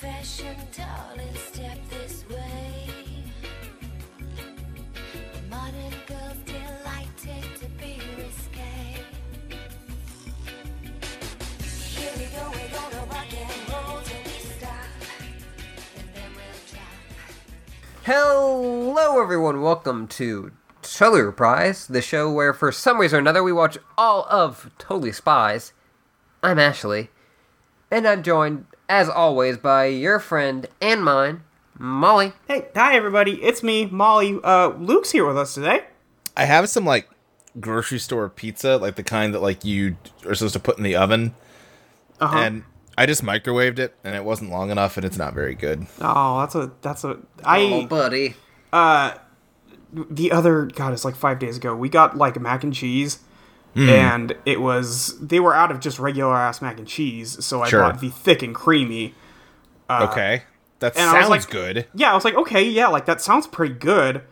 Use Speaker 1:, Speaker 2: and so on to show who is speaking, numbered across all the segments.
Speaker 1: Passion, darling, step this way. Modern girls delighted to be risque. Here we go, we're gonna rock and roll till we stop, and then we'll drop.
Speaker 2: Hello, everyone. Welcome to Totally Reprise, the show where, for some reason or another, we watch all of Totally Spies. I'm Ashley, and I'm joined, as always, by your friend and mine, Molly.
Speaker 3: Hey, hi everybody. It's me, Molly. Uh Luke's here with us today.
Speaker 4: I have some like grocery store pizza, like the kind that like you are supposed to put in the oven,
Speaker 3: Uh-huh.
Speaker 4: and I just microwaved it, and it wasn't long enough, and it's not very good.
Speaker 3: oh, that's a that's a
Speaker 2: Oh,
Speaker 3: I
Speaker 2: buddy.
Speaker 3: the other god, it's like 5 days ago. We got like mac and cheese and it was they were out of just regular ass mac and cheese, so I
Speaker 4: Sure.
Speaker 3: bought the thick and creamy.
Speaker 4: okay, that
Speaker 3: Ah. and I was
Speaker 4: sounds
Speaker 3: like-
Speaker 4: good.
Speaker 3: Yeah, I was like, "Okay, yeah, like that sounds pretty good."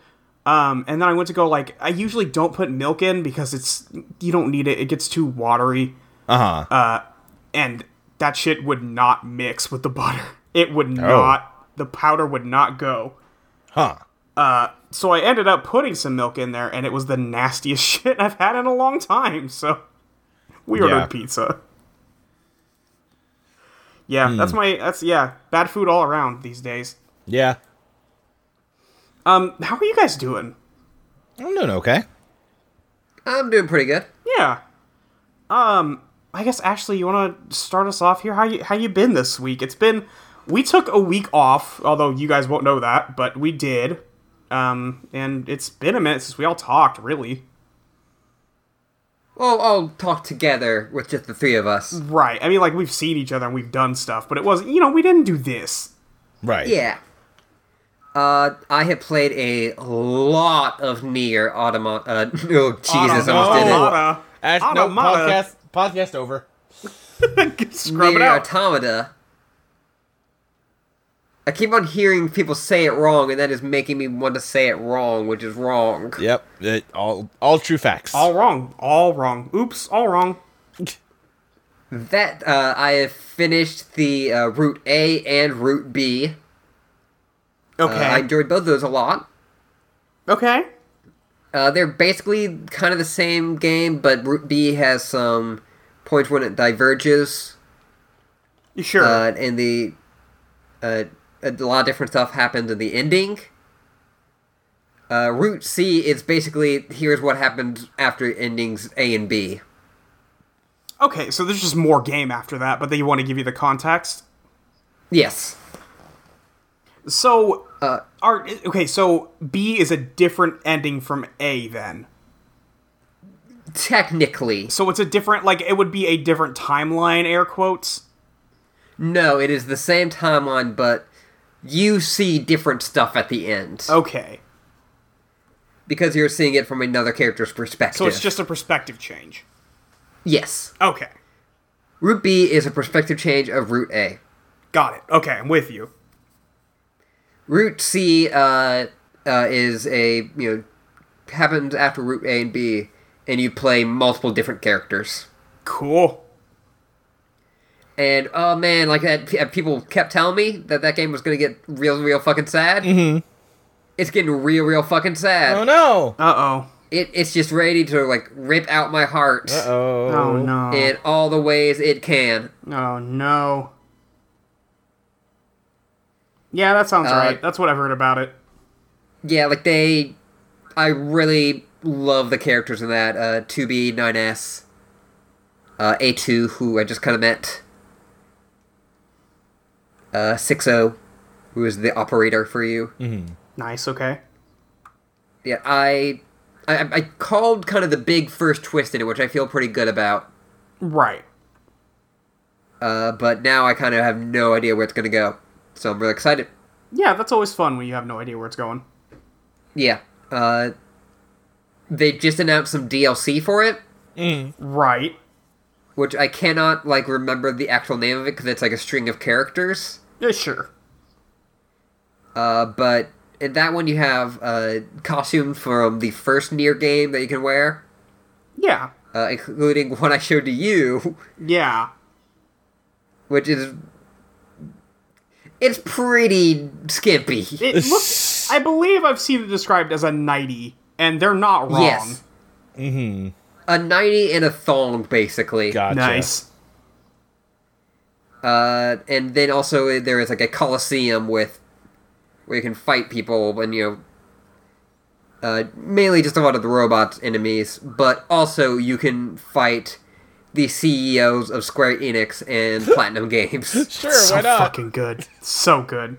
Speaker 3: Um and then I went to go like I usually don't put milk in because it's you don't need it. It gets too watery
Speaker 4: Uh huh.
Speaker 3: and that shit would not mix with the butter. It would not the powder would not go.
Speaker 4: Huh.
Speaker 3: So I ended up putting some milk in there, and it was the nastiest shit I've had in a long time. So we
Speaker 4: Yeah.
Speaker 3: ordered pizza. Yeah, that's my that's yeah bad food all around these days.
Speaker 4: Yeah.
Speaker 3: Um, how are you guys doing?
Speaker 4: I'm doing okay.
Speaker 2: I'm doing pretty good.
Speaker 3: Yeah. Um, I guess Ashley, you want to start us off here? How you how you been this week? It's been we took a week off, although you guys won't know that, but we did. Um, and it's been a minute since we all talked, really.
Speaker 2: We'll all talk together with just the three of us.
Speaker 3: Right. I mean, like we've seen each other and we've done stuff, but it was you know we didn't do this.
Speaker 4: Right.
Speaker 2: Yeah. Uh, I have played a lot of near Automata. Uh, oh, Jesus, I almost did it.
Speaker 3: Automata.
Speaker 4: Ash, no
Speaker 3: Automata.
Speaker 4: podcast. Podcast over.
Speaker 3: Scrub it
Speaker 2: Near
Speaker 3: out.
Speaker 2: Automata. I keep on hearing people say it wrong, and that is making me want to say it wrong, which is wrong.
Speaker 4: Yep. It- all all true facts.
Speaker 3: all wrong. All wrong. Oops. All wrong.
Speaker 2: That uh, I have finished the uh, Route A and Route B. Uh,
Speaker 3: Okay.
Speaker 2: I enjoyed both of those a lot.
Speaker 3: okay.
Speaker 2: Uh, they're basically kind of the same game, but Route B has some points when it diverges,
Speaker 3: You Sure.
Speaker 2: uh, and the uh, a lot of different stuff happens in the ending. Uh, Route C is basically here's what happens after endings A and B.
Speaker 3: okay. So there's just more game after that, but they want to give you the context.
Speaker 2: Yes,
Speaker 3: So, uh, are okay. So B is a different ending from A then.
Speaker 2: technically,
Speaker 3: So it's a different like it would be a different timeline. Air quotes.
Speaker 2: no. It is the same timeline, but you see different stuff at the end
Speaker 3: Okay.
Speaker 2: because you're seeing it from another character's perspective.
Speaker 3: So it's just a perspective change.
Speaker 2: yes.
Speaker 3: Okay.
Speaker 2: Route B is a perspective change of Route A.
Speaker 3: Got it. Okay, I'm with you.
Speaker 2: Route C uh, uh, is a you know happens after Route A and B, and you play multiple different characters.
Speaker 3: Cool.
Speaker 2: And oh man, like that, pe- people kept telling me that that game was gonna get real, real fucking sad. Mm-hmm. It's getting real, real fucking sad.
Speaker 4: Oh no.
Speaker 3: Uh oh.
Speaker 2: It, it's just ready to like rip out my heart
Speaker 4: Oh.
Speaker 3: Oh no.
Speaker 2: in all the ways it can.
Speaker 3: Oh no. Yeah, that sounds
Speaker 2: Uh,
Speaker 3: right. That's what I've heard about it.
Speaker 2: Yeah, like they, I really love the characters in that. Uh, 2B, 9S, uh, A2, who I just kind of met. Uh, 6O, who is the operator for you.
Speaker 3: Nice. Okay.
Speaker 2: Yeah, I, I, I called kind of the big first twist in it, which I feel pretty good about.
Speaker 3: Right.
Speaker 2: Uh, but now I kind of have no idea where it's gonna go, so I'm really excited.
Speaker 3: Yeah, that's always fun when you have no idea where it's going.
Speaker 2: Yeah, uh, they just announced some DLC for it.
Speaker 3: Right.
Speaker 2: which I cannot like remember the actual name of it because it's like a string of characters.
Speaker 3: Yeah, sure.
Speaker 2: Uh, but in that one, you have a costume from the first near game that you can wear,
Speaker 3: Yeah.
Speaker 2: uh, including one I showed to you,
Speaker 3: Yeah.
Speaker 2: which is It's pretty skimpy.
Speaker 3: It looks. I believe I've seen it described as a nighty, and they're not wrong.
Speaker 2: Yes. A 90 and a thong, basically.
Speaker 4: Gotcha.
Speaker 3: Nice.
Speaker 2: Uh, and then also there is like a coliseum with where you can fight people and you know uh, mainly just a lot of the robot enemies, but also you can fight the CEOs of Square Enix and Platinum Games.
Speaker 4: Sure,
Speaker 3: so
Speaker 4: why not?
Speaker 3: fucking good. So good.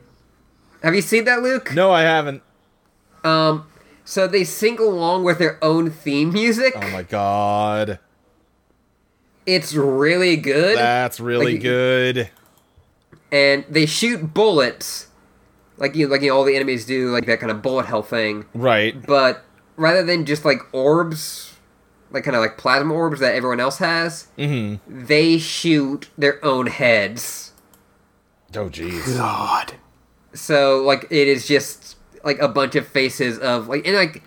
Speaker 2: Have you seen that, Luke?
Speaker 4: No, I haven't.
Speaker 2: Um, so they sing along with their own theme music.
Speaker 4: Oh my god.
Speaker 2: It's really good.
Speaker 4: That's really
Speaker 2: Like,
Speaker 4: good.
Speaker 2: and they shoot bullets, like you, like you know, all the enemies do, like that kind of bullet hell thing.
Speaker 4: Right.
Speaker 2: But rather than just like orbs, like kind of like plasma orbs that everyone else has, they shoot their own heads.
Speaker 4: Oh jeez.
Speaker 3: God.
Speaker 2: So like it is just like a bunch of faces of like and like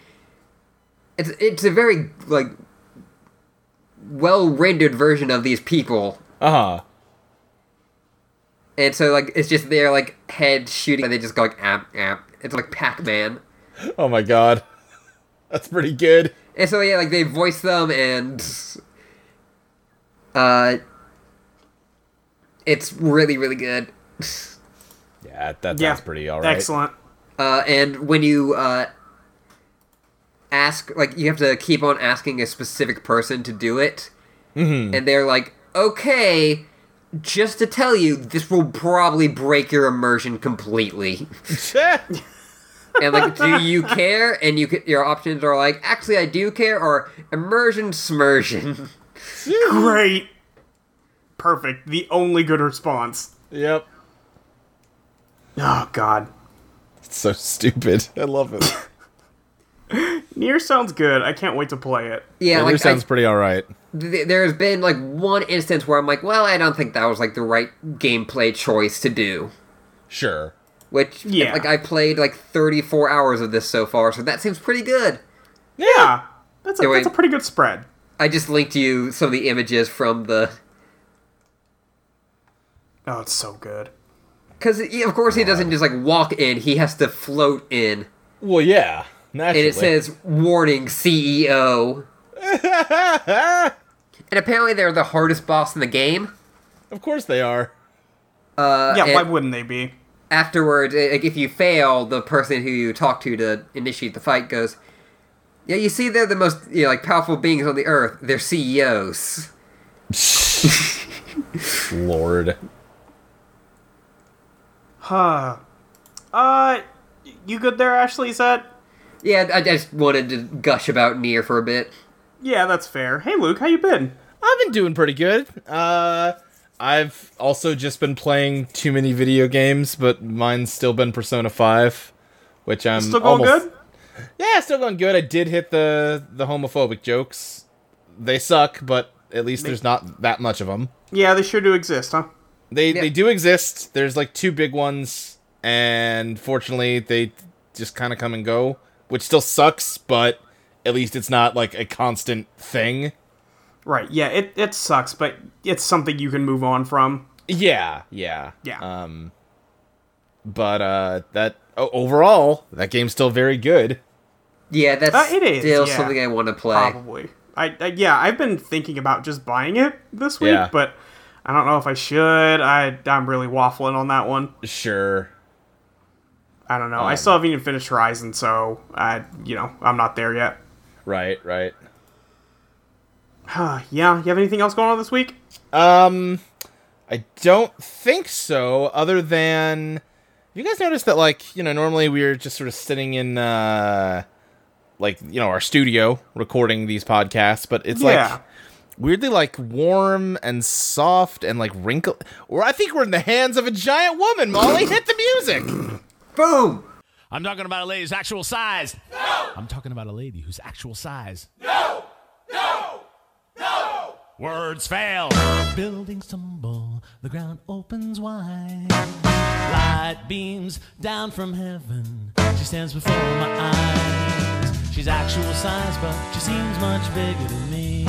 Speaker 2: it's it's a very like well rendered version of these people.
Speaker 4: Uh-huh.
Speaker 2: And so like it's just their like head shooting and they just go like amp amp. It's like Pac Man.
Speaker 4: Oh my god. That's pretty good.
Speaker 2: And so yeah, like they voice them and uh it's really, really good.
Speaker 4: Yeah, that,
Speaker 3: Yeah.
Speaker 4: that's pretty alright.
Speaker 3: Excellent.
Speaker 2: Uh and when you uh ask like you have to keep on asking a specific person to do it. Mm-hmm. And they're like, Okay, just to tell you, this will probably break your immersion completely. and like do you care and you ca- your options are like actually i do care or immersion smersion
Speaker 3: Great. Perfect. The only good response.
Speaker 4: yep.
Speaker 3: Oh God.
Speaker 4: It's so stupid. I love it.
Speaker 3: Near sounds good. I can't wait to play it.
Speaker 2: yeah
Speaker 4: It
Speaker 2: like
Speaker 4: sounds
Speaker 2: I,
Speaker 4: pretty alright.
Speaker 2: th- there's been like one instance where i'm like well i don't think that was like the right gameplay choice to do
Speaker 4: Sure.
Speaker 2: which
Speaker 3: Yeah.
Speaker 2: like i played like 34 hours of this so far so that seems pretty good
Speaker 3: Yeah. That's a,
Speaker 2: Yeah, wait.
Speaker 3: that's a pretty good spread.
Speaker 2: i just linked you some of the images from the
Speaker 3: Oh, it's so good.
Speaker 2: because of course he doesn't just like walk in he has to float in
Speaker 4: Well, yeah.
Speaker 2: and
Speaker 4: Naturally.
Speaker 2: it says warning E ceo and apparently they're the hardest boss in the game
Speaker 4: of course they are.
Speaker 3: yeah, why
Speaker 2: and-
Speaker 3: wouldn't they be?
Speaker 2: afterwards, i- like if you fail, the person who you talk to to initiate the fight goes, "Yeah, you see, they're the most you know, like powerful beings on the earth. They're E CEOs."
Speaker 4: Lord.
Speaker 3: Huh. Uh, you good there, Ashley? Is that?
Speaker 2: Yeah, I I just wanted to gush about Nier for a bit.
Speaker 3: Yeah, that's fair. Hey, Luke, how you been?
Speaker 4: I've been doing pretty good. Uh, I've also just been playing too many video games, but mine's still been Persona Five, which I'm
Speaker 3: Still going
Speaker 4: almost-
Speaker 3: good?
Speaker 4: Yeah, Eh, still going good. I did hit the the homophobic jokes. They suck, but at least there's not that much of them.
Speaker 3: Yeah, they sure do exist, huh?
Speaker 4: They
Speaker 2: Yeah.
Speaker 4: they do exist. There's like two big ones, and fortunately, they just kind of come and go, which still sucks. But at least it's not like a constant thing.
Speaker 3: Right. Yeah, it it sucks, but it's something you can move on from.
Speaker 4: Yeah, yeah,
Speaker 3: Yeah.
Speaker 4: Um, but uh, that o- overall, that game's still very good.
Speaker 2: Yeah, that's
Speaker 3: Uh, it is,
Speaker 2: still
Speaker 3: yeah.
Speaker 2: something I want to play.
Speaker 3: Probably. I, I yeah, I've been thinking about just buying it this week,
Speaker 4: Yeah.
Speaker 3: but I don't know if I should. I I'm really waffling on that one.
Speaker 4: Sure.
Speaker 3: I don't know. I
Speaker 4: Um,
Speaker 3: still haven't even finished Horizon, so I you know I'm not there yet.
Speaker 4: Right. Right.
Speaker 3: Huh, yeah, you have anything else going on this week?
Speaker 4: Um, I don't think so. Other than, you guys noticed that like you know normally we're just sort of sitting in uh, like you know our studio recording these podcasts, but it's
Speaker 3: Yeah.
Speaker 4: like weirdly like warm and soft and like wrinkle. Or I think we're in the hands of a giant woman. Molly, hit the music.
Speaker 2: Boom!
Speaker 5: I'm talking about a lady's actual size. No. I'm talking about a lady whose actual size. No. No. No. Words fail. Buildings tumble, the ground opens wide. Light beams down from heaven. She stands before my eyes. She's actual size, but she seems much bigger than me.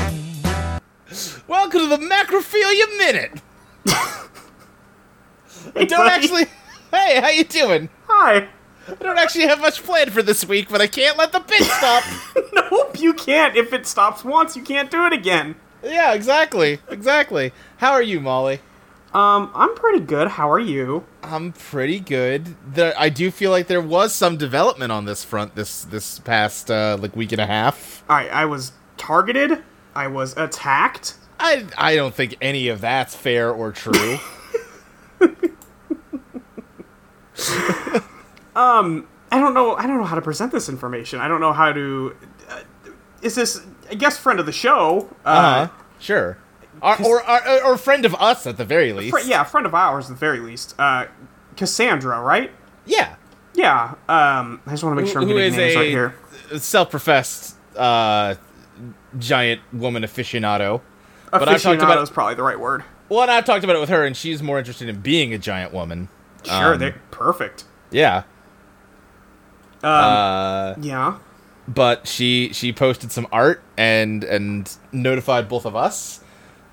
Speaker 4: Welcome to the Macrophilia Minute. I don't
Speaker 3: buddy.
Speaker 4: actually. Hey, how you doing?
Speaker 3: Hi.
Speaker 4: I don't actually have much planned for this week, but I can't let the pit stop.
Speaker 3: Nope, you can't. If it stops once, you can't do it again.
Speaker 4: yeah, exactly, exactly. How are you, Molly?
Speaker 3: Um, I'm pretty good. How are you?
Speaker 4: I'm pretty good. There, I do feel like there was some development on this front this this past uh, like week and a half.
Speaker 3: I I was targeted. I was attacked.
Speaker 4: I I don't think any of that's fair or true.
Speaker 3: I don't know. I don't know how to present this information. I don't know how to. Uh, is this a guest friend of the show? Uh,
Speaker 4: uh huh. Sure. Or, or, or, or friend of us at the very least.
Speaker 3: fri- yeah, a friend of ours at the very least. Uh, Cassandra, right?
Speaker 4: Yeah.
Speaker 3: Yeah. Um, I just want to make sure I'm
Speaker 4: Who
Speaker 3: getting
Speaker 4: is
Speaker 3: names
Speaker 4: a
Speaker 3: right here.
Speaker 4: self-professed uh, giant woman aficionado. But I've talked
Speaker 3: Aficionado
Speaker 4: about
Speaker 3: is probably the right word.
Speaker 4: well, and I've talked about it with her, and she's more interested in being a giant woman.
Speaker 3: Sure,
Speaker 4: Um,
Speaker 3: they perfect.
Speaker 4: Yeah.
Speaker 3: Yeah.
Speaker 4: but she she posted some art and and notified both of us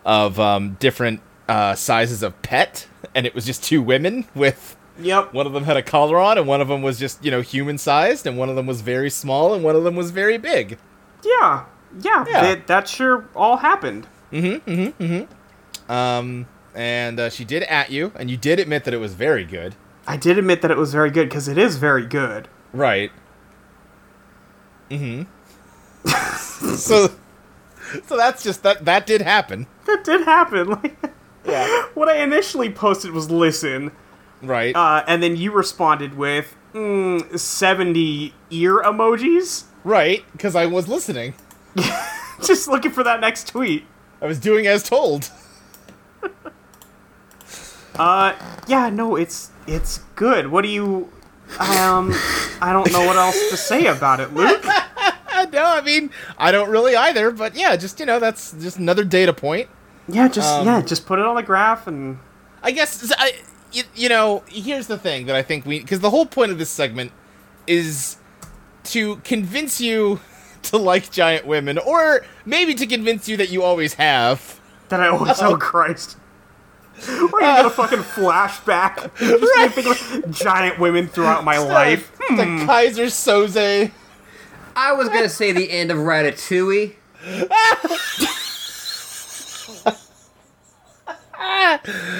Speaker 4: of um, different uh, sizes of pet, and it was just two women with
Speaker 3: Yep.
Speaker 4: one of them had a collar on, and one of them was just you know human sized, and one of them was very small, and one of them was very big.
Speaker 3: Yeah. Yeah.
Speaker 4: Yeah.
Speaker 3: That, that sure all happened.
Speaker 4: Um, and uh, she did at you, and you did admit that it was very good.
Speaker 3: I did admit that it was very good because it is very good.
Speaker 4: Right. Mm-hmm. so, so that's just that that did happen.
Speaker 3: That did happen. Like
Speaker 4: Yeah.
Speaker 3: what I initially posted was listen,
Speaker 4: Right.
Speaker 3: uh, and then you responded with mm, seventy ear emojis.
Speaker 4: right. Because I was listening.
Speaker 3: Just looking for that next tweet.
Speaker 4: I was doing as told.
Speaker 3: Uh, yeah, no, it's it's good. What do you? Um, I don't know what else to say about it, Luke.
Speaker 4: Uh, no, I mean I don't really either. But yeah, just you know that's just another data point.
Speaker 3: Yeah, just
Speaker 4: Um,
Speaker 3: yeah, just put it on the graph and
Speaker 4: I guess I, you, you know, here's the thing that I think we because the whole point of this segment is to convince you to like giant women, or maybe to convince you that you always have.
Speaker 3: That I always oh Christ. We're gonna get a fucking flashback. Just gonna think of giant women throughout my life.
Speaker 4: The Kaiser Soze.
Speaker 2: I was gonna say the end of Ratatouille.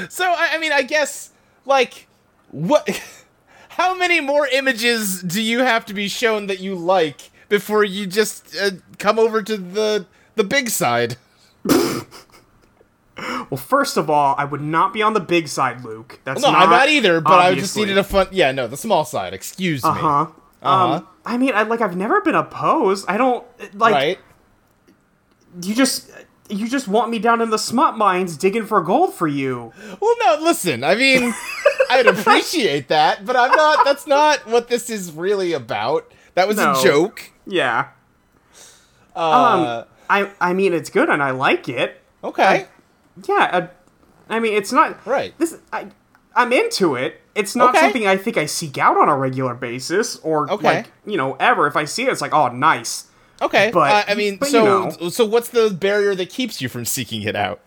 Speaker 4: So I, I mean, I guess like what? How many more images do you have to be shown that you like before you just uh, come over to the the big side?
Speaker 3: Well, first of all, I would not be on the big side, Luke. That's
Speaker 4: No,
Speaker 3: not,
Speaker 4: I'm not either. But I just
Speaker 3: obviously.
Speaker 4: needed a fun. Yeah, no, the small side. Excuse me.
Speaker 3: Uh-huh.
Speaker 4: Uh-huh.
Speaker 3: Um, I mean, I like I've never been opposed. I don't like
Speaker 4: right.
Speaker 3: you just you just want me down in the smut mines digging for gold for you.
Speaker 4: Well, no. Listen, I mean, I'd appreciate that, but I'm not. That's not what this is really about. That was
Speaker 3: No.
Speaker 4: a joke.
Speaker 3: Yeah. Um,
Speaker 4: Uh,
Speaker 3: I I mean, it's good and I like it.
Speaker 4: okay.
Speaker 3: Yeah, uh, I, I mean, it's not
Speaker 4: Right.
Speaker 3: This I, I'm into it. It's not
Speaker 4: Okay.
Speaker 3: something I think I seek out on a regular basis, or
Speaker 4: Okay.
Speaker 3: like you know, ever. If I see it, it's like, oh, nice.
Speaker 4: Okay.
Speaker 3: but-
Speaker 4: uh, I mean,
Speaker 3: but you
Speaker 4: so
Speaker 3: know.
Speaker 4: so what's the barrier that keeps you from seeking it out?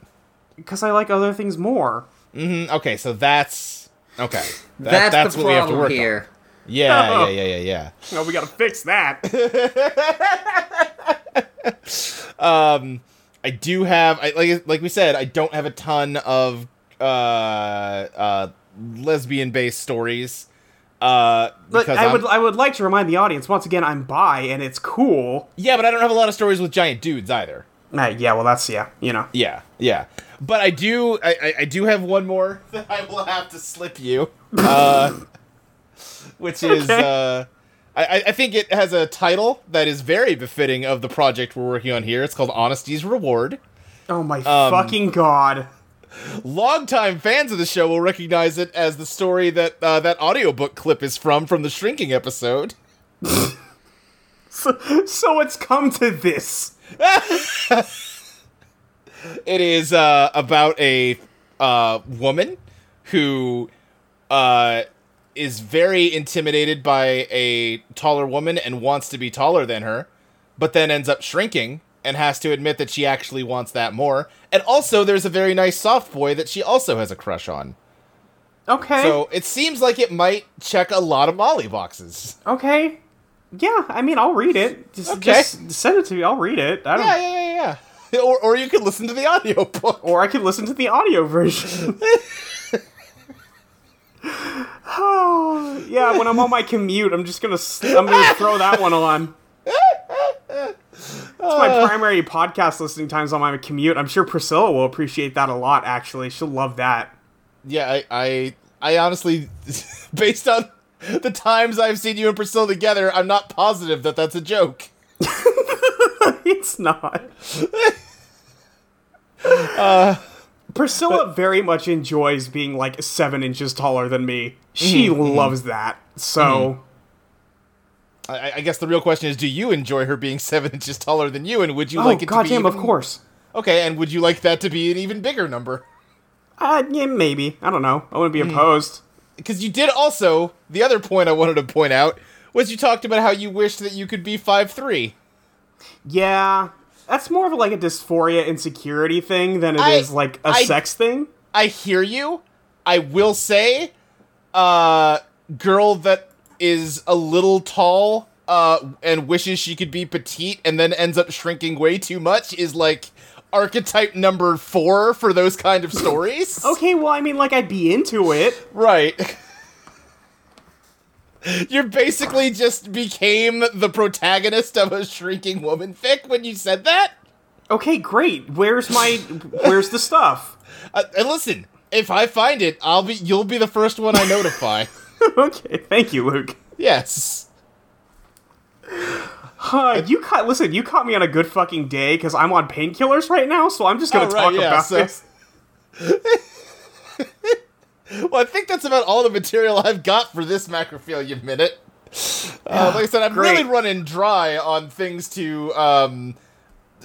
Speaker 3: Because I like other things more.
Speaker 4: Mm, Okay, so that's okay. That-
Speaker 2: That's, the
Speaker 4: what we have to
Speaker 2: problem
Speaker 4: work on.
Speaker 2: here.
Speaker 4: Yeah,
Speaker 3: No.
Speaker 4: yeah, yeah, yeah,
Speaker 3: No, we gotta fix that.
Speaker 4: yeah. Um, I do have, I, like, like we said, I don't have a ton of uh, uh, lesbian-based stories. Uh,
Speaker 3: but
Speaker 4: because
Speaker 3: I
Speaker 4: I'm-
Speaker 3: would I would like to remind the audience once again, I'm bi and it's cool.
Speaker 4: yeah, but I don't have a lot of stories with giant dudes either.
Speaker 3: Uh, yeah, well, that's yeah, you know.
Speaker 4: Yeah, yeah. But I do, I, I, I do have one more that I will have to slip you, uh, which is,
Speaker 3: Okay.
Speaker 4: uh, I, I- I think it has a title that is very befitting of the project we're working on here. It's called Honesty's Reward.
Speaker 3: Oh my
Speaker 4: Um,
Speaker 3: fucking god.
Speaker 4: Longtime fans of the show will recognize it as the story that uh, that audiobook clip is from from the Shrinking episode.
Speaker 3: So, so it's come to this.
Speaker 4: It is uh, about a uh, woman who uh, is very intimidated by a taller woman and wants to be taller than her, but then ends up shrinking and has to admit that she actually wants that more. And also, there's a very nice soft boy that she also has a crush on.
Speaker 3: Okay.
Speaker 4: So it seems like it might check a lot of Molly boxes.
Speaker 3: okay. Yeah, I mean, I'll read it. Just,
Speaker 4: Okay.
Speaker 3: just send it to me. I'll read it. I don't,
Speaker 4: Yeah, yeah, yeah, yeah. Or, or you could listen to the audiobook.
Speaker 3: Or I could listen to the audio version. oh, yeah, when I'm on my commute, I'm just gonna s- I'm gonna throw that one on. That's
Speaker 4: Uh.
Speaker 3: my primary podcast listening times on my commute. I'm sure Priscilla will appreciate that a lot. Actually, she'll love that.
Speaker 4: Yeah, I, I, I honestly, based on the times I've seen you and Priscilla together, I'm not positive that that's a joke.
Speaker 3: it's not.
Speaker 4: Uh,
Speaker 3: Priscilla very much enjoys being like seven inches taller than me. She
Speaker 4: Mm-hmm,
Speaker 3: loves that. So.
Speaker 4: I, I guess the real question is, do you enjoy her being seven inches taller than you, and would you
Speaker 3: Oh,
Speaker 4: like it to be?
Speaker 3: goddamn, of
Speaker 4: even-
Speaker 3: course.
Speaker 4: Okay, and would you like that to be an even bigger number?
Speaker 3: Uh, yeah, maybe. I don't know. I wouldn't
Speaker 4: Hmm.
Speaker 3: be opposed.
Speaker 4: Because you did also the other point I wanted to point out was you talked about how you wished that you could be five three.
Speaker 3: Yeah. That's more of like a dysphoria insecurity thing than it is
Speaker 4: I-
Speaker 3: like a
Speaker 4: I-
Speaker 3: sex thing.
Speaker 4: I hear you. I will say, uh, girl that is a little tall, uh, and wishes she could be petite and then ends up shrinking way too much is like archetype number four for those kind of stories.
Speaker 3: Okay, well, I mean, like, I'd be into it.
Speaker 4: Right. You basically just became the protagonist of a shrinking woman fic when you said that.
Speaker 3: Okay, great. Where's my. Where's the stuff?
Speaker 4: Uh, and listen, if I find it, I'll be you'll be the first one I notify.
Speaker 3: okay, thank you, Luke.
Speaker 4: yes.
Speaker 3: Huh, Uh, you caught. Listen, you caught me on a good fucking day because I'm on painkillers right now, so I'm just gonna
Speaker 4: Oh, right,
Speaker 3: talk
Speaker 4: yeah,
Speaker 3: about
Speaker 4: so-
Speaker 3: this.
Speaker 4: Well, I think that's about all the material I've got for this macrophilia minute. Uh, like I said, I'm
Speaker 3: Ah, Great.
Speaker 4: really running dry on things to um,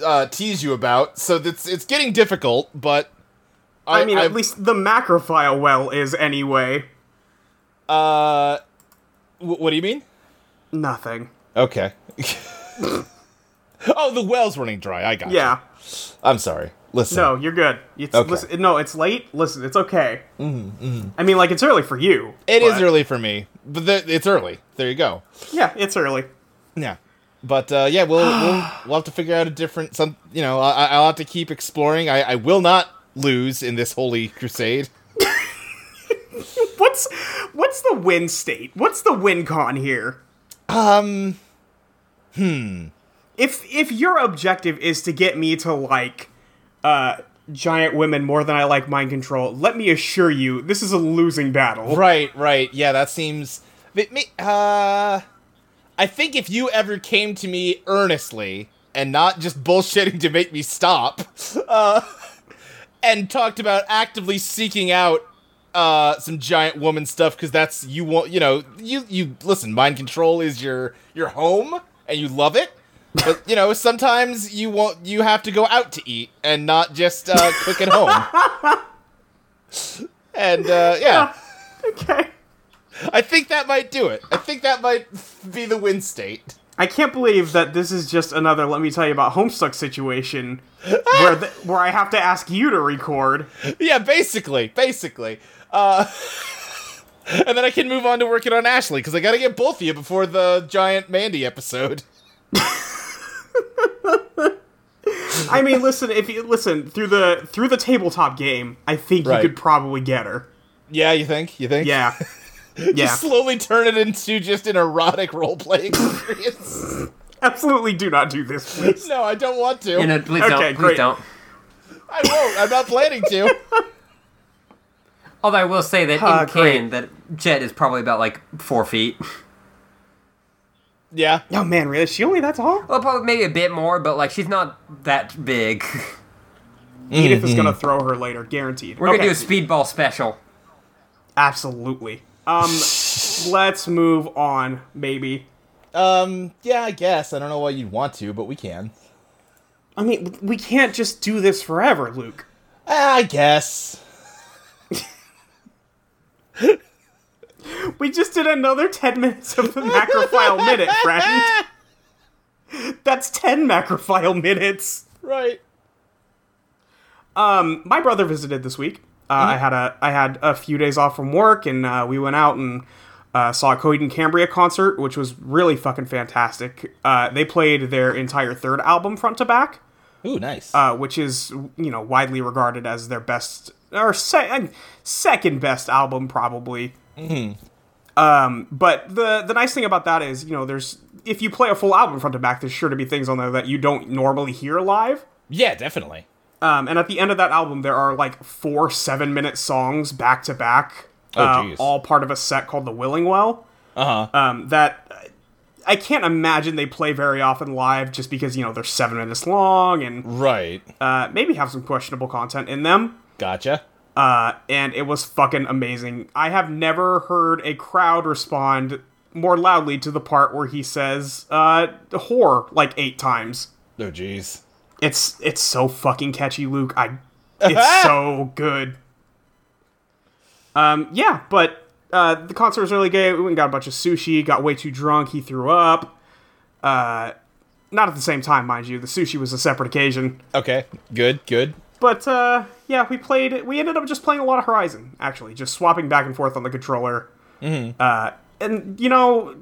Speaker 4: uh, tease you about, so that's it's getting difficult. But
Speaker 3: I, mean,
Speaker 4: I-
Speaker 3: at least the macrophile well is anyway.
Speaker 4: uh, wh- what do you mean?
Speaker 3: Nothing.
Speaker 4: Okay. oh, the well's running dry. I got.
Speaker 3: Yeah.
Speaker 4: You. I'm sorry. Listen.
Speaker 3: No, you're good. It's
Speaker 4: Okay. Mm-hmm,
Speaker 3: listen, no, it's late. Listen, it's okay. I mean, like it's early for you.
Speaker 4: it is
Speaker 3: but-
Speaker 4: early for me, but th- it's early. There you go.
Speaker 3: Yeah, it's early.
Speaker 4: Yeah. But uh, yeah, we'll, we'll we'll have to figure out a different some. You know, I, I'll have to keep exploring. I, I will not lose in this holy crusade.
Speaker 3: What's what's the win state? What's the win con here?
Speaker 4: Um. hmm.
Speaker 3: If if your objective is to get me to like uh giant women more than I like mind control, let me assure you, this is a losing battle.
Speaker 4: Right. Right. Yeah. That seems. It, may- uh, I think if you ever came to me earnestly and not just bullshitting to make me stop, uh, and talked about actively seeking out uh some giant woman stuff because that's you want you know you you listen mind control is your your home and you love it but you know sometimes you want you have to go out to eat and not just uh cook at home and uh yeah
Speaker 3: Okay.
Speaker 4: I think that might do it. I think that might be the win state.
Speaker 3: I can't believe that this is just another let me tell you about homestuck situation where th- where I have to ask you to record.
Speaker 4: Yeah, basically, basically. Uh, and then I can move on to working on Ashley because I got to get both of you before the giant Mandy episode.
Speaker 3: I mean, listen. If you listen through the through the tabletop game, I think
Speaker 4: Right.
Speaker 3: you could probably get her.
Speaker 4: Yeah, you think? You think?
Speaker 3: Yeah, yeah.
Speaker 4: Just slowly turn it into just an erotic role playing experience.
Speaker 3: Absolutely, do not do this, please.
Speaker 4: no, I don't want to.
Speaker 2: You know, please
Speaker 3: Okay,
Speaker 2: don't. Please
Speaker 3: great.
Speaker 2: don't.
Speaker 4: I won't. I'm not planning to.
Speaker 2: Although I will say that
Speaker 3: Ah,
Speaker 2: in canon, that Jet is probably about like four feet.
Speaker 4: Yeah.
Speaker 3: Oh man, really? Is She only that tall?
Speaker 2: Well, probably maybe a bit more, but like she's not that big.
Speaker 3: Edith is gonna throw her later, guaranteed.
Speaker 2: Mm-hmm. We're
Speaker 3: Okay.
Speaker 2: gonna do a speedball special.
Speaker 3: absolutely. Um, let's move on, maybe.
Speaker 4: Um. Yeah, I guess. I don't know why you'd want to, but we can.
Speaker 3: I mean, we can't just do this forever, Luke.
Speaker 4: Ah, I guess.
Speaker 3: We just did another ten minutes of the macrophile minute, friend. That's ten macrophile minutes.
Speaker 4: right.
Speaker 3: My brother visited this week. Uh, I had a I had a few days off from work, and uh, we went out and uh, saw a Coheed and Cambria concert, which was really fucking fantastic. Uh, they played their entire third album front to back,
Speaker 4: Ooh, nice.
Speaker 3: uh, which is you know widely regarded as their best or se- second best album probably. Um, but the the nice thing about that is you know there's if you play a full album front to back, there's sure to be things on there that you don't normally hear live.
Speaker 4: yeah, definitely.
Speaker 3: Um, and at the end of that album, there are like four seven minute songs back to back,
Speaker 4: Oh,
Speaker 3: uh,
Speaker 4: jeez.
Speaker 3: all part of a set called The Willing Well.
Speaker 4: Uh huh.
Speaker 3: Um, that uh, I can't imagine they play very often live just because, you know, they're seven minutes long and
Speaker 4: right.
Speaker 3: uh, maybe have some questionable content in them.
Speaker 4: Gotcha.
Speaker 3: Uh, and it was fucking amazing. I have never heard a crowd respond more loudly to the part where he says, uh, whore like eight times.
Speaker 4: Oh, jeez.
Speaker 3: It's it's so fucking catchy, Luke. I it's so good. Um, yeah, but uh, the concert was really gay. We went and got a bunch of sushi. Got way too drunk. He threw up. Uh, not at the same time, mind you. The sushi was a separate occasion.
Speaker 4: Okay. Good. Good.
Speaker 3: But uh, yeah, we played. We ended up just playing a lot of Horizon, actually, just swapping back and forth on the controller. Mm-hmm. Uh, and you know,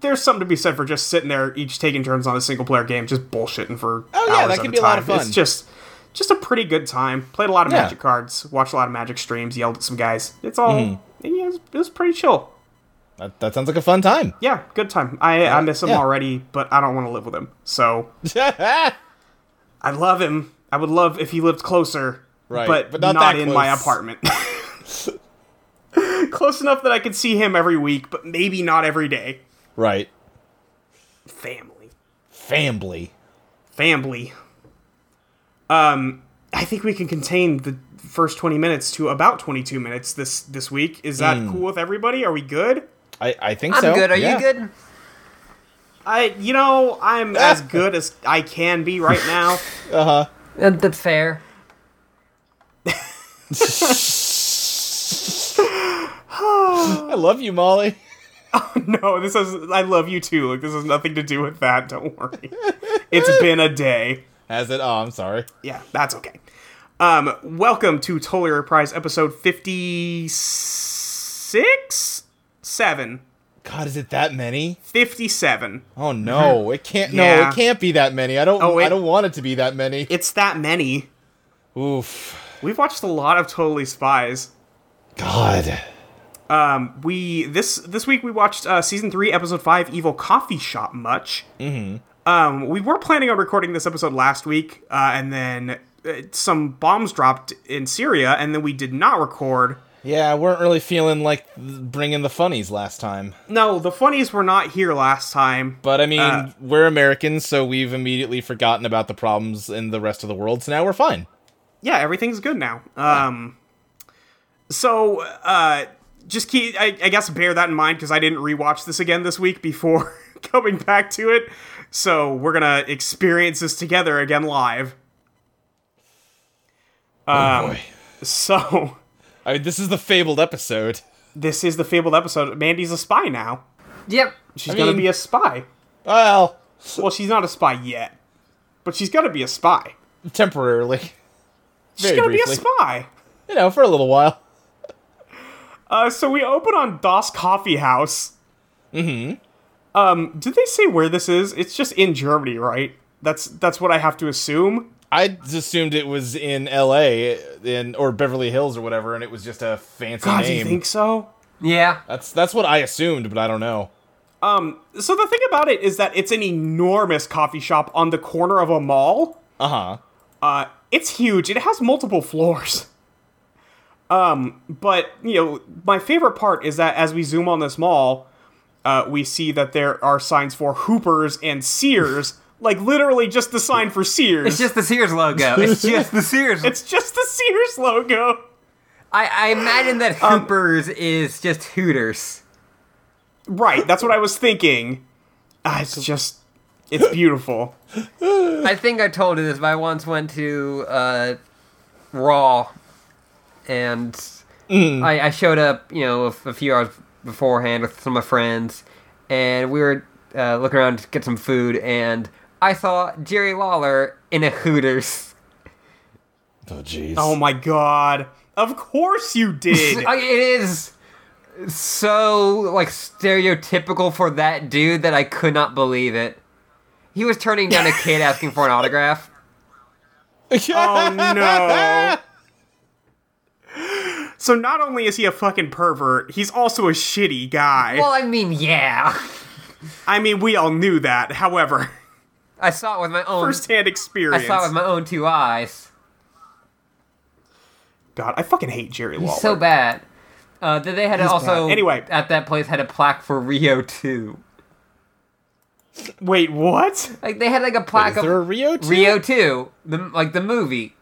Speaker 3: there's something to be said for just sitting there, each taking turns on a single player game, just bullshitting for.
Speaker 4: Oh, yeah,
Speaker 3: hours
Speaker 4: that
Speaker 3: at
Speaker 4: can
Speaker 3: a
Speaker 4: be a lot of
Speaker 3: time.
Speaker 4: fun.
Speaker 3: It's just, just a pretty good time. Played a lot of
Speaker 4: Yeah.
Speaker 3: Magic cards, watched a lot of Magic streams, yelled at some guys. It's all.
Speaker 4: Mm-hmm.
Speaker 3: Yeah, it, was, it was pretty chill.
Speaker 4: That, that sounds like a fun time.
Speaker 3: Yeah, good time. I I miss him
Speaker 4: yeah.
Speaker 3: already, but I don't want to live with him. So
Speaker 4: right.
Speaker 3: I love him. I would love if he lived closer,
Speaker 4: Right,
Speaker 3: But,
Speaker 4: but
Speaker 3: not,
Speaker 4: not that
Speaker 3: in my
Speaker 4: close.
Speaker 3: apartment. close enough that I could see him every week, but maybe not every day. Family,
Speaker 4: Fambly.
Speaker 3: family. Um, I think we can contain the first twenty minutes to about twenty-two minutes this this week. Is that
Speaker 4: Hmm.
Speaker 3: cool with everybody? Are we good?
Speaker 4: I, I think
Speaker 2: I'm
Speaker 4: so.
Speaker 2: good. Are
Speaker 4: Yeah.
Speaker 2: you good?
Speaker 3: I, you know, I'm as good as I can be right now.
Speaker 2: Uh, that's fair.
Speaker 4: I love you, Molly.
Speaker 3: No, this is. I love you too. Like this has nothing to do with that. Don't worry. It's been a day.
Speaker 4: Has it? Oh, I'm sorry.
Speaker 3: Yeah, that's okay. Um, welcome to Totally Reprise episode fifty six, seven,
Speaker 4: God, is it that many?
Speaker 3: fifty seven.
Speaker 4: Oh no, it can't. No,
Speaker 3: Yeah.
Speaker 4: it can't be that many. I don't.
Speaker 3: Oh, it-
Speaker 4: I don't want it to be that many.
Speaker 3: It's that many.
Speaker 4: Oof.
Speaker 3: We've watched a lot of Totally Spies.
Speaker 4: God.
Speaker 3: we this this week we watched uh, season three episode five evil coffee shop much mm-hmm. um, we were planning on recording this episode last week uh, and then uh, some bombs dropped in syria and then we did not record
Speaker 4: Yeah, I weren't really feeling like bringing the funnies last time.
Speaker 3: no the funnies were not here last time
Speaker 4: But I mean,
Speaker 3: Uh.
Speaker 4: we're Americans, so we've immediately forgotten about the problems in the rest of the world. So now we're fine.
Speaker 3: yeah everything's good now um, so uh, just keep I, I guess bear that in mind because i didn't rewatch this again this week before coming back to it so we're gonna experience this together again live
Speaker 2: Um.
Speaker 4: oh boy.
Speaker 3: so
Speaker 4: I mean, this is the fabled episode.
Speaker 3: this is the fabled episode. Mandy's a spy now.
Speaker 2: Yep.
Speaker 3: She's
Speaker 4: I
Speaker 3: gonna
Speaker 4: mean-
Speaker 3: be a spy.
Speaker 4: Well,
Speaker 3: Well, she's not a spy yet, but she's gonna be a spy.
Speaker 4: temporarily.
Speaker 3: She's
Speaker 4: Very
Speaker 3: gonna be
Speaker 4: briefly.
Speaker 3: a spy.
Speaker 4: You know, for a little while.
Speaker 3: Uh, so we open on Das Coffee House. Mm-hmm. Um, did they say where this is? It's just in Germany, right? That's that's what I have to assume.
Speaker 4: I just assumed it was in L.A. in or Beverly Hills or whatever, and it was just a fancy
Speaker 3: God, do
Speaker 4: name.
Speaker 3: you think so?
Speaker 2: Yeah.
Speaker 4: That's that's what I assumed, but I don't know.
Speaker 3: So the thing about it is that it's an enormous coffee shop on the corner of a mall.
Speaker 4: Uh
Speaker 2: Uh-huh.
Speaker 4: huh.
Speaker 3: Uh, it's huge. It has multiple floors. Um, but you know, my favorite part is that as we zoom on this mall, uh, we see that there are signs for Hoopers and Sears. like literally, just the sign for Sears.
Speaker 2: It's just the Sears logo. It's just the Sears.
Speaker 3: It's just the Sears logo.
Speaker 2: I, I imagine that Hoopers is just Hooters.
Speaker 3: Right. That's what I was thinking. Ah, it's just. It's beautiful.
Speaker 2: I think I told you this, but I once went to uh, Raw, and I, I showed up, you know, a, f- a few hours beforehand with some of my friends, and we were uh, looking around to get some food, and I saw Jerry Lawler in a Hooters.
Speaker 4: Oh jeez.
Speaker 3: Oh my god. Of course you did.
Speaker 2: I- it is so like stereotypical for that dude that I could not believe it. He was turning down a kid asking for an autograph.
Speaker 3: oh no. So not only is he a fucking pervert, he's also a shitty guy.
Speaker 2: Well, I mean, yeah.
Speaker 3: I mean, we all knew that. However,
Speaker 2: I saw it with my own.
Speaker 3: firsthand
Speaker 2: I
Speaker 3: experience.
Speaker 2: saw it with my own two eyes.
Speaker 3: God, I fucking hate Jerry Lawler.
Speaker 2: So bad. Uh, then they had also
Speaker 3: bad. Anyway.
Speaker 2: at that place had a plaque for Rio two.
Speaker 3: Wait, what?
Speaker 2: Like they had like a plaque
Speaker 4: Is there a
Speaker 2: of
Speaker 4: Rio? Two?
Speaker 2: Rio two, the like the movie.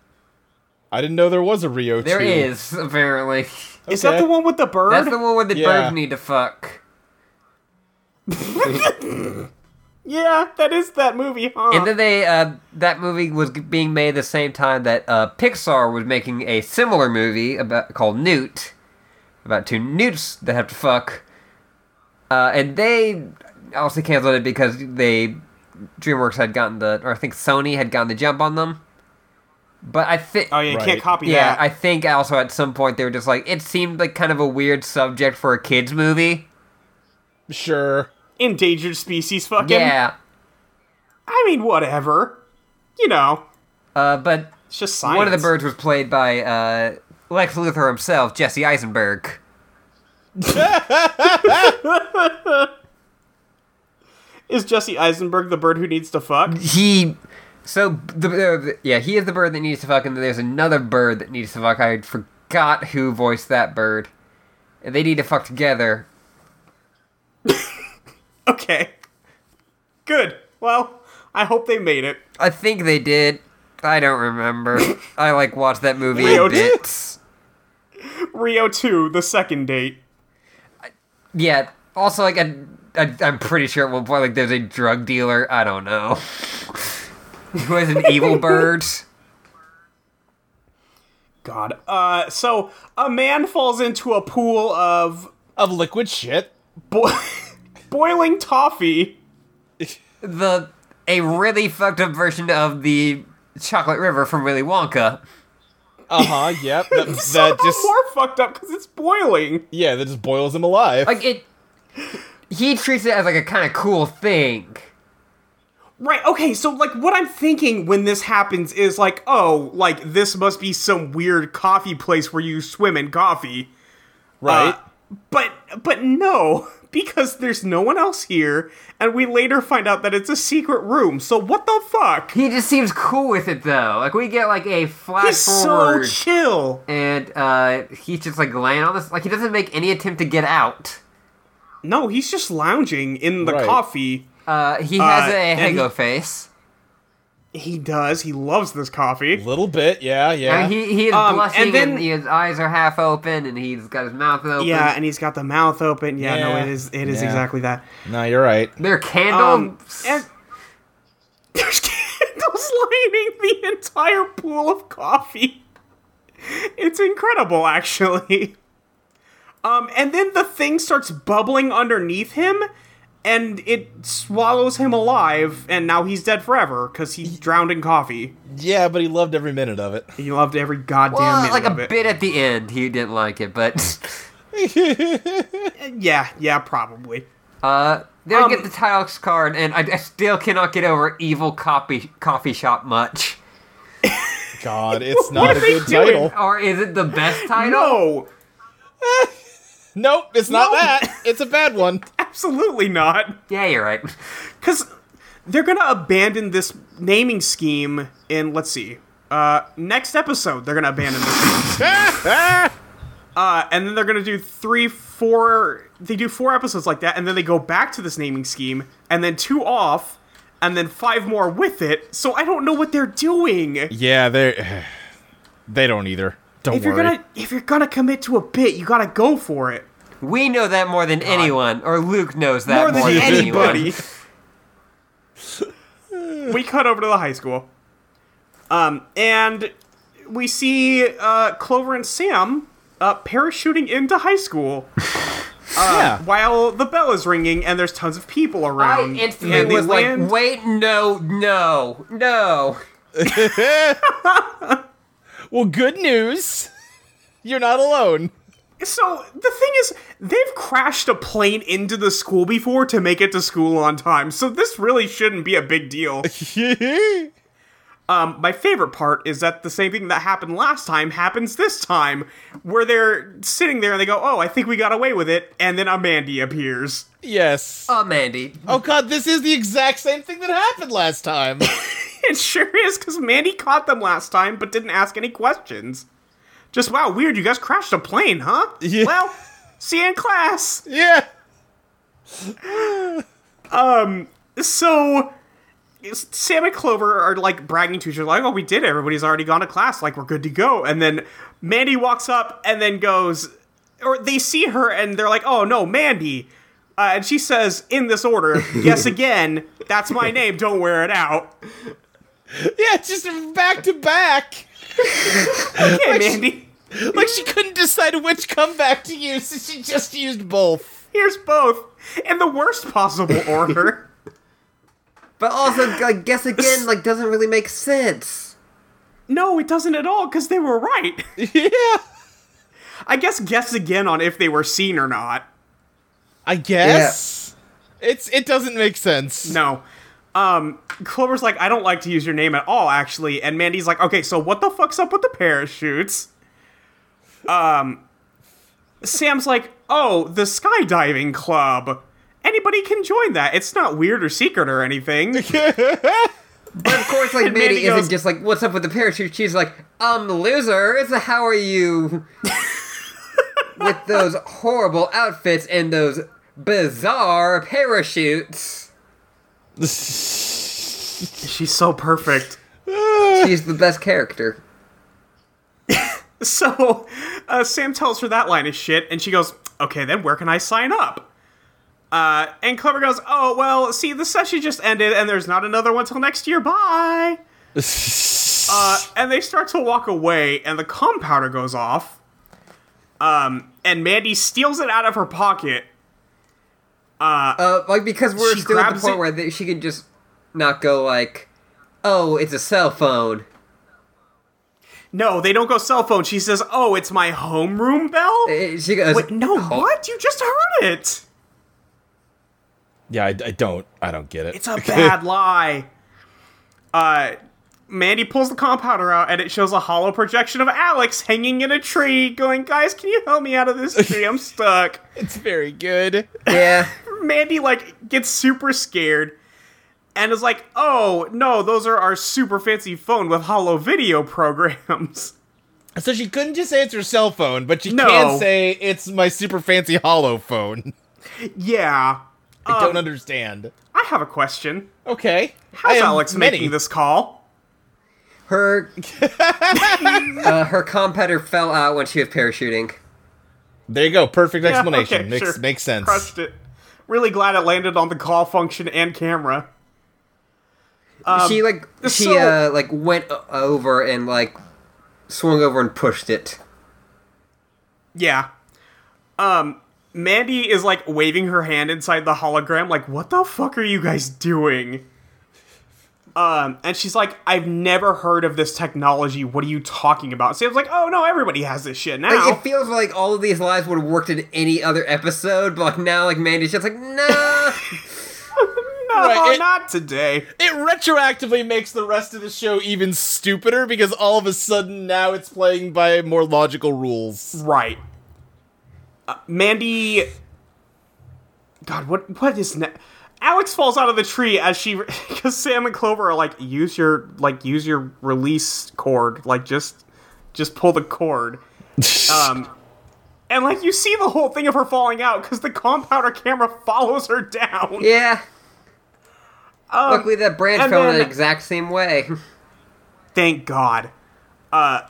Speaker 4: I didn't know there was a Rio.
Speaker 2: There
Speaker 4: two.
Speaker 2: is apparently.
Speaker 3: Is that
Speaker 4: Okay.
Speaker 3: the one with the bird?
Speaker 2: That's the one where the
Speaker 4: Yeah.
Speaker 2: birds need to fuck.
Speaker 3: yeah, that is that movie, huh?
Speaker 2: And then they uh, that movie was g- being made the same time that uh, Pixar was making a similar movie about called Newt, about two newts that have to fuck. Uh, and they also canceled it because they DreamWorks had gotten the, or I think Sony had gotten the jump on them. But I think,
Speaker 3: oh yeah, you
Speaker 4: Right.
Speaker 3: can't copy
Speaker 2: yeah,
Speaker 3: that.
Speaker 2: I think also at some point they were just like, it seemed like kind of a weird subject for a kids movie.
Speaker 4: Sure.
Speaker 3: Endangered species, fucking.
Speaker 2: Yeah,
Speaker 3: I mean, whatever. You know,
Speaker 2: uh, but
Speaker 3: it's just science.
Speaker 2: One of the birds was played by uh, Lex Luthor himself, Jesse Eisenberg.
Speaker 3: is Jesse Eisenberg the bird who needs to fuck.
Speaker 2: He, so the, the yeah, he is the bird that needs to fuck, and then there's another bird that needs to fuck. I forgot who voiced that bird. And They need to fuck together.
Speaker 3: Okay. Good. Well, I hope they made it.
Speaker 2: I think they did. I don't remember. I like watched that movie
Speaker 3: Leo
Speaker 2: in
Speaker 3: did?
Speaker 2: bits.
Speaker 3: Rio 2, the second date.
Speaker 2: Yeah. Also, like I, I, I'm pretty sure at one point, like there's a drug dealer. I don't know. who has an evil bird?
Speaker 3: God. Uh, so a man falls into a pool of
Speaker 4: Of liquid shit.
Speaker 3: bo- boiling toffee.
Speaker 2: the a really fucked up version of the Chocolate River from Willy Wonka.
Speaker 4: Uh huh. Yep. That,
Speaker 3: Somehow
Speaker 4: that just
Speaker 3: more fucked up because it's boiling.
Speaker 4: yeah. That just boils him alive.
Speaker 2: Like it, he treats it as like a kind of cool thing.
Speaker 3: Right. Okay. So like, what I'm thinking when this happens is like, oh, like this must be some weird coffee place where you swim in coffee.
Speaker 2: uh,
Speaker 4: right.
Speaker 3: But but no, because there's no one else here, and we later find out that it's a secret room. So what the fuck?
Speaker 2: He just seems cool with it though. Like we get like a flash
Speaker 3: He's so
Speaker 2: forward,
Speaker 3: chill.
Speaker 2: and uh, he's just like laying on this. Like he doesn't make any attempt to get out.
Speaker 3: No, he's just lounging in the
Speaker 4: Right.
Speaker 3: coffee.
Speaker 2: Uh, he has
Speaker 3: Uh,
Speaker 2: a
Speaker 3: and
Speaker 2: Hego
Speaker 3: he-
Speaker 2: face.
Speaker 3: He does. He loves this coffee.
Speaker 4: Little bit. Yeah. Yeah.
Speaker 2: I mean, he he is
Speaker 3: Um, and
Speaker 2: blushing, and,
Speaker 3: then-
Speaker 2: his eyes are half open, and he's got his mouth open.
Speaker 3: Yeah, and he's got the mouth open. Yeah, no,
Speaker 4: Yeah.
Speaker 3: it is. It is
Speaker 4: Yeah.
Speaker 3: exactly that.
Speaker 4: no, you're right.
Speaker 2: their candle.
Speaker 3: Um, and there's candles lining the entire pool of coffee. It's incredible, actually. Um, and then the thing starts bubbling underneath him, and it swallows him alive, and now he's dead forever because he's drowned in coffee.
Speaker 4: Yeah, but he loved every minute of it.
Speaker 3: He loved every goddamn
Speaker 2: Well,
Speaker 3: minute
Speaker 2: like
Speaker 3: of
Speaker 2: a
Speaker 3: it.
Speaker 2: bit at the end, he didn't like it, but
Speaker 3: Yeah, yeah, probably.
Speaker 2: uh, they
Speaker 3: Um,
Speaker 2: get the Tilex card, and I, I still cannot get over evil copy coffee shop much.
Speaker 4: God, it's not a
Speaker 3: are they
Speaker 4: good
Speaker 3: doing?
Speaker 4: title.
Speaker 2: Or is it the best title?
Speaker 3: No,
Speaker 4: Nope, it's not
Speaker 3: No.
Speaker 4: that. It's a bad one.
Speaker 3: absolutely not.
Speaker 2: Yeah, you're right.
Speaker 3: because they're gonna abandon this naming scheme in let's see uh next episode they're gonna abandon this naming scheme. uh and then they're gonna do three four they do four episodes like that and then they go back to this naming scheme and then two off and then five more with it so i don't know what they're doing
Speaker 4: yeah, they they don't either. Don't
Speaker 3: if you're gonna if you're gonna commit to a bit you gotta go for it
Speaker 2: We know that more than anyone, or Luke knows that
Speaker 3: more
Speaker 2: more
Speaker 3: than
Speaker 2: anyone.
Speaker 3: anybody. we cut over to the high school. Um, and we see uh, Clover and Sam uh, parachuting into high school
Speaker 4: yeah.
Speaker 3: while the bell is ringing and there's tons of people
Speaker 2: I
Speaker 3: around.
Speaker 2: instantly
Speaker 3: and they
Speaker 2: was
Speaker 3: land-
Speaker 2: like, wait, no, no, no.
Speaker 4: well, good news. You're not alone.
Speaker 3: So the thing is, they've crashed a plane into the school before to make it to school on time. So this really shouldn't be a big deal. Um, my favorite part is that the same thing that happened last time happens this time, where they're sitting there and they go, "Oh, I think we got away with it," and then Amanda appears.
Speaker 4: yes.
Speaker 2: Oh, Mandy.
Speaker 4: oh god, this is the exact same thing that happened last time.
Speaker 3: It sure is because Mandy caught them last time but didn't ask any questions. Just wow, weird. You guys crashed a plane, huh?
Speaker 4: Yeah.
Speaker 3: Well, see you in class.
Speaker 4: yeah.
Speaker 3: So Sam and Clover are like bragging to each other, like, "Oh, we did it. Everybody's already gone to class. Like, we're good to go." And then Mandy walks up and then goes, or they see her and they're like, "Oh no, Mandy," uh, and she says, "In this order, yes, again. That's my name. Don't wear it out."
Speaker 4: Yeah, it's just back to back.
Speaker 3: Okay, Mandy.
Speaker 4: Like she couldn't decide which comeback to use, so she just used both.
Speaker 3: Here's both in the worst possible order.
Speaker 2: But also, I guess again, like, doesn't really make sense.
Speaker 3: no, it doesn't at all because they were right.
Speaker 4: Yeah.
Speaker 3: I guess guess again on if they were seen or not.
Speaker 4: I guess. It's it doesn't make sense.
Speaker 3: No. Um, Clover's like, I don't like to use your name at all, actually. And Mandy's like, okay, so what the fuck's up with the parachutes? Um, Sam's like, oh, the skydiving club. Anybody can join that. It's not weird or secret or anything.
Speaker 2: But of course, like, Mandy,
Speaker 3: Mandy
Speaker 2: isn't
Speaker 3: goes-
Speaker 2: just like, what's up with the parachute? She's like, um, loser, it's a how are you? with those horrible outfits and those bizarre parachutes.
Speaker 3: She's so perfect.
Speaker 2: She's the best character.
Speaker 3: So uh, Sam tells her that line is shit, and she goes, "Okay, then where can I sign up?" Uh, and Clever goes, "Oh well, see, the session just ended, and there's not another one till next year. Bye." uh, and they start to walk away, and the compounder goes off. Um, and Mandy steals it out of her pocket.
Speaker 2: Uh, like because we're
Speaker 3: She
Speaker 2: still at the
Speaker 3: grabs
Speaker 2: point
Speaker 3: it-
Speaker 2: where they, she can just not go like, oh, it's a cell phone.
Speaker 3: No, they don't go cell phone. She says, "Oh, it's my homeroom bell."
Speaker 2: Eh, She goes,
Speaker 3: Wait, no,
Speaker 2: "Oh,
Speaker 3: what? You just heard it.
Speaker 4: Yeah, I, I don't I don't get it.
Speaker 3: It's a bad lie. Uh, Mandy pulls the compounder out, and it shows a hollow projection of Alex hanging in a tree, going, "Guys, can you help me out of this tree? I'm stuck."
Speaker 4: it's very good.
Speaker 2: Yeah,
Speaker 3: Mandy like gets super scared, and is like, "Oh no, those are our super fancy phone with hollow video programs."
Speaker 4: So she couldn't just say it's her cell phone, but she
Speaker 3: No.
Speaker 4: can say it's my super fancy hollow phone.
Speaker 3: yeah,
Speaker 4: I don't understand.
Speaker 3: I have a question.
Speaker 4: Okay. I
Speaker 3: Um, How's
Speaker 4: am
Speaker 3: Alex
Speaker 4: many.
Speaker 3: making this call?
Speaker 2: her uh, her competitor fell out when she was parachuting.
Speaker 4: There you go. Perfect
Speaker 3: Yeah,
Speaker 4: explanation.
Speaker 3: okay,
Speaker 4: makes
Speaker 3: sure.
Speaker 4: makes sense.
Speaker 3: Crushed it. Really glad it landed on the call function and camera.
Speaker 2: she like she
Speaker 3: Um, so-
Speaker 2: uh, like went o- over and like swung over and pushed it.
Speaker 3: Yeah. Um, Mandy is like waving her hand inside the hologram, like, what the fuck are you guys doing? Um, and she's like, I've never heard of this technology. What are you talking about? Sam's like, oh no, everybody has this shit now.
Speaker 2: Like, it feels like all of these lives would have worked in any other episode, but like now like Mandy's just like, nah.
Speaker 3: no,
Speaker 4: Right, it-
Speaker 3: not today.
Speaker 4: It retroactively makes the rest of the show even stupider because all of a sudden now it's playing by more logical rules.
Speaker 3: Right. Uh, Mandy. God, what what is ne- Alex falls out of the tree as she because Sam and Clover are like use your like use your release cord like just just pull the cord, um, and like you see the whole thing of her falling out because the compounder camera follows her down.
Speaker 2: yeah. Luckily, that branch
Speaker 3: Um, and
Speaker 2: fell in the
Speaker 3: then-
Speaker 2: exact same way.
Speaker 3: Thank God. Uh,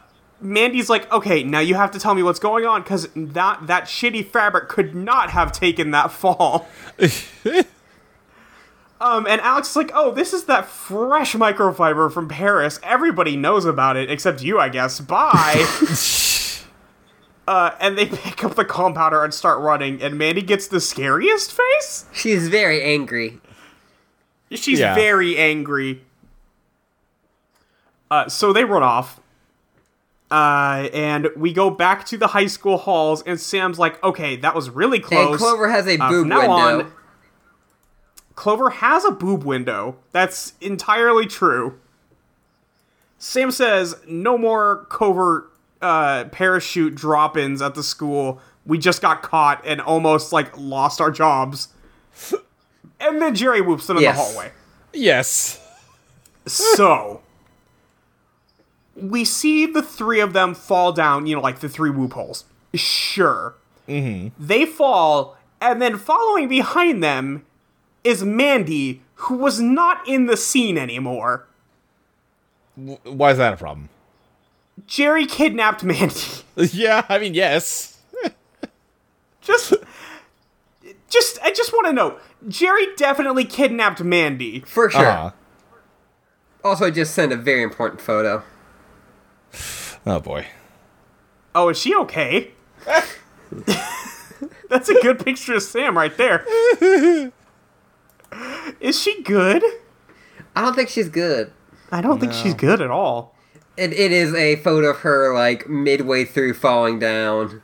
Speaker 3: Mandy's like, okay, now you have to tell me what's going on because that that shitty fabric could not have taken that fall. um, and Alex is like, oh, this is that fresh microfiber from Paris. Everybody knows about it except you, I guess. Bye. Uh, and they pick up the compounder and start running, and Mandy gets the scariest face.
Speaker 2: She's very angry.
Speaker 3: She's
Speaker 4: Yeah.
Speaker 3: very angry. Uh, so they run off. Uh, and we go back to the high school halls, and Sam's like, "Okay, that was really close."
Speaker 2: And Clover has a
Speaker 3: Uh,
Speaker 2: boob
Speaker 3: from now
Speaker 2: window.
Speaker 3: on- Clover has a boob window. That's entirely true. Sam says, "No more covert uh, parachute drop-ins at the school. We just got caught and almost like lost our jobs." and then Jerry whoops them in
Speaker 2: Yes.
Speaker 3: the hallway.
Speaker 4: Yes.
Speaker 3: So we see the three of them fall down, you know, like the three whoop holes. Sure. Mm-hmm. They fall, and then following behind them is Mandy, who was not in the scene anymore.
Speaker 4: W- Why is that a problem?
Speaker 3: Jerry kidnapped Mandy.
Speaker 4: Yeah, I mean, yes.
Speaker 3: just just I just want to know. Jerry definitely kidnapped Mandy.
Speaker 2: For sure.
Speaker 4: Uh-huh.
Speaker 2: Also, I just sent a very important photo.
Speaker 4: Oh boy.
Speaker 3: Oh, is she okay? That's a good picture of Sam right there. Is she good?
Speaker 2: I don't think she's good.
Speaker 3: I don't think she's good at all.
Speaker 2: It, it is a photo of her like midway through falling down.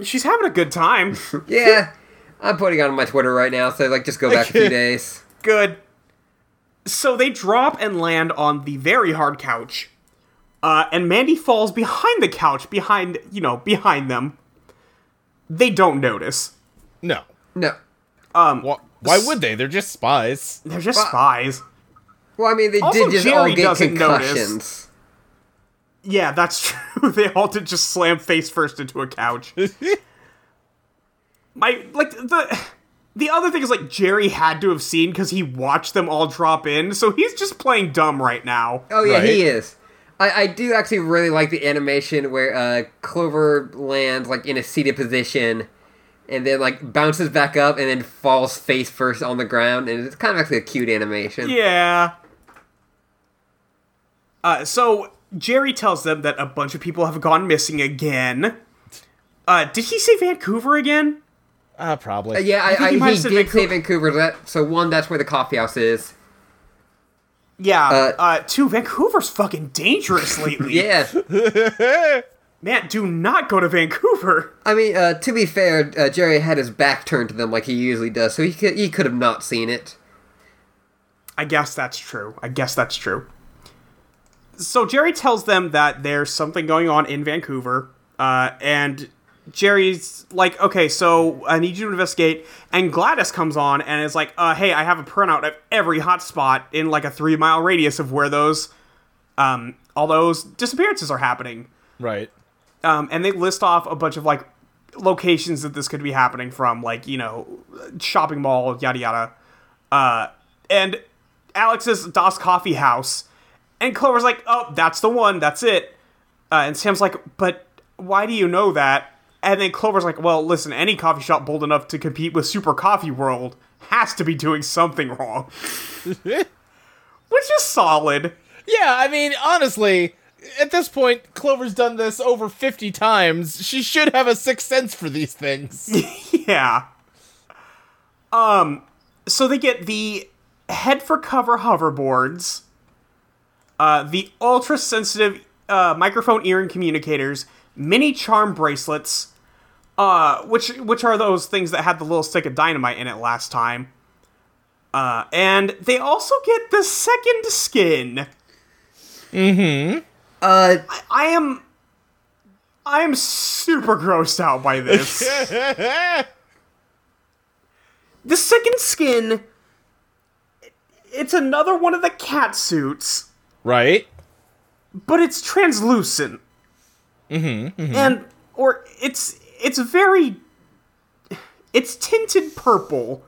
Speaker 3: She's having a good time.
Speaker 2: Yeah, I'm putting it on my Twitter right now, so like just go back a few days.
Speaker 3: Good. So they drop and land on the very hard couch. Uh, and Mandy falls behind the couch, behind, you know, behind them. They don't notice.
Speaker 4: No.
Speaker 2: No,
Speaker 4: Why, why would they? They're just spies.
Speaker 3: They're just spies.
Speaker 2: well, I mean they
Speaker 3: Also,
Speaker 2: did just
Speaker 3: Jerry
Speaker 2: all get
Speaker 3: doesn't notice.
Speaker 2: concussions.
Speaker 3: Yeah, that's true. they all did just slam face first into a couch. My like the the other thing is like Jerry had to have seen because he watched them all drop in, so he's just playing dumb right now.
Speaker 2: Oh yeah, he
Speaker 4: Right.
Speaker 2: is. I, I do actually really like the animation where uh, Clover lands like in a seated position, and then like bounces back up and then falls face first on the ground, and it's kind of actually a cute animation.
Speaker 3: Yeah. Uh, so Jerry tells them that a bunch of people have gone missing again. Uh, did he say Vancouver again?
Speaker 4: Uh, probably.
Speaker 2: Yeah,
Speaker 3: think
Speaker 2: I, I,
Speaker 3: he
Speaker 2: he,
Speaker 3: might have
Speaker 2: did
Speaker 3: said
Speaker 2: say Vancouver. That, so one, that's where the coffee house is.
Speaker 3: Yeah. Uh,
Speaker 2: Uh,
Speaker 3: two, Vancouver's fucking dangerous lately.
Speaker 2: Yeah,
Speaker 3: Man, do not go to Vancouver.
Speaker 2: I mean, uh, to be fair, uh, Jerry had his back turned to them like he usually does, so he could he could have not seen it.
Speaker 3: I guess that's true. I guess that's true. So Jerry tells them that there's something going on in Vancouver, uh, and Jerry's like, "Okay, so I need you to investigate." And Gladys comes on and is like, uh, "Hey, I have a printout of every hotspot in like a three mile radius of where those, um, all those disappearances are happening."
Speaker 4: Right.
Speaker 3: um, and they list off a bunch of like locations that this could be happening from, like you know, shopping mall, yada yada. Uh, and Alex's Das Coffee House, and Clover's like, "Oh, that's the one. That's it." Uh, and Sam's like, "But why do you know that?" And then Clover's like, "Well, listen, any coffee shop bold enough to compete with Super Coffee World has to be doing something wrong," which is solid.
Speaker 4: Yeah, I mean, honestly, at this point, Clover's done this over 50 times. She should have a sixth sense for these things.
Speaker 3: Yeah. Um. So they get the head for cover hoverboards, uh, the ultra sensitive uh, microphone earring communicators, mini charm bracelets, uh, which which are those things that had the little stick of dynamite in it last time. Uh, and they also get the second skin.
Speaker 2: Uh,
Speaker 3: I am, I am super grossed out by this. The second skin, it's another one of the cat suits,
Speaker 4: right?
Speaker 3: but it's translucent. Mm-hmm. And or it's it's very it's tinted purple,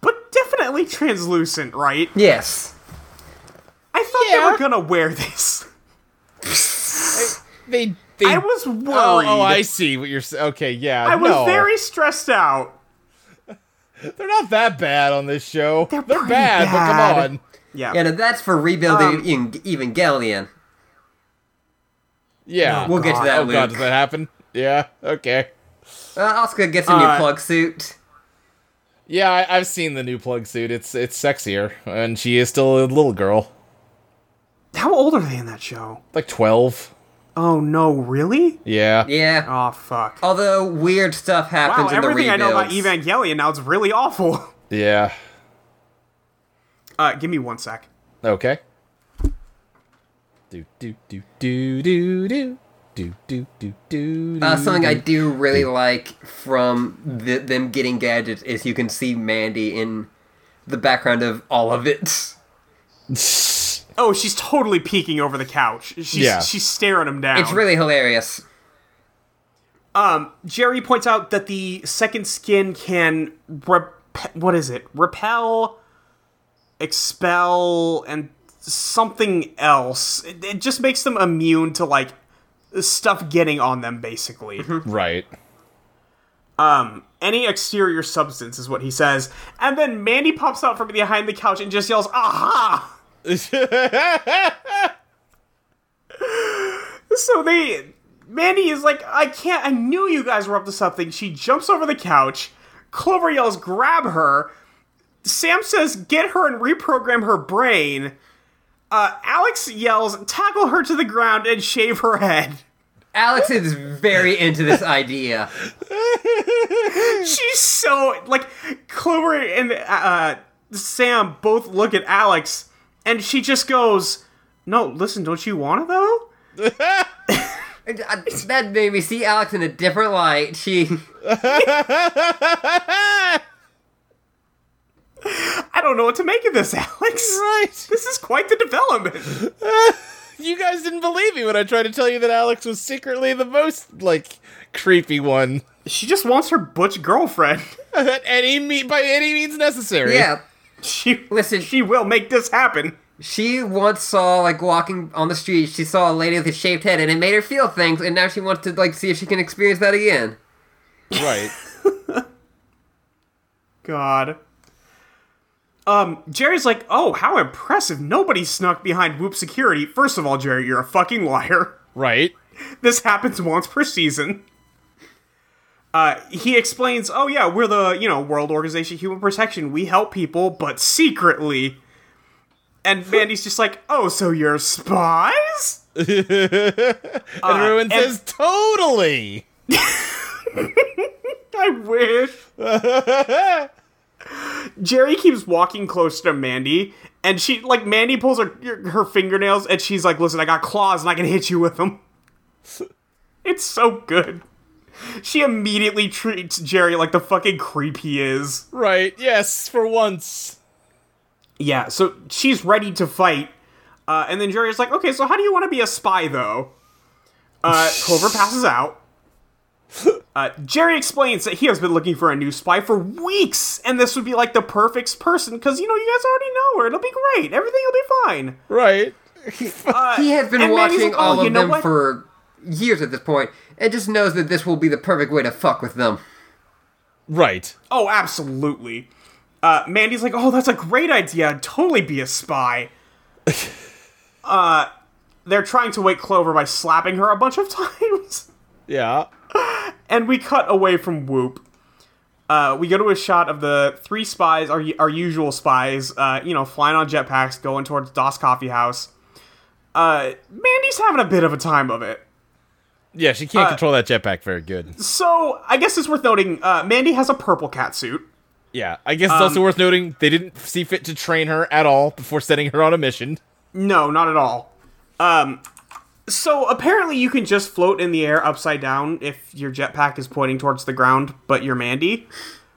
Speaker 3: but definitely translucent, right?
Speaker 2: yes,
Speaker 3: I thought
Speaker 4: Yeah.
Speaker 3: they were gonna wear this.
Speaker 4: They. they
Speaker 3: I was worried.
Speaker 4: Oh, oh, I see what you're saying. Okay, yeah.
Speaker 3: I was
Speaker 4: no.
Speaker 3: very stressed out.
Speaker 4: They're not that bad on this show. They're,
Speaker 3: pretty
Speaker 4: bad, but
Speaker 3: bad.
Speaker 4: come on.
Speaker 3: Yeah.
Speaker 2: and that's for rebuilding
Speaker 3: Um,
Speaker 2: Ev- Evangelion.
Speaker 4: Yeah.
Speaker 2: We'll get to
Speaker 3: God.
Speaker 2: that.
Speaker 4: oh, God,
Speaker 2: Luke.
Speaker 4: does that happen? Yeah, okay.
Speaker 2: Uh, Oscar gets a new
Speaker 3: Uh,
Speaker 2: plug suit.
Speaker 4: Yeah, I, I've seen the new plug suit. It's it's sexier, and she is still a little girl,
Speaker 3: How old are they in that show?
Speaker 4: like twelve.
Speaker 3: Oh no, really?
Speaker 4: Yeah.
Speaker 2: Yeah.
Speaker 3: Oh fuck.
Speaker 2: Although weird stuff happens
Speaker 3: wow,
Speaker 2: in the
Speaker 3: everything I know about
Speaker 2: rebuilds.
Speaker 3: Evangelion now is really awful.
Speaker 4: Yeah.
Speaker 3: Uh, give me one sec.
Speaker 4: Okay. Do do do do do do do do do do.
Speaker 2: Uh,
Speaker 4: do,
Speaker 2: something I
Speaker 4: do.
Speaker 2: do really like from the, them getting gadgets is you can see Mandy in the background of all of it.
Speaker 3: Oh, she's totally peeking over the couch. She's,
Speaker 4: Yeah.
Speaker 3: she's staring him down.
Speaker 2: It's really hilarious.
Speaker 3: Jerry points out that the second skin can rep- what is it? Repel, expel, and something else. It, it just makes them immune to like stuff getting on them, basically.
Speaker 4: Mm-hmm. Right.
Speaker 3: Any exterior substance is what he says, and then Mandy pops out from behind the couch and just yells, "Aha!" So they. Mandy is like, I can't. I knew you guys were up to something. She jumps over the couch. Clover yells, grab her. Sam says, get her and reprogram her brain. Uh, Alex yells, tackle her to the ground and shave her head.
Speaker 2: Alex is very into this idea.
Speaker 3: She's so. Like, Clover and uh, Sam both look at Alex, and she just goes, No, listen, don't you want it though?
Speaker 2: And, uh, That made me see Alex in a different light. She
Speaker 3: I don't know what to make of this, Alex.
Speaker 4: Right.
Speaker 3: This is quite the development.
Speaker 4: You guys didn't believe me when I tried to tell you that Alex was secretly the most like creepy one
Speaker 3: She just wants her butch girlfriend.
Speaker 4: at any me- by any means necessary.
Speaker 2: yeah.
Speaker 3: She
Speaker 2: Listen.
Speaker 3: She will make this happen.
Speaker 2: She once saw like walking on the street, she saw a lady with a shaved head and it made her feel things and now she wants to like see if she can experience that again.
Speaker 4: Right.
Speaker 3: God. Um, Jerry's like, oh, how impressive! Nobody snuck behind Whoop security. First of all, Jerry, you're a fucking liar.
Speaker 4: Right.
Speaker 3: This happens once per season. Uh, he explains, oh yeah, we're the you know World Organization of Human Protection. We help people, but secretly. And Mandy's just like, oh, so you're spies?
Speaker 4: and Ruin
Speaker 3: Uh, and-
Speaker 4: says totally.
Speaker 3: I wish. Jerry keeps walking close to Mandy, and she like Mandy pulls her her fingernails, and she's like, "Listen, I got claws, and I can hit you with them." It's so good. She immediately treats Jerry like the fucking creep he is.
Speaker 4: Right. Yes. For once.
Speaker 3: Yeah, so she's ready to fight, uh, and then Jerry's like, "Okay, so how do you want to be a spy, though?" Uh, Clover passes out. Uh, Jerry explains that he has been looking for a new spy for weeks, and this would be like the perfect person because you know you guys already know her. It'll be great. Everything will be fine.
Speaker 4: Right.
Speaker 2: He has been
Speaker 3: and Mandy's
Speaker 2: watching
Speaker 3: like,
Speaker 2: all
Speaker 3: "Oh, you
Speaker 2: of
Speaker 3: know
Speaker 2: them
Speaker 3: what?"
Speaker 2: for years at this point and just knows that this will be the perfect way to fuck with them.
Speaker 4: Right.
Speaker 3: Oh, absolutely. Uh, Mandy's like, oh, that's a great idea. I'd totally be a spy. uh, they're trying to wake Clover by slapping her a bunch of times.
Speaker 4: Yeah.
Speaker 3: and we cut away from Whoop. Uh, we go to a shot of the three spies, our, our usual spies, uh, you know, flying on jetpacks, going towards Das Coffee House. Uh, Mandy's having a bit of a time of it.
Speaker 4: Yeah. She
Speaker 3: Uh,
Speaker 4: can't control that jetpack very good.
Speaker 3: So, I guess it's worth noting uh, Mandy has a purple cat suit.
Speaker 4: Yeah. I guess it's also worth noting they didn't see fit to train her at all before setting her on a mission.
Speaker 3: No, not at all. Um, so, apparently, you can just float in the air upside down if your jetpack is pointing towards the ground, but you're Mandy.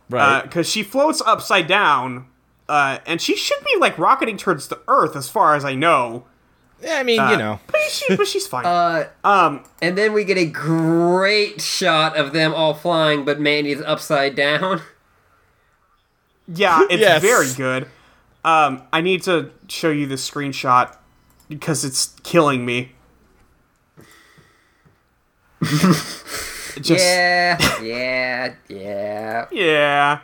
Speaker 4: Right.
Speaker 3: because Uh, she floats upside down, uh, and she should be like rocketing towards the Earth, as far as I know.
Speaker 4: yeah. I mean, you know.
Speaker 3: But, she, but she's fine. Um,
Speaker 2: And then we get a great shot of them all flying, but Mandy's upside down.
Speaker 3: yeah, it's
Speaker 4: yes.
Speaker 3: very good. Um, I need to show you this screenshot because it's killing me. Just,
Speaker 2: Yeah, yeah, yeah.
Speaker 3: yeah.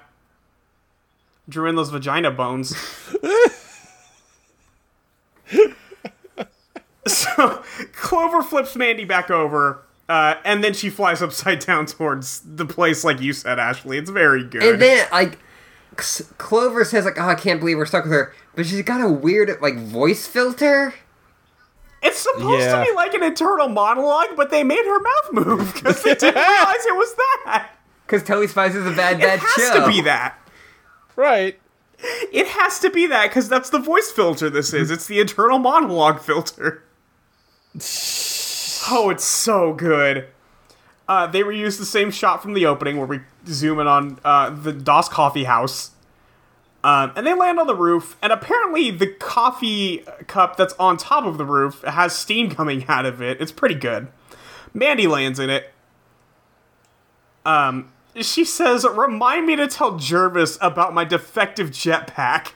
Speaker 3: Drew in those vagina bones. so Clover flips Mandy back over, uh, and then she flies upside down towards the place, like you said, Ashley. It's very good.
Speaker 2: And then like C- Clover says like, "Oh, I can't believe we're stuck with her," but she's got a weird like voice filter.
Speaker 3: It's supposed
Speaker 4: Yeah.
Speaker 3: to be like an internal monologue, but they made her mouth move because they didn't realize it was that.
Speaker 2: Because Totally Spies is a bad,
Speaker 3: It
Speaker 2: bad
Speaker 3: has
Speaker 2: show.
Speaker 3: to be that.
Speaker 4: Right.
Speaker 3: It has to be that because that's the voice filter this is. It's the internal monologue filter. Oh, it's so good. Uh, they reused the same shot from the opening where we zoom in on uh, the Das Coffee House. Um, and they land on the roof, and apparently the coffee cup that's on top of the roof has steam coming out of it. It's pretty good. Mandy lands in it. Um, she says, "Remind me to tell Jervis about my defective jetpack,"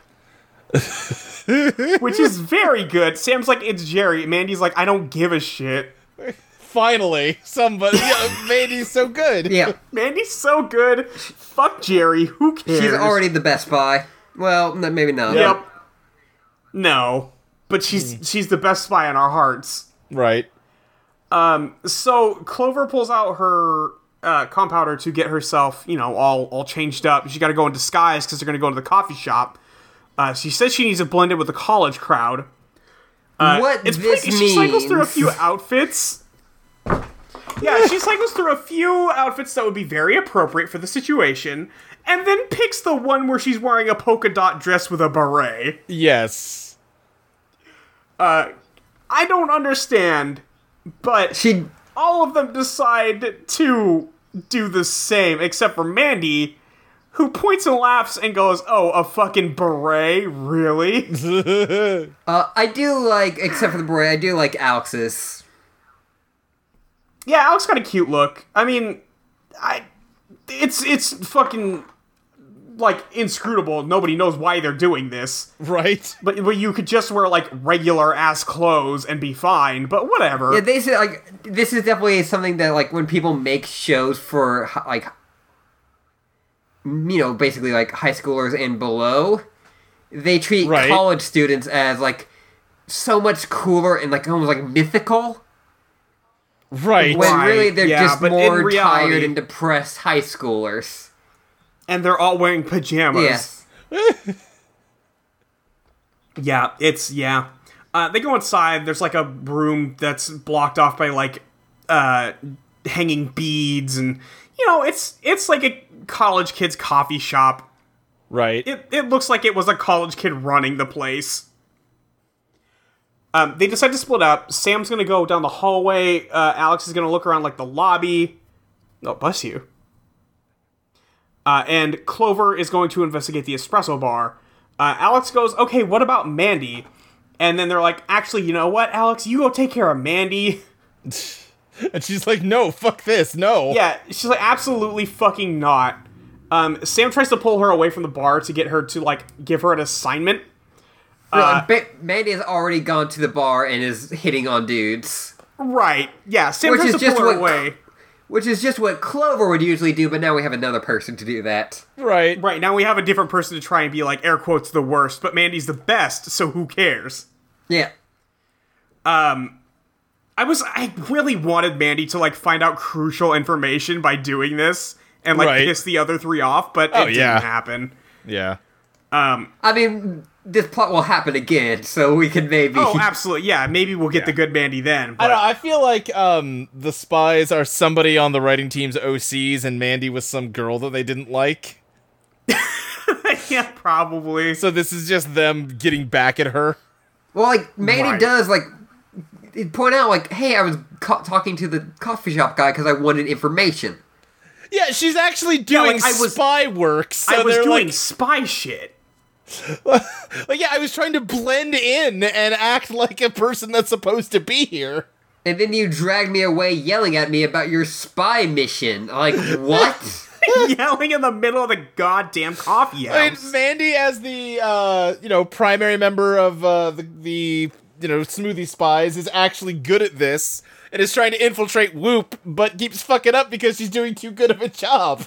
Speaker 3: which is very good. Sam's like, "It's Jerry." Mandy's like, "I don't give a shit."
Speaker 4: Finally, somebody yeah, made you so good.
Speaker 2: Yeah.
Speaker 3: Mandy's so good. Fuck Jerry. Who cares?
Speaker 2: She's already the best spy. Well, no, maybe not.
Speaker 3: Yep. No, but
Speaker 2: Hmm.
Speaker 3: she's she's the best spy in our hearts.
Speaker 4: Right.
Speaker 3: So Clover pulls out her uh, compounder to get herself, you know, all all changed up. She got to go in disguise because they're going to go into the coffee shop. Uh, she says she needs to blend in with the college crowd.
Speaker 2: what
Speaker 3: uh, It's
Speaker 2: this
Speaker 3: pretty.
Speaker 2: means.
Speaker 3: She cycles through a few outfits. Yeah, she cycles through a few outfits that would be very appropriate for the situation, and then picks the one where she's wearing a polka dot dress with a beret.
Speaker 4: Yes.
Speaker 3: I don't understand, but
Speaker 2: She
Speaker 3: all of them decide to do the same, except for Mandy, who points and laughs and goes, "Oh, a fucking beret, really?"
Speaker 2: Uh, I do like, except for the boy, I do like Alexis.
Speaker 3: Yeah, Alex got a cute look. I mean, I it's it's fucking like inscrutable. Nobody knows why they're doing this.
Speaker 4: Right.
Speaker 3: But but you could just wear like regular ass clothes and be fine. But whatever.
Speaker 2: Yeah, they said like this is definitely something that like when people make shows for hi- like you know basically like high schoolers and below, they treat
Speaker 4: Right.
Speaker 2: college students as like so much cooler and like almost like mythical
Speaker 4: Right.
Speaker 2: when
Speaker 3: Right,
Speaker 2: really they're
Speaker 3: yeah,
Speaker 2: just
Speaker 3: but in
Speaker 2: more
Speaker 3: reality-
Speaker 2: tired and depressed high schoolers.
Speaker 3: and they're all wearing pajamas.
Speaker 2: Yes.
Speaker 3: Yeah, it's yeah. Uh, they go inside. There's like a room that's blocked off by like uh, hanging beads, and you know, it's it's like a college kid's coffee shop.
Speaker 4: Right.
Speaker 3: It it looks like it was a college kid running the place. Um, they decide to split up. Sam's gonna go down the hallway. Uh, Alex is gonna look around like the lobby. Oh, bless you. Uh, and Clover is going to investigate the espresso bar. Uh, Alex goes, okay, what about Mandy? And then they're like, actually, you know what, Alex, you go take care of Mandy.
Speaker 4: and she's like, "No, fuck this. No."
Speaker 3: Yeah, she's like, absolutely fucking not. Um, Sam tries to pull her away from the bar to get her to, like, give her an assignment.
Speaker 2: Uh, ba- Mandy has already gone to the bar and is hitting on dudes.
Speaker 3: Right. Yeah, Sam
Speaker 2: Which
Speaker 3: tries
Speaker 2: is
Speaker 3: to
Speaker 2: just
Speaker 3: pull her
Speaker 2: what-
Speaker 3: away.
Speaker 2: Which is just what Clover would usually do, but now we have another person to do that.
Speaker 4: Right.
Speaker 3: Right, now we have a different person to try and be like, air quotes, the worst, but Mandy's the best, so who cares?
Speaker 2: Yeah.
Speaker 3: I was, I really wanted Mandy to like find out crucial information by doing this and like
Speaker 4: Right.
Speaker 3: piss the other three off, but
Speaker 4: Oh,
Speaker 3: it
Speaker 4: yeah.
Speaker 3: didn't happen.
Speaker 4: Yeah.
Speaker 2: I mean, this plot will happen again, so we can maybe.
Speaker 3: Oh, absolutely. Yeah, maybe we'll get the good Mandy then. But
Speaker 4: I don't know, I feel like um the spies are somebody on the writing team's OCs and Mandy was some girl that they didn't like.
Speaker 3: yeah, probably.
Speaker 4: So this is just them getting back at her.
Speaker 2: well, like Mandy
Speaker 3: Right.
Speaker 2: does, like point out, like, hey, I was ca- talking to the coffee shop guy because I wanted information.
Speaker 4: Yeah, she's actually doing
Speaker 3: like, I was-
Speaker 4: spy work. So
Speaker 3: I was
Speaker 4: they're
Speaker 3: doing
Speaker 4: like,
Speaker 3: spy shit.
Speaker 4: like, yeah, I was trying to blend in and act like a person that's supposed to be here.
Speaker 2: And then you dragged me away, yelling at me about your spy mission. Like, what?
Speaker 3: Yelling in the middle of the goddamn coffee
Speaker 4: I
Speaker 3: house.
Speaker 4: mean, Mandy as the uh, you know primary member of uh, the, the you know Smoothie Spies is actually good at this and is trying to infiltrate Whoop, but keeps fucking up because she's doing too good of a job.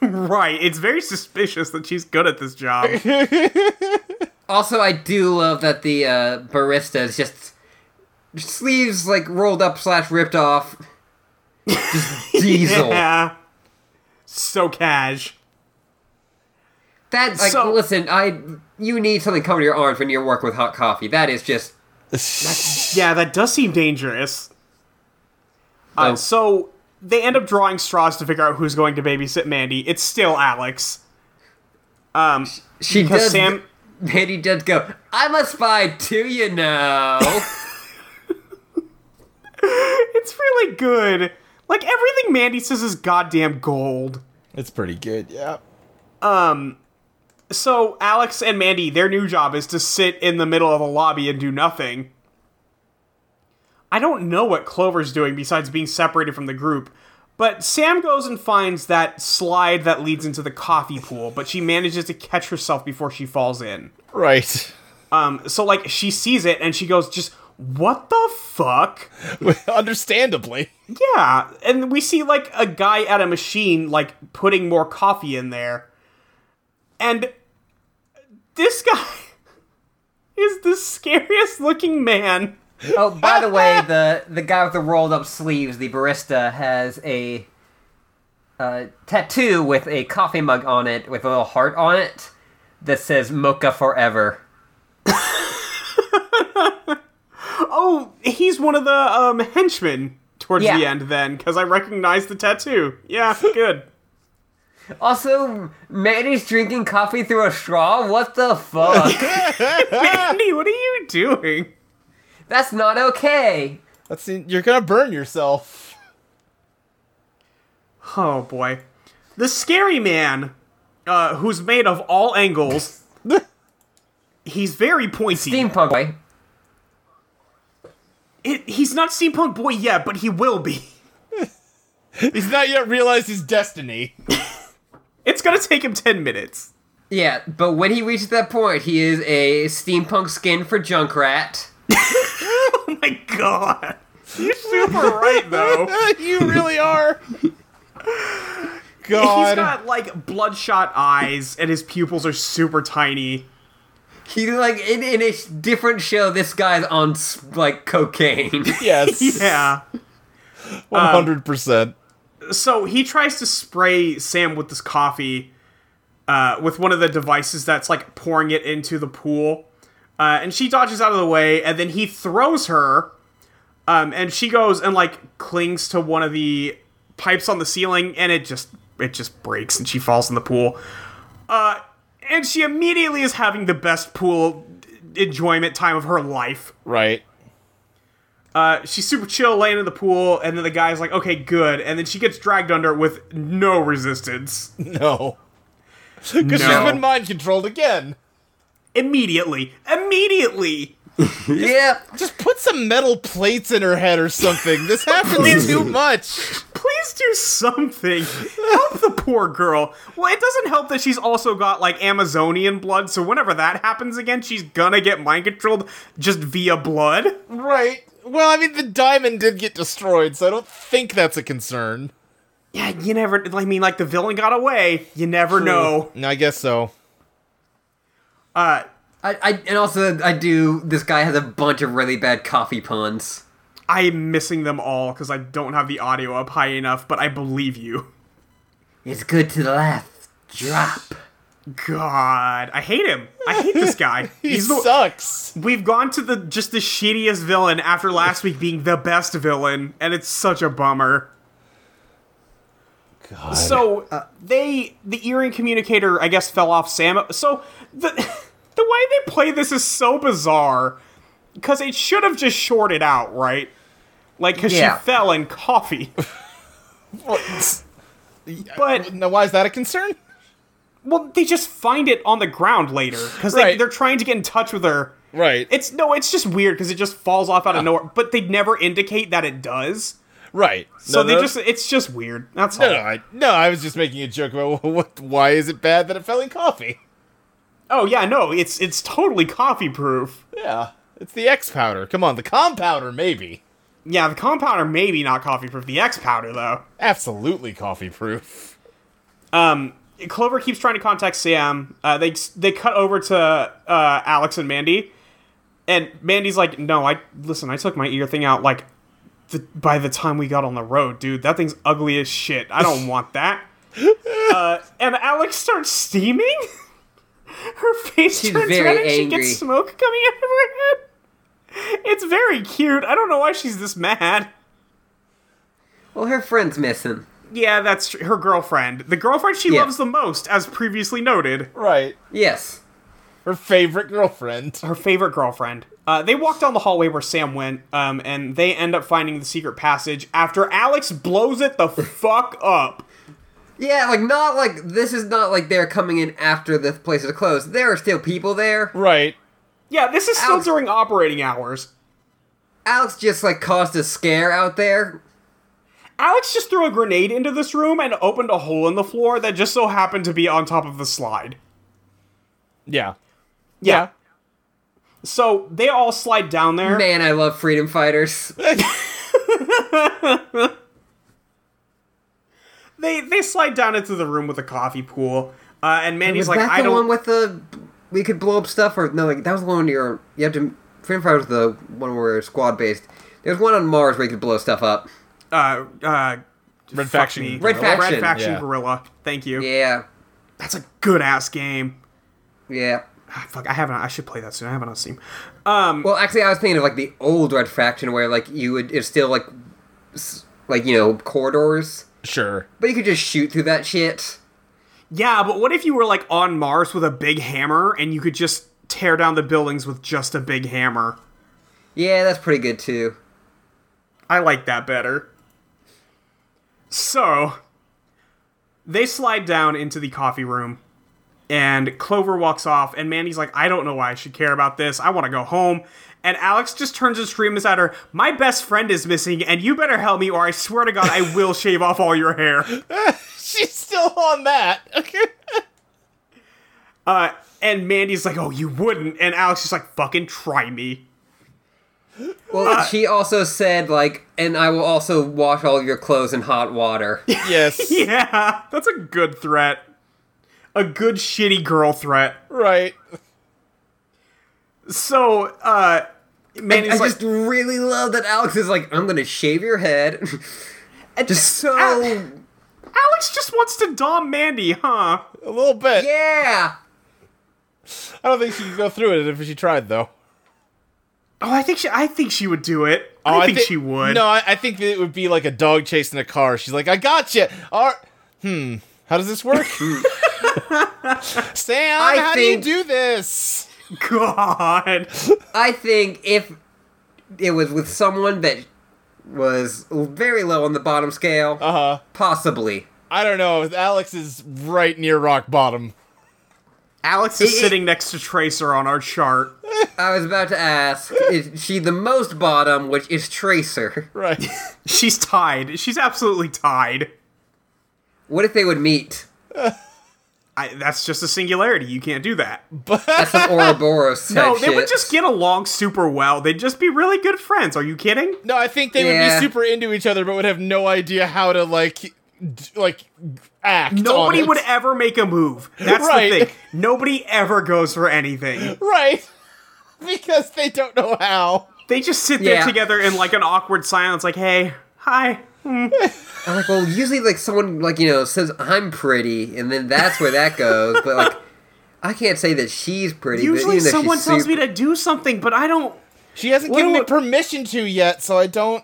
Speaker 3: right. It's very suspicious that she's good at this job.
Speaker 2: also, I do love that the uh, barista is just sleeves like rolled up slash ripped off. Just diesel.
Speaker 3: yeah. So cash.
Speaker 2: That like
Speaker 3: So-
Speaker 2: listen, I you need something coming to your arms when you're working with hot coffee. That is just
Speaker 3: Yeah, that does seem dangerous. Uh,
Speaker 2: Oh.
Speaker 3: So they end up drawing straws to figure out who's going to babysit Mandy. It's still Alex.
Speaker 2: She
Speaker 3: Because
Speaker 2: does.
Speaker 3: Sam-
Speaker 2: Mandy does go. I'm a spy too, you know.
Speaker 3: It's really good. Like everything Mandy says is goddamn gold.
Speaker 4: It's pretty good. Yeah.
Speaker 3: So Alex and Mandy, their new job is to sit in the middle of a lobby and do nothing. I don't know what Clover's doing besides being separated from the group, but Sam goes and finds that slide that leads into the coffee pool, but she manages to catch herself before she falls in.
Speaker 4: Right.
Speaker 3: Um, so like she sees it and she goes, just what the fuck?
Speaker 4: Understandably.
Speaker 3: Yeah, and we see like a guy at a machine like putting more coffee in there. And this guy is the scariest looking man.
Speaker 2: oh, by the way, the the guy with the rolled up sleeves, the barista, has a uh, tattoo with a coffee mug on it with a little heart on it that says "Mocha Forever."
Speaker 3: Oh, he's one of the um henchmen towards
Speaker 2: Yeah.
Speaker 3: the end then cuz I recognize the tattoo. Yeah, good.
Speaker 2: Also, Mandy's drinking coffee through a straw. What the fuck?
Speaker 4: Ah.
Speaker 3: Andy, what are you doing?
Speaker 2: That's not okay.
Speaker 4: That's you're gonna burn yourself.
Speaker 3: Oh boy. The scary man uh who's made of all angles. he's very pointy.
Speaker 2: Steampunk boy.
Speaker 3: It, he's not steampunk boy yet, but he will be.
Speaker 4: He's not yet realized his destiny.
Speaker 3: It's gonna take him ten minutes.
Speaker 2: Yeah, but when he reaches that point, he is a steampunk skin for Junkrat.
Speaker 3: Oh my god. You're super right though.
Speaker 4: you really are.
Speaker 3: He's
Speaker 4: God.
Speaker 3: got like bloodshot eyes, and his pupils are super tiny.
Speaker 2: He's like in, in a sh- different show. This guy's on s- like cocaine.
Speaker 4: yes.
Speaker 3: Yeah.
Speaker 4: One hundred percent.
Speaker 3: So he tries to spray Sam with this coffee, uh, with one of the devices that's like pouring it into the pool, uh, and she dodges out of the way, and then he throws her, um, and she goes and like clings to one of the pipes on the ceiling, and it just it just breaks, and she falls in the pool, uh, and she immediately is having the best pool enjoyment time of her life.
Speaker 4: Right.
Speaker 3: Uh, she's super chill, laying in the pool, and then the guy's like, "Okay, good," and then she gets dragged under with no resistance
Speaker 4: No. Because she's
Speaker 3: No.
Speaker 4: been mind controlled again.
Speaker 3: immediately. Immediately,
Speaker 2: yep.
Speaker 4: Just put some metal plates in her head or something. This happens too much.
Speaker 3: please do something. Help the poor girl. Well, it doesn't help that she's also got like Amazonian blood, so whenever that happens again, she's gonna get mind controlled just via blood.
Speaker 4: Right. Well, I mean, the diamond did get destroyed, so I don't think that's a concern.
Speaker 3: Yeah, you never. I mean, like the villain got away. You never know.
Speaker 4: I guess so.
Speaker 3: Uh,
Speaker 2: I, I and also I do. This guy has a bunch of really bad coffee puns.
Speaker 3: I'm missing them all because I don't have the audio up high enough, but I believe you.
Speaker 2: It's good to the last drop.
Speaker 3: God, I hate him. I hate this guy.
Speaker 4: He
Speaker 3: He's the,
Speaker 4: sucks.
Speaker 3: we've gone to the just the shittiest villain after last week being the best villain, and it's such a bummer.
Speaker 4: God.
Speaker 3: So Uh, they the earring communicator, I guess, fell off Sam. So the the way they play this is so bizarre because it should have just shorted out, right? Like because
Speaker 2: Yeah.
Speaker 3: she fell in coffee, but
Speaker 4: now, why is that a concern?
Speaker 3: well, they just find it on the ground later because they,
Speaker 4: Right.
Speaker 3: they're trying to get in touch with her.
Speaker 4: Right.
Speaker 3: It's no, it's just weird because it just falls off out of nowhere. But they never indicate that it does.
Speaker 4: right.
Speaker 3: So
Speaker 4: No,
Speaker 3: they
Speaker 4: no,
Speaker 3: just—it's just weird. That's
Speaker 4: No,
Speaker 3: all.
Speaker 4: no, I, no, I was just making a joke about what. Why is it bad that it fell in coffee?
Speaker 3: Oh yeah, no, it's it's totally coffee proof.
Speaker 4: Yeah, it's the X powder. Come on, the com powder maybe.
Speaker 3: Yeah, the compounder maybe not coffee proof. The X powder though.
Speaker 4: Absolutely coffee proof.
Speaker 3: Um, Clover keeps trying to contact Sam. Uh, they they cut over to uh, Alex and Mandy, and Mandy's like, "No, I listen. I took my ear thing out like the, by the time we got on the road, dude. That thing's ugly as shit. I don't want that." Uh, and Alex starts steaming. Her face
Speaker 2: She's
Speaker 3: turns
Speaker 2: very
Speaker 3: red, and she
Speaker 2: angry.
Speaker 3: gets smoke coming out of her head. It's very cute. I don't know why she's this mad.
Speaker 2: Well, her friends miss him.
Speaker 3: Yeah, that's tr- her girlfriend. The girlfriend she
Speaker 2: Yeah.
Speaker 3: loves the most, as previously noted.
Speaker 4: Right.
Speaker 2: Yes.
Speaker 4: Her favorite girlfriend.
Speaker 3: Her favorite girlfriend. Uh, they walk down the hallway where Sam went, um, and they end up finding the secret passage after Alex blows it the fuck up.
Speaker 2: Yeah, like not like this is not like they're coming in after the place is closed. There are still people there.
Speaker 4: Right.
Speaker 3: Yeah, this is still
Speaker 2: Alex-
Speaker 3: during operating hours.
Speaker 2: Alex just like caused a scare out there.
Speaker 3: Alex just threw a grenade into this room and opened a hole in the floor that just so happened to be on top of the slide.
Speaker 4: Yeah.
Speaker 3: Yeah. So they all slide down there.
Speaker 2: Man, I love freedom fighters.
Speaker 3: They they slide down into the room with a coffee pool. Uh, and Mandy's
Speaker 2: Was
Speaker 3: like,
Speaker 2: that
Speaker 3: I
Speaker 2: the
Speaker 3: don't.
Speaker 2: one with the we could blow up stuff or no? Like that was the one where you have to. Freedom fighters was the one where it's squad based. There's one on Mars where you could blow stuff up.
Speaker 3: uh, uh, fuck
Speaker 4: Red Faction.
Speaker 3: me.
Speaker 2: Red Faction.
Speaker 3: Red Faction
Speaker 4: Yeah.
Speaker 3: Gorilla. Thank you.
Speaker 2: Yeah,
Speaker 3: That's a good ass game.
Speaker 2: yeah.
Speaker 3: Ah, fuck, I haven't. I should play that soon. I haven't on Steam.
Speaker 2: Well, actually, I was thinking of like the old Red Faction where like you would it's still like s- like you know corridors,
Speaker 4: Sure.
Speaker 2: but you could just shoot through that shit.
Speaker 3: Yeah, but what if you were like on Mars with a big hammer and you could just tear down the buildings with just a big hammer?
Speaker 2: Yeah, that's pretty good too.
Speaker 3: I like that better. So, they slide down into the coffee room, and Clover walks off, and Mandy's like, I don't know why I should care about this. I want to go home. And Alex just turns and screams at her, My best friend is missing, and you better help me, or I swear to God, I will shave off all your hair.
Speaker 4: She's still on that. Okay.
Speaker 3: Uh, and Mandy's like, Oh, you wouldn't. And Alex is like, Fucking try me.
Speaker 2: Well,
Speaker 3: Uh,
Speaker 2: she also said like, and I will also wash all of your clothes in hot water.
Speaker 4: Yes.
Speaker 3: Yeah, that's a good threat. A good shitty girl threat.
Speaker 4: Right.
Speaker 3: So, uh,
Speaker 2: And
Speaker 3: Mandy's
Speaker 2: I
Speaker 3: like,
Speaker 2: just really love that Alex is like, I'm gonna shave your head. just so
Speaker 3: Alex just wants to dom Mandy, huh?
Speaker 4: A little bit.
Speaker 2: yeah.
Speaker 4: I don't think she could go through it if she tried, though.
Speaker 3: Oh, I think she. I think she would do it. I,
Speaker 4: Oh,
Speaker 3: think
Speaker 4: thi-
Speaker 3: she would.
Speaker 4: No, I, I think that it would be like a dog chasing a car. She's like, "I got you." Ar- hmm. How does this work? Sam,
Speaker 2: I
Speaker 4: how
Speaker 2: think-
Speaker 4: do you do this?
Speaker 3: God.
Speaker 2: I think if it was with someone that was very low on the bottom scale,
Speaker 4: Uh
Speaker 3: Uh-huh.
Speaker 4: huh.
Speaker 2: possibly.
Speaker 4: I don't know. Alex is right near rock bottom.
Speaker 3: Alex is
Speaker 2: It- it-
Speaker 3: sitting next to Tracer on our chart.
Speaker 2: I was about to ask, is she the most bottom, which is Tracer?
Speaker 4: Right.
Speaker 3: She's tied. She's absolutely tied.
Speaker 2: What if they would meet?
Speaker 3: I, that's just a singularity. You can't do that.
Speaker 2: That's some Ouroboros type
Speaker 3: No, they would
Speaker 2: shit.
Speaker 3: just get along super well. They'd just be really good friends. Are you kidding?
Speaker 4: No, I think they
Speaker 2: Yeah.
Speaker 4: would be super into each other, but would have no idea how to like, d- like act. on
Speaker 3: Nobody
Speaker 4: it.
Speaker 3: would e- ever make a move. That's
Speaker 4: Right.
Speaker 3: the thing. Nobody ever goes for anything.
Speaker 4: Right. because they don't know how.
Speaker 3: They just sit there
Speaker 2: Yeah.
Speaker 3: together in like an awkward silence, like, "Hey, hi."
Speaker 2: I'm like, well, usually like someone like you know says I'm pretty, and then that's where that goes. but like, I can't say that she's pretty.
Speaker 3: Usually,
Speaker 2: but even
Speaker 3: someone
Speaker 2: though
Speaker 3: tells me to do something, but I don't.
Speaker 4: She hasn't
Speaker 3: What
Speaker 4: given
Speaker 3: do
Speaker 4: me
Speaker 3: I-
Speaker 4: permission to yet, so I don't.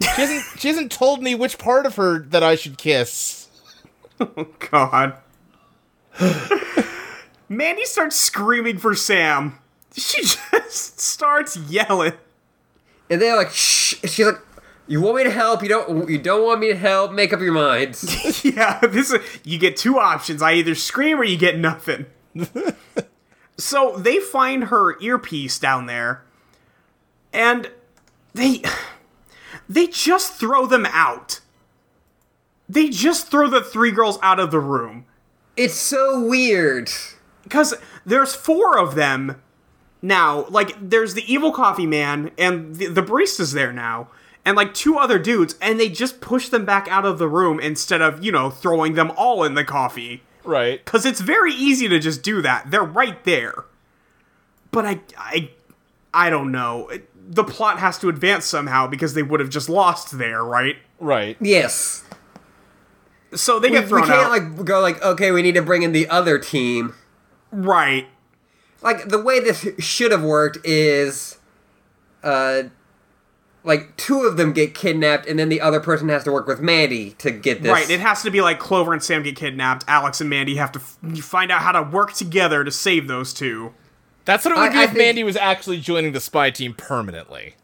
Speaker 4: She hasn't. she hasn't told me which part of her that I should kiss.
Speaker 3: God. Mandy starts screaming for Sam. She just starts yelling.
Speaker 2: and they're like, shh. and she's like, you want me to help? You don't. You don't want me to help? Make up your minds.
Speaker 3: yeah, this is, you get two options. I either scream or you get nothing. so they find her earpiece down there and they they just throw them out. They just throw the three girls out of the room.
Speaker 2: it's so weird.
Speaker 3: because there's four of them now. Like, there's the evil coffee man, and the, the barista's there now, and like two other dudes, and they just push them back out of the room instead of, you know, throwing them all in the coffee.
Speaker 4: Right.
Speaker 3: Because it's very easy to just do that. They're right there. But I, I, I don't know. It- The plot has to advance somehow because they would have just lost there, right?
Speaker 4: Right.
Speaker 2: Yes.
Speaker 3: So they
Speaker 2: We,
Speaker 3: get
Speaker 2: we
Speaker 3: thrown
Speaker 2: can't
Speaker 3: out,
Speaker 2: like go like okay, we need to bring in the other team.
Speaker 3: right?
Speaker 2: Like the way this should have worked is, uh, like two of them get kidnapped, and then the other person has to work with Mandy to get this.
Speaker 3: Right, it has to be like Clover and Sam get kidnapped. Alex and Mandy have to f- find out how to work together to save those two.
Speaker 4: That's what it would
Speaker 2: I-
Speaker 4: be
Speaker 2: I
Speaker 4: if
Speaker 2: think-
Speaker 4: Mandy was actually joining the spy team permanently.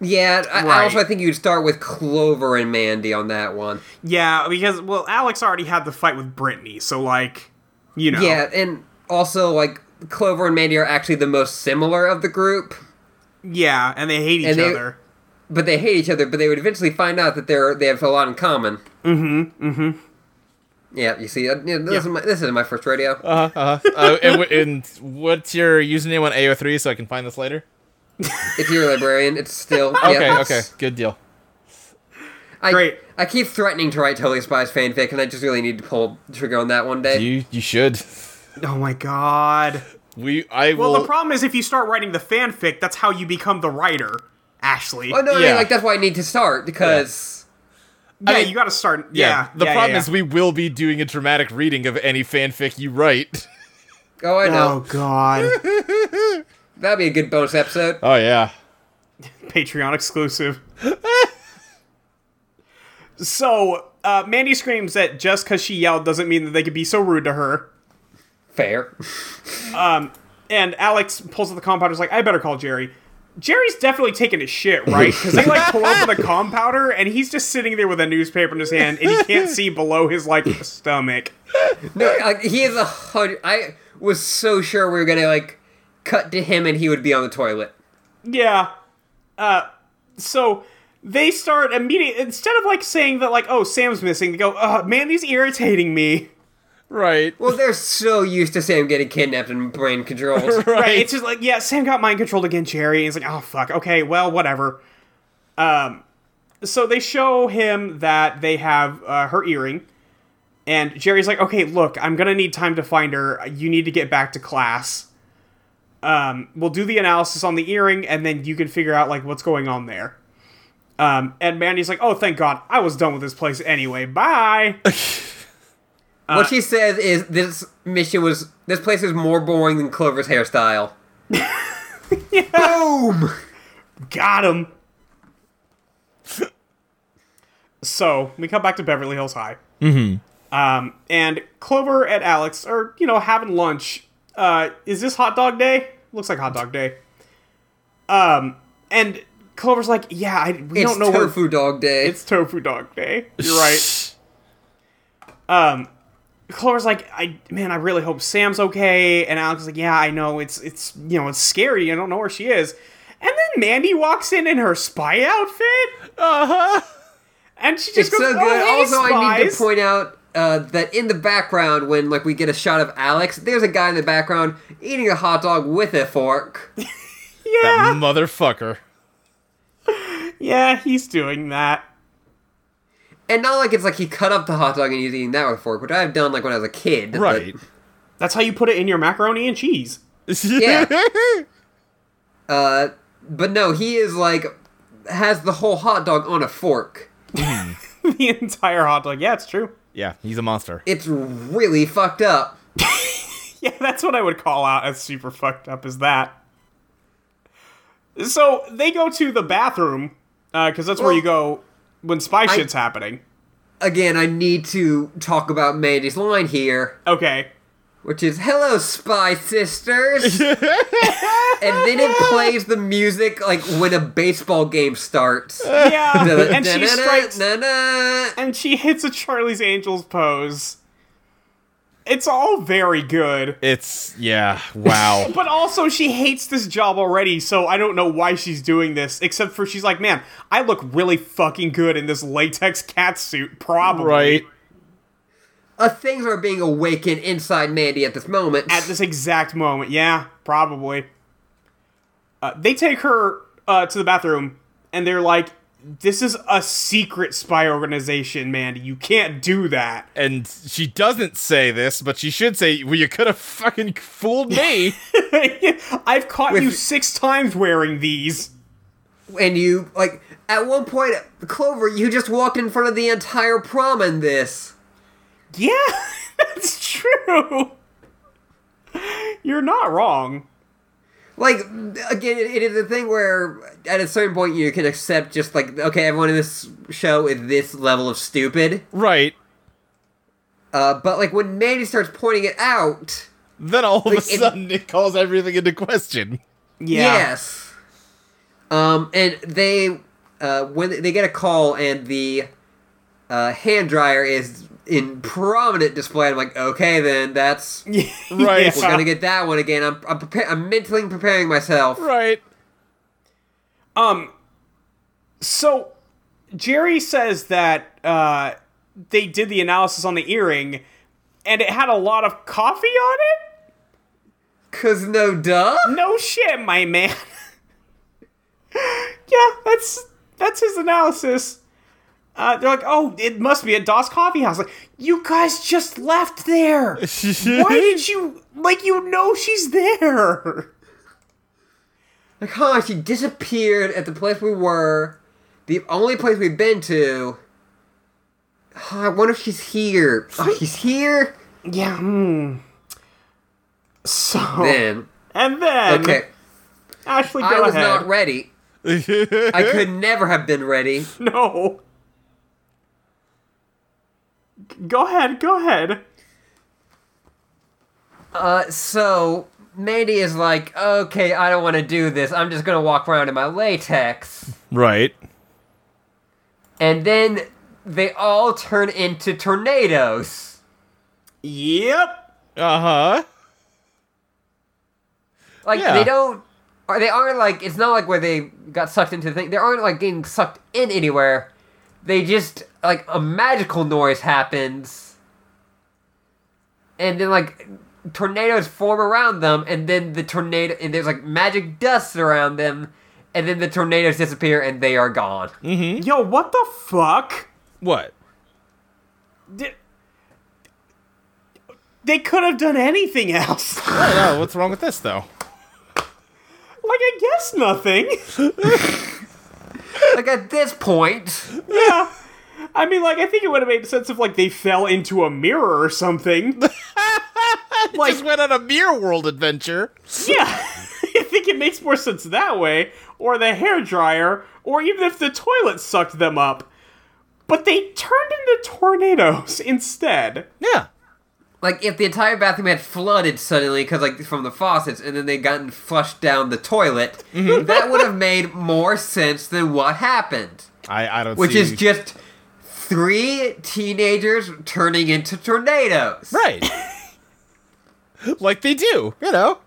Speaker 2: yeah, I, I
Speaker 3: Right.
Speaker 2: also I think you'd start with Clover and Mandy on that one.
Speaker 3: Yeah, because well, Alex already had the fight with Brittany, so like, you know,
Speaker 2: Yeah, and also like Clover and Mandy are actually the most similar of the group,
Speaker 3: yeah, and they hate each
Speaker 2: And they-
Speaker 3: other.
Speaker 2: but they hate each other. But they would eventually find out that they're they have a lot in common. Mm-hmm. Mm-hmm. Yeah, you see, uh, yeah, this,
Speaker 3: Yeah.
Speaker 2: Is my, this is my first radio.
Speaker 4: Uh, and, wh- and what's your username on AO3 so I can find this later?
Speaker 2: if you're a librarian, it's still
Speaker 4: Okay,
Speaker 2: yeah,
Speaker 4: okay, good deal.
Speaker 2: I,
Speaker 3: Great.
Speaker 2: I keep threatening to write Totally Spies fanfic, and I just really need to pull the trigger on that one day.
Speaker 4: You you should.
Speaker 3: Oh my god.
Speaker 4: We I
Speaker 3: Well,
Speaker 4: will.
Speaker 3: the problem is if you start writing the fanfic, that's how you become the writer, Ashley.
Speaker 2: oh no, I
Speaker 4: Yeah.
Speaker 2: mean, like that's why I need to start because
Speaker 3: yeah,
Speaker 4: mean-
Speaker 3: you got to start. Yeah,
Speaker 4: yeah, the
Speaker 3: yeah,
Speaker 4: problem
Speaker 3: yeah,
Speaker 4: is we will be doing a dramatic reading of any fanfic you write.
Speaker 2: oh I
Speaker 3: Oh
Speaker 2: know
Speaker 3: god.
Speaker 2: that'd be a good bonus episode.
Speaker 4: Oh yeah.
Speaker 3: Patreon exclusive. so, uh, Mandy screams that just because she yelled doesn't mean that they could be so rude to her.
Speaker 2: Fair.
Speaker 3: And Alex pulls up the compounder. Is like, I better call Jerry. Jerry's definitely taking his shit, right? Because they like pull over the compounder, and he's just sitting there with a newspaper in his hand, and he can't see below his like stomach.
Speaker 2: No, like, he is a hundred. I was so sure we were gonna like cut to him and he would be on the toilet.
Speaker 3: Yeah. Uh, so they start immediately instead of like saying that like, oh, Sam's missing. They go, oh, Mandy's irritating me.
Speaker 4: Right.
Speaker 2: Well, they're so used to Sam getting kidnapped and brain controlled.
Speaker 4: right.
Speaker 3: Right. It's just like, yeah, Sam got mind controlled again, Jerry. He's like, oh fuck, okay, well, whatever. Um, so they show him that they have uh, her earring, and Jerry's like, okay, look, I'm gonna need time to find her. You need to get back to class. Um, we'll do the analysis on the earring, and then you can figure out like what's going on there. Um, and Mandy's like, oh, thank God, I was done with this place anyway. Bye.
Speaker 2: what she says is this mission was this place is more boring than Clover's hairstyle. Boom.
Speaker 3: Got him. so we come back to Beverly Hills High. Mm-hmm. Um, and Clover and Alex are, you know, having lunch. Uh, is this hot dog day? Looks like hot dog day. Um, and Clover's like, yeah, I, we
Speaker 2: It's
Speaker 3: don't know where
Speaker 2: tofu dog day.
Speaker 3: it's tofu dog day. You're right. Um, Clover's like, I man, I really hope Sam's okay. And Alex is like, yeah, I know. It's it's you know it's scary. I don't know where she is. And then Mandy walks in in her spy outfit. Uh huh.
Speaker 4: Uh-huh.
Speaker 3: And she
Speaker 2: it's
Speaker 3: just goes,
Speaker 2: so good.
Speaker 3: Oh, hey,
Speaker 2: also,
Speaker 3: spies.
Speaker 2: I need to point out uh, that in the background, when like we get a shot of Alex, there's a guy in the background eating a hot dog with a fork.
Speaker 4: That
Speaker 3: Yeah,
Speaker 4: motherfucker.
Speaker 3: yeah, he's doing that.
Speaker 2: And not like it's like he cut up the hot dog and he's eating that with a fork, which I've done like when I was a kid. but-
Speaker 4: Right.
Speaker 3: That's how you put it in your macaroni and cheese.
Speaker 2: Yeah. uh, but no, he is like has the whole hot dog on a fork.
Speaker 3: the entire hot dog. Yeah, it's true.
Speaker 4: yeah. He's a monster.
Speaker 2: It's really fucked up.
Speaker 3: Yeah, that's what I would call out as super fucked up is that. So they go to the bathroom because that's where you go when spy shit's happening.
Speaker 2: Again, I need to talk about Mandy's line here,
Speaker 3: Okay,
Speaker 2: which is "Hello, spy sisters," and then it plays the music like when a baseball game starts.
Speaker 3: yeah, and she
Speaker 2: Da-da-da-da-da-da.
Speaker 3: strikes and she hits a Charlie's Angels pose. It's all very good,
Speaker 4: It's yeah. Wow.
Speaker 3: but also she hates this job already. So I don't know why she's doing this, except for she's like, man, I look really fucking good in this latex cat suit, probably.
Speaker 4: right.
Speaker 2: Uh, things are being awakened inside Mandy at this moment.
Speaker 3: at this exact moment. Yeah, probably. Uh, they take her uh, to the bathroom, and they're like, "This is a secret spy organization, Mandy. You can't do that."
Speaker 4: And she doesn't say this, but she should say, "Well, you could have fucking fooled me."
Speaker 3: I've caught you
Speaker 2: With-
Speaker 3: six times wearing these.
Speaker 2: and you like at one point, Clover, you just walked in front of the entire prom in this.
Speaker 3: Yeah, that's true. You're not wrong.
Speaker 2: Like again, it, it is a thing where at a certain point you can accept just like okay, everyone in this show is this level of stupid.
Speaker 4: Right.
Speaker 2: Uh, but like when Mandy starts pointing it out,
Speaker 4: Then all of a
Speaker 2: it-
Speaker 4: sudden it calls everything into question.
Speaker 3: Yeah.
Speaker 2: Yes. Um, and they uh, when they get a call and the uh, hand dryer is in prominent display. I'm like, okay, then that's we're
Speaker 4: Right.
Speaker 3: Yeah.
Speaker 2: gonna get that one again. I'm I'm, prepar- I'm mentally preparing myself.
Speaker 4: Right.
Speaker 3: So Jerry says that uh, they did the analysis on the earring, and it had a lot of coffee on it.
Speaker 2: Cause no duh.
Speaker 3: No shit, my man. yeah, that's that's his analysis. Uh, they're like, oh, it must be at Dos Coffee House. Like, you guys just left there. Why did you like? You know she's there.
Speaker 2: Like, huh? She disappeared at the place we were, the only place we've been to. Huh, I wonder if she's here. Oh, she's here.
Speaker 3: Yeah. Hmm. So
Speaker 2: Then
Speaker 3: and then
Speaker 2: okay,
Speaker 3: Ashley, Oh. Uh, go
Speaker 2: I was
Speaker 3: ahead. Eh?
Speaker 2: not ready. I could never have been ready.
Speaker 3: No. Go ahead, go ahead.
Speaker 2: Uh, so Mandy is like, okay, I don't want to do this. I'm just gonna walk around in my latex.
Speaker 4: Right.
Speaker 2: And then they all turn into tornadoes.
Speaker 3: Yep.
Speaker 4: Uh huh.
Speaker 2: Like
Speaker 4: Yeah.
Speaker 2: they don't, or they aren't like. It's not like where they got sucked into the thing. They aren't like getting sucked in anywhere. They just like a magical noise happens, and then like tornadoes form around them, and then the tornado and there's like magic dust around them, and then the tornadoes disappear and they are gone.
Speaker 3: Yo, what the fuck?
Speaker 4: What?
Speaker 3: Di- They could have done anything else. like,
Speaker 4: I don't know. What's wrong with this though?
Speaker 3: I guess nothing.
Speaker 2: like at this point,
Speaker 3: yeah. I mean, like, I think it would have made sense if, like, they fell into a mirror or something. like,
Speaker 4: Just went on a mirror world adventure.
Speaker 3: yeah. I think it makes more sense that way, or the hair dryer, or even if the toilet sucked them up. But they turned into tornadoes instead.
Speaker 4: Yeah.
Speaker 2: like if the entire bathroom had flooded suddenly because like from the faucets, and then they gotten flushed down the toilet,
Speaker 3: Mm-hmm.
Speaker 2: that would have made more sense than what happened,
Speaker 4: I I don't.
Speaker 2: which
Speaker 4: see...
Speaker 2: is just three teenagers turning into tornadoes.
Speaker 4: right. like they do. You know.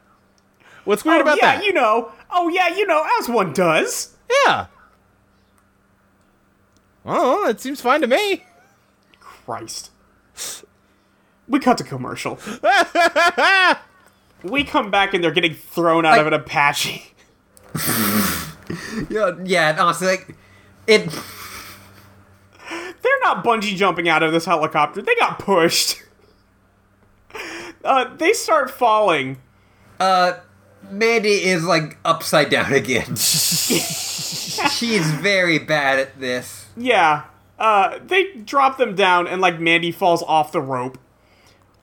Speaker 4: What's weird
Speaker 3: Oh,
Speaker 4: about
Speaker 3: yeah,
Speaker 4: that?
Speaker 3: you know. Oh yeah, you know, as one does.
Speaker 4: Yeah. Oh, it seems fine to me.
Speaker 3: Christ. We cut to commercial. we come back and they're getting thrown out of an Apache.
Speaker 2: Yeah, yeah. and Honestly, like it.
Speaker 3: They're not bungee jumping out of this helicopter. They got pushed. Uh, they start falling.
Speaker 2: uh, Mandy is like upside down again. She's very bad at this.
Speaker 3: Yeah. Uh, they drop them down and like Mandy falls off the rope.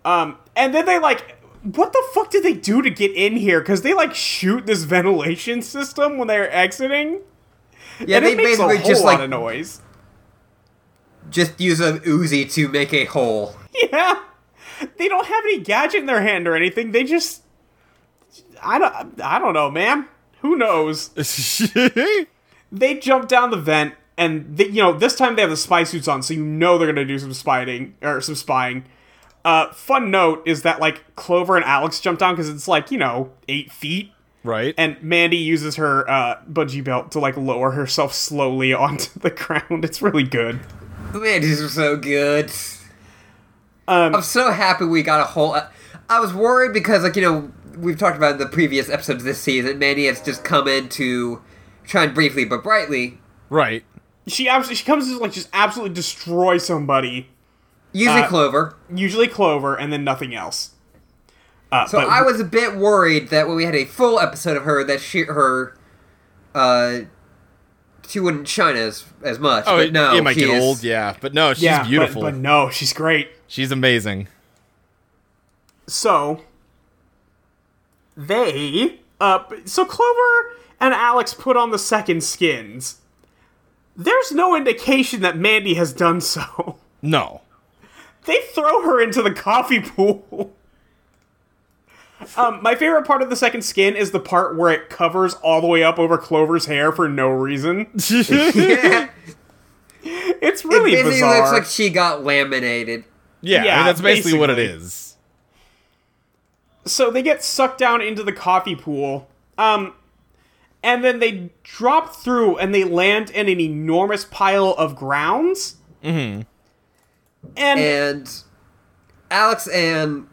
Speaker 3: Um, and then they like, what the fuck did they do to get in here? Because they like shoot this ventilation system when they're exiting.
Speaker 2: Yeah,
Speaker 3: and
Speaker 2: they
Speaker 3: it makes a
Speaker 2: basically
Speaker 3: whole
Speaker 2: just
Speaker 3: lot
Speaker 2: like
Speaker 3: of noise.
Speaker 2: just use an Uzi to make a hole.
Speaker 3: Yeah, they don't have any gadget in their hand or anything. They just, I don't, I don't know, man. Who knows? They jump down the vent, and they, you know this time they have the spy suits on, so you know they're gonna do some spying or some spying. Uh, fun note is that like Clover and Alex jump down because it's like you know eight feet,
Speaker 4: right.
Speaker 3: and Mandy uses her uh, bungee belt to like lower herself slowly onto the ground. It's really good.
Speaker 2: Man, these are so good.
Speaker 3: Um,
Speaker 2: I'm so happy we got a whole. uh, I was worried because, like, you know, we've talked about in the previous episodes this season, Mandy has just come in to try and briefly but brightly.
Speaker 4: right.
Speaker 3: She absolutely she comes to like just absolutely destroy somebody
Speaker 2: Usually
Speaker 3: Uh,
Speaker 2: Clover.
Speaker 3: usually clover, and then nothing else. Uh,
Speaker 2: So
Speaker 3: but
Speaker 2: I was a bit worried that when we had a full episode of her, that she, her, uh, she wouldn't shine as as much.
Speaker 4: Oh,
Speaker 2: but
Speaker 4: it,
Speaker 2: no,
Speaker 4: it might
Speaker 2: she
Speaker 4: get
Speaker 2: is-
Speaker 4: old. Yeah, but no, she's
Speaker 3: yeah, but-
Speaker 4: beautiful.
Speaker 3: But, no, she's great.
Speaker 4: She's amazing.
Speaker 3: So they Uh, but- so Clover and Alex put on the second skins. There's no indication that Mandy has done so.
Speaker 4: No.
Speaker 3: They throw her into the coffee pool. Um, my favorite part of the second skin is the part where it covers all the way up over Clover's hair for no reason.
Speaker 4: yeah.
Speaker 2: Yeah.
Speaker 3: It's really
Speaker 2: Busy
Speaker 3: bizarre.
Speaker 2: looks like she got laminated.
Speaker 4: I mean, that's basically, what it
Speaker 3: basically.
Speaker 4: is.
Speaker 3: so they get sucked down into the coffee pool um and then they drop through and they land in an enormous pile of grounds mm-hmm. and,
Speaker 2: And Alex and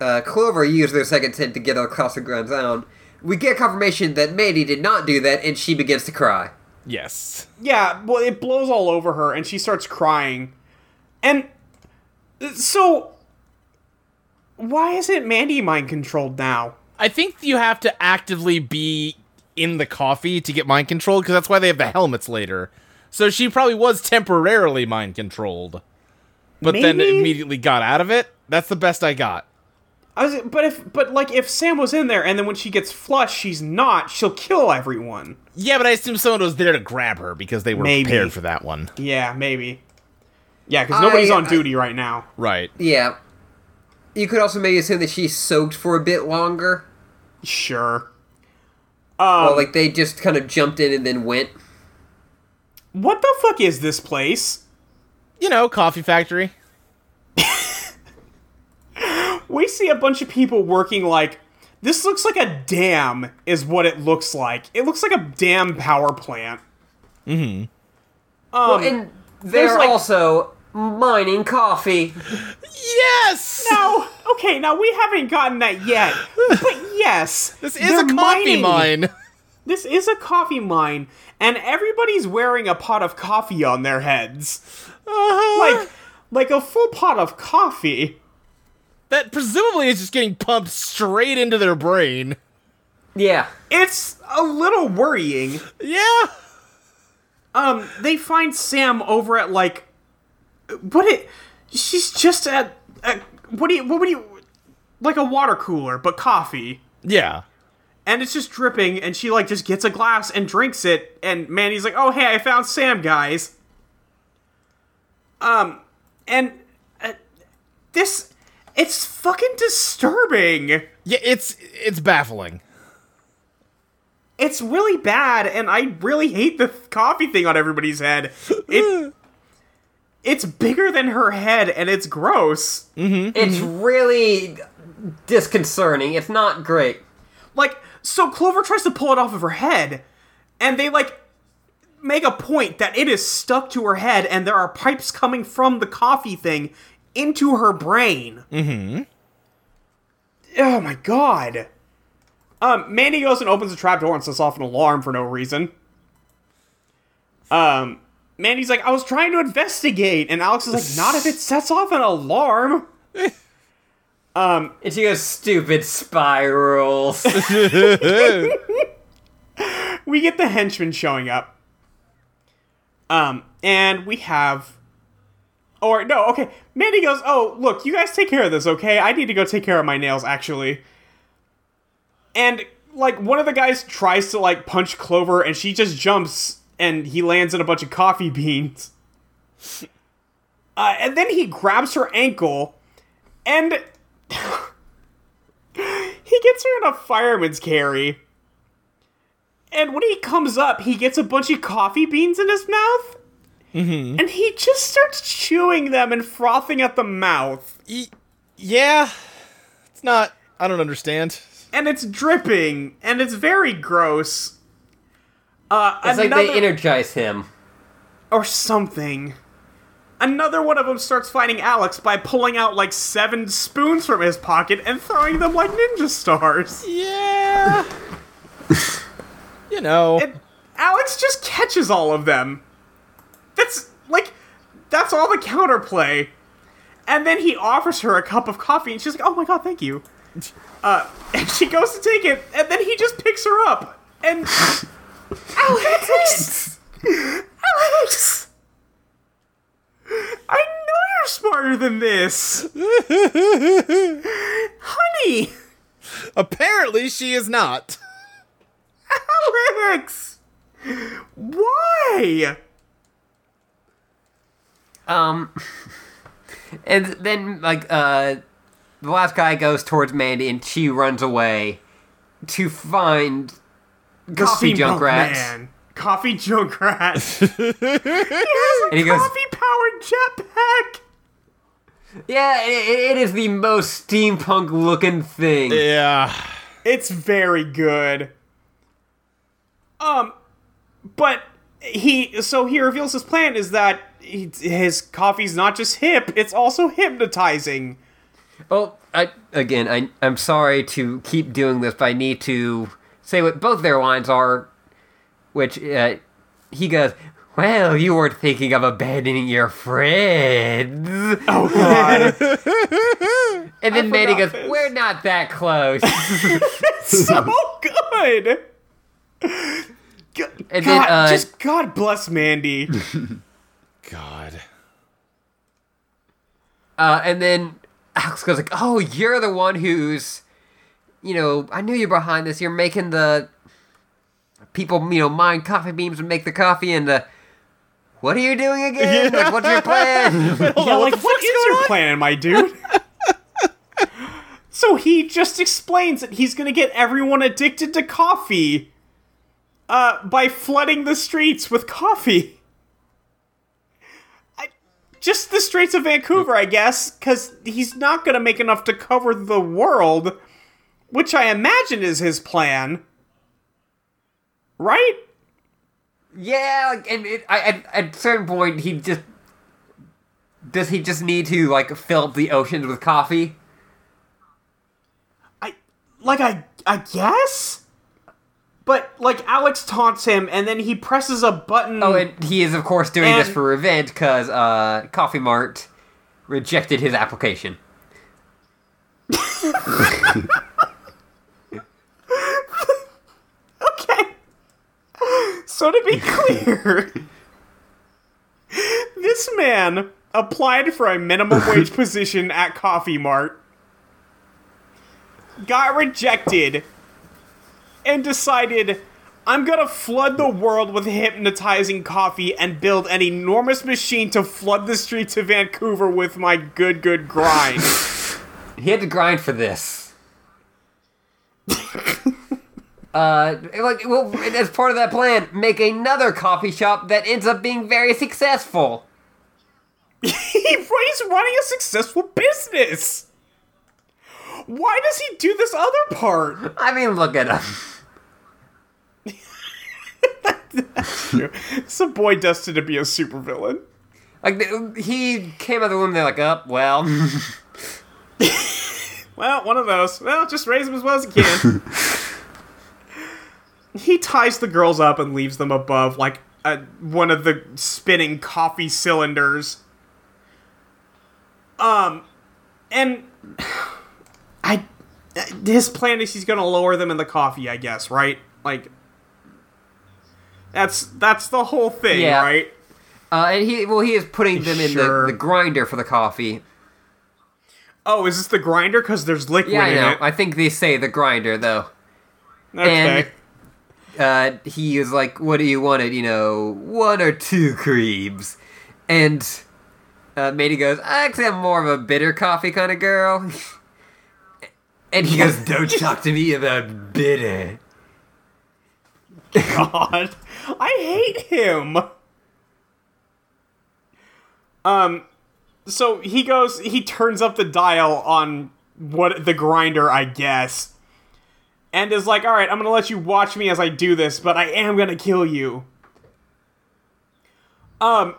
Speaker 2: uh, Clover use their second tent to get across the ground down. We get confirmation that Mandy did not do that, and she begins to cry.
Speaker 4: Yes.
Speaker 3: yeah well it blows all over her and she starts crying and so why isn't mandy mind controlled now
Speaker 4: I think you have to actively be in the coffee to get mind controlled because that's why they have the helmets later. So she probably was temporarily mind controlled, but then
Speaker 3: Maybe?
Speaker 4: immediately got out of it. That's the best I got.
Speaker 3: I was, but if but like if sam was in there and then when she gets flushed she's not she'll kill everyone
Speaker 4: Yeah, but I assume someone was there to grab her because they were
Speaker 3: Maybe.
Speaker 4: prepared for that one.
Speaker 3: Yeah, maybe. Yeah, because nobody's
Speaker 2: I-
Speaker 3: on duty right now.
Speaker 4: Right.
Speaker 2: Yeah. You could also maybe assume that she soaked for a bit longer.
Speaker 3: Sure. Um,
Speaker 2: or like they just kind of jumped in and then went.
Speaker 3: What the fuck is this place?
Speaker 4: You know, coffee factory.
Speaker 3: We see a bunch of people working like this looks like a dam is what it looks like. It looks like a dam power plant.
Speaker 2: well, and they're
Speaker 3: um, like-
Speaker 2: also mining coffee.
Speaker 4: Yes.
Speaker 3: Now, okay, now we haven't gotten that yet. But yes,
Speaker 4: This is a coffee mine.
Speaker 3: This is a coffee mine, and everybody's wearing a pot of coffee on their heads.
Speaker 4: Uh-huh.
Speaker 3: Like like a full pot of coffee.
Speaker 4: that presumably is just getting pumped straight into their brain.
Speaker 2: Yeah.
Speaker 3: It's a little worrying.
Speaker 4: Yeah.
Speaker 3: Um, they find Sam over at like, what it? She's just at, at what do you? What would you? Like a water cooler, but coffee,
Speaker 4: Yeah.
Speaker 3: and it's just dripping. And she like just gets a glass and drinks it. And Manny's like, "Oh hey, I found Sam, guys." Um, and uh, this, it's fucking disturbing.
Speaker 4: Yeah, it's it's baffling.
Speaker 3: It's really bad, and I really hate the th- coffee thing on everybody's head. It, it's bigger than her head, and it's gross.
Speaker 2: It's
Speaker 3: Mm-hmm.
Speaker 2: really disconcerting. It's not great.
Speaker 3: Like, so Clover tries to pull it off of her head, and they, like, make a point that it is stuck to her head, and there are pipes coming from the coffee thing into her brain. Mm-hmm. Oh my god. Um, Mandy goes and opens a trap door and sets off an alarm for no reason. Um, Mandy's like, I was trying to investigate, and Alex is like, not if it sets off an alarm.
Speaker 2: And she goes, stupid spirals.
Speaker 3: we get the henchmen showing up. Um, and we have. Or, no, okay. Mandy goes, Oh, look, you guys take care of this, okay? I need to go take care of my nails, actually. And, like, one of the guys tries to, like, punch Clover, and she just jumps, and he lands in a bunch of coffee beans. Uh, and then he grabs her ankle, and. he gets her in a fireman's carry. And when he comes up, he gets a bunch of coffee beans in his mouth.
Speaker 2: Mm-hmm.
Speaker 3: And he just starts chewing them and frothing at the mouth.
Speaker 4: Y- yeah. It's not I don't understand.
Speaker 3: And it's dripping. And it's very gross. Uh,
Speaker 2: it's like
Speaker 3: another,
Speaker 2: they energize him.
Speaker 3: or something. Another one of them starts fighting Alex by pulling out like seven spoons from his pocket and throwing them like ninja stars.
Speaker 4: Yeah. you know.
Speaker 3: And Alex just catches all of them. That's like, that's all the counterplay. And then he offers her a cup of coffee, and she's like, "Oh my god, thank you." Uh, and she goes to take it, and then he just picks her up. And Alex, Alex, I know you're smarter than this, honey.
Speaker 4: Apparently she is not.
Speaker 3: Alex! Why?
Speaker 2: Um, and then like uh, the last guy goes towards Mandy, and she runs away to find
Speaker 3: The
Speaker 2: coffee
Speaker 3: Steampunk
Speaker 2: junk rats.
Speaker 3: Man. Coffee junk rat. he has a
Speaker 2: And he goes-
Speaker 3: coffee powered jetpack.
Speaker 2: Yeah, i i- it is the most steampunk looking thing.
Speaker 4: Yeah.
Speaker 3: It's very good. Um, but he so he reveals his plan is that he, his coffee's not just hip; it's also hypnotizing.
Speaker 2: Well, I again, I I'm sorry to keep doing this, but I need to say what both their lines are, which uh, he goes. Well, you weren't thinking of abandoning your friends. Oh
Speaker 3: God.
Speaker 2: and then Mandy
Speaker 3: forgot
Speaker 2: goes,
Speaker 3: this.
Speaker 2: "We're not that close."
Speaker 3: so good. G-
Speaker 2: And
Speaker 3: God,
Speaker 2: then, uh,
Speaker 3: just God bless Mandy.
Speaker 4: God.
Speaker 2: Uh, and then Alex goes like, "Oh, you're the one who's, you know, I knew you're behind this. You're making the people, you know, mine coffee beams and make the coffee and the. What are you doing again? Like, what's your plan?
Speaker 3: yeah, like what is your plan, my dude? so he just explains that he's gonna get everyone addicted to coffee, uh, by flooding the streets with coffee. I- Just the streets of Vancouver, I guess, because he's not gonna make enough to cover the world, which I imagine is his plan, right?
Speaker 2: yeah, like, and it, I, at at a certain point, he just does he just need to like fill up the oceans with coffee?
Speaker 3: I like I I guess. But like Alex taunts him, and then he presses a button.
Speaker 2: Oh, and he is of course doing this
Speaker 3: And-
Speaker 2: for revenge because uh, Coffee Mart rejected his application.
Speaker 3: okay. So to be clear, this man applied for a minimum wage position at Coffee Mart, got rejected, and decided. I'm gonna flood the world with hypnotizing coffee and build an enormous machine to flood the streets of Vancouver with my good, good grind.
Speaker 2: He had to grind for this. uh, like, well, and as part of that plan, make another coffee shop that ends up being very successful.
Speaker 3: he, he's running a successful business. Why does he do this other part?
Speaker 2: I mean, look at him.
Speaker 3: It's a boy destined to be a supervillain.
Speaker 2: Like, th- he came out of the room, they're like, oh, well.
Speaker 3: Well, one of those. Well, just raise him as well as you can. he ties the girls up and leaves them above like a, one of the spinning coffee cylinders. Um, and I, his plan is he's gonna lower them in the coffee, I guess, right? Like, that's that's the whole thing,
Speaker 2: Yeah.
Speaker 3: right?
Speaker 2: Uh, and he, well, he is putting them in
Speaker 3: Sure.
Speaker 2: the, the grinder for the coffee.
Speaker 3: Oh, is this the grinder? Because there's liquid
Speaker 2: Yeah, I
Speaker 3: in
Speaker 2: know.
Speaker 3: it.
Speaker 2: I think they say the grinder, though.
Speaker 3: okay.
Speaker 2: uh, he is like, "What do you want? It you know, one or two creams?" And uh, Matey goes, "I actually am more of a bitter coffee kind of girl." and he goes, "Don't talk to me about bitter."
Speaker 3: God. I hate him. Um so he goes he turns up the dial on what the grinder, I guess. And is like, "All right, I'm going to let you watch me as I do this, but I am going to kill you." Um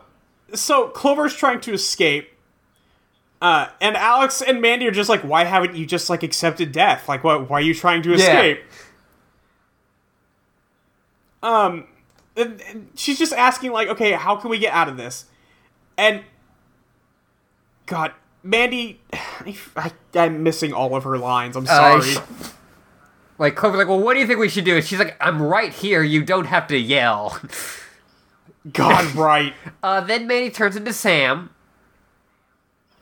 Speaker 3: so Clover's trying to escape. Uh, and Alex and Mandy are just like, why haven't you just like accepted death? Like, what? Why are you trying to escape? Um, and, and she's just asking like okay how can we get out of this and god mandy I, am missing all of her lines i'm
Speaker 2: Uh,
Speaker 3: sorry
Speaker 2: sh- Like Clover's like, "Well, what do you think we should do?" And she's like, "I'm right here. You don't have to yell."
Speaker 3: god right
Speaker 2: Uh, then Manny turns into Sam.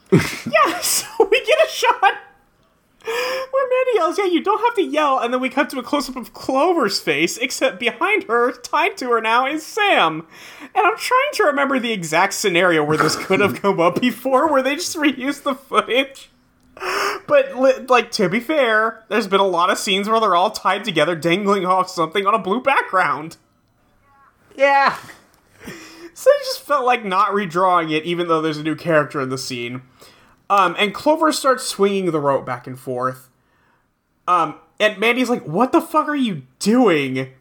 Speaker 3: yeah so we get a shot where mandy yells, yeah, you don't have to yell, and then we cut to a close up of Clover's face, except behind her, tied to her now, is Sam. And I'm trying to remember the exact scenario where this could have come up before, where they just reused the footage. But, li- like, to be fair, there's been a lot of scenes where they're all tied together, dangling off something on a blue background.
Speaker 2: Yeah.
Speaker 3: So I just felt like not redrawing it, even though there's a new character in the scene. Um, and Clover starts swinging the rope back and forth. Um, and Mandy's like, "What the fuck are you doing?"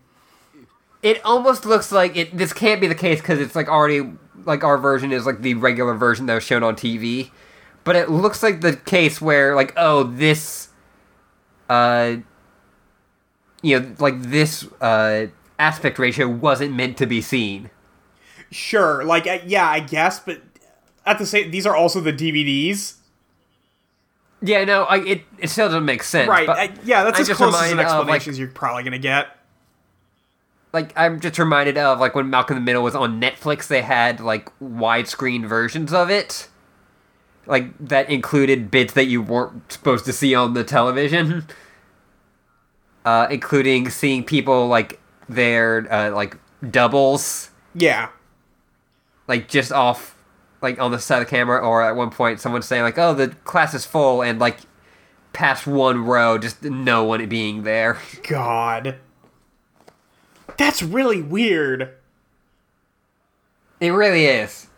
Speaker 2: It almost looks like it. This can't be the case because it's like already like our version is like the regular version that was shown on TV, but it looks like the case where like oh this, uh, you know like this uh aspect ratio wasn't meant to be seen.
Speaker 3: Sure, like uh, yeah, I guess, but at the same, these are also the DVDs,
Speaker 2: Yeah, no, I, it it still doesn't make sense.
Speaker 3: right?
Speaker 2: but
Speaker 3: uh, yeah, that's
Speaker 2: I'm
Speaker 3: as close as an
Speaker 2: reminded of, like,
Speaker 3: explanation as you're probably gonna get.
Speaker 2: like I'm just reminded of like when Malcolm in the Middle was on Netflix, they had like widescreen versions of it, like that included bits that you weren't supposed to see on the television, uh, including seeing people like their uh, like doubles,
Speaker 3: Yeah,
Speaker 2: like just off, like on the side of the camera, or at one point someone saying like, "Oh, the class is full," and like past one row, just no one being there.
Speaker 3: God, that's really weird.
Speaker 2: It really is.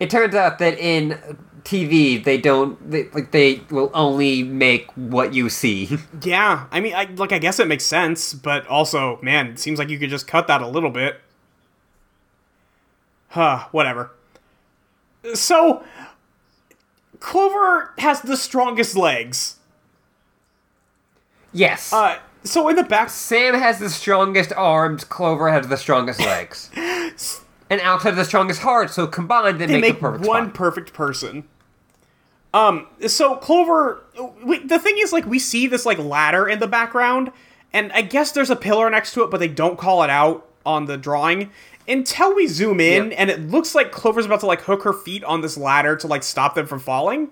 Speaker 2: It turns out that in TV they don't they, like they will only make what you see.
Speaker 3: Yeah, I mean, I, like I guess it makes sense, but also, man, it seems like you could just cut that a little bit. Huh, whatever. So, Clover has the strongest legs.
Speaker 2: yes.
Speaker 3: Uh, so in the back,
Speaker 2: Sam has the strongest arms, Clover has the strongest legs. and Alex has the strongest heart, so combined they,
Speaker 3: they
Speaker 2: make,
Speaker 3: make
Speaker 2: the perfect
Speaker 3: one
Speaker 2: one
Speaker 3: perfect person. Um, so Clover, we, the thing is, like, we see this like ladder in the background, and I guess there's a pillar next to it, but they don't call it out on the drawing until we zoom in,
Speaker 2: Yep.
Speaker 3: and it looks like Clover's about to like hook her feet on this ladder to like stop them from falling.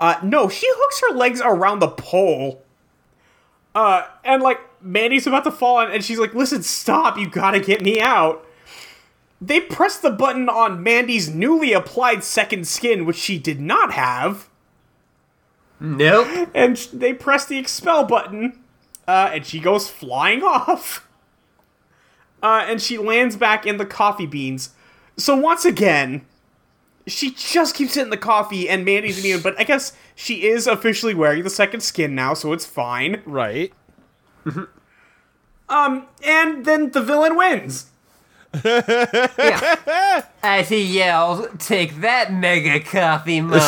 Speaker 3: Uh, no, she hooks her legs around the pole. Uh, and like Mandy's about to fall, and, and she's like, "Listen, stop! You gotta get me out." They pressed the button on Mandy's newly applied second skin, which she did not have,
Speaker 2: Nope.
Speaker 3: and sh- they pressed the expel button, uh, and she goes flying off. Uh, and she lands back in the coffee beans. So once again, she just keeps hitting the coffee, and Mandy's immune, but I guess she is officially wearing the second skin now, so it's fine. Um,
Speaker 4: Right.
Speaker 3: And then the villain wins.
Speaker 2: As he yells, take that mega coffee, Mike.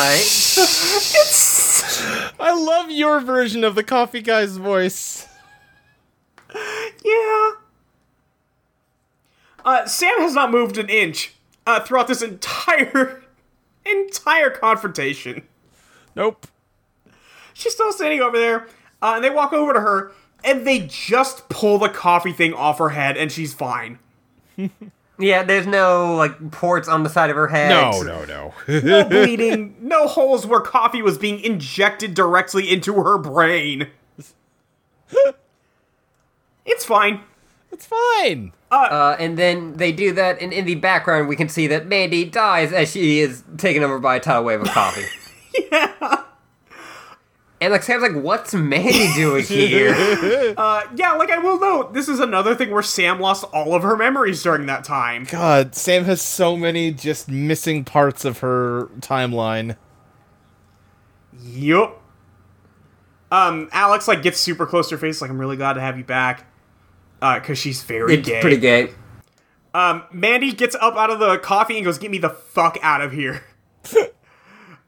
Speaker 4: I love your version of the coffee guy's voice.
Speaker 3: Yeah. Uh, Sam has not moved an inch uh, throughout this entire entire confrontation.
Speaker 4: Nope.
Speaker 3: She's still standing over there, uh, and they walk over to her, and they just pull the coffee thing off her head, and she's fine.
Speaker 2: yeah, there's no like ports on the side of her head.
Speaker 4: No, no, no.
Speaker 3: No bleeding, no holes where coffee was being injected directly into her brain. it's fine.
Speaker 4: it's fine.
Speaker 2: Uh, and then they do that, and in the background we can see that Mandy dies as she is taken over by a tidal wave of coffee. yeah. And like Sam's like, "What's Mandy doing here?"
Speaker 3: Yeah, like I will note, this is another thing where Sam lost all of her memories during that time.
Speaker 4: God, Sam has so many just missing parts of her timeline.
Speaker 3: Yup. Um, Alex like gets super close to her face, like I'm really glad to have you back, uh, cause she's very
Speaker 2: it's
Speaker 3: gay.
Speaker 2: pretty gay.
Speaker 3: Um, Mandy gets up out of the coffee and goes, "Get me the fuck out of here."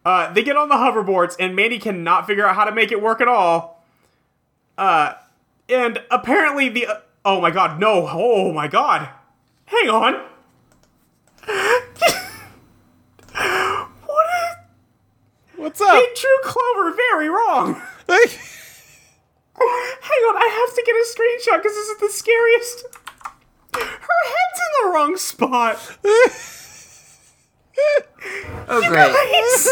Speaker 3: uh, they get on the hoverboards, and Mandy cannot figure out how to make it work at all. Uh, and apparently the oh my god, no, oh my god, hang on. what? Is,
Speaker 4: What's up?
Speaker 3: they drew Clover very wrong. Hang on, I have to get a screenshot because this is the scariest. Her head's in the wrong spot.
Speaker 2: Oh great! Oh,
Speaker 3: Guys,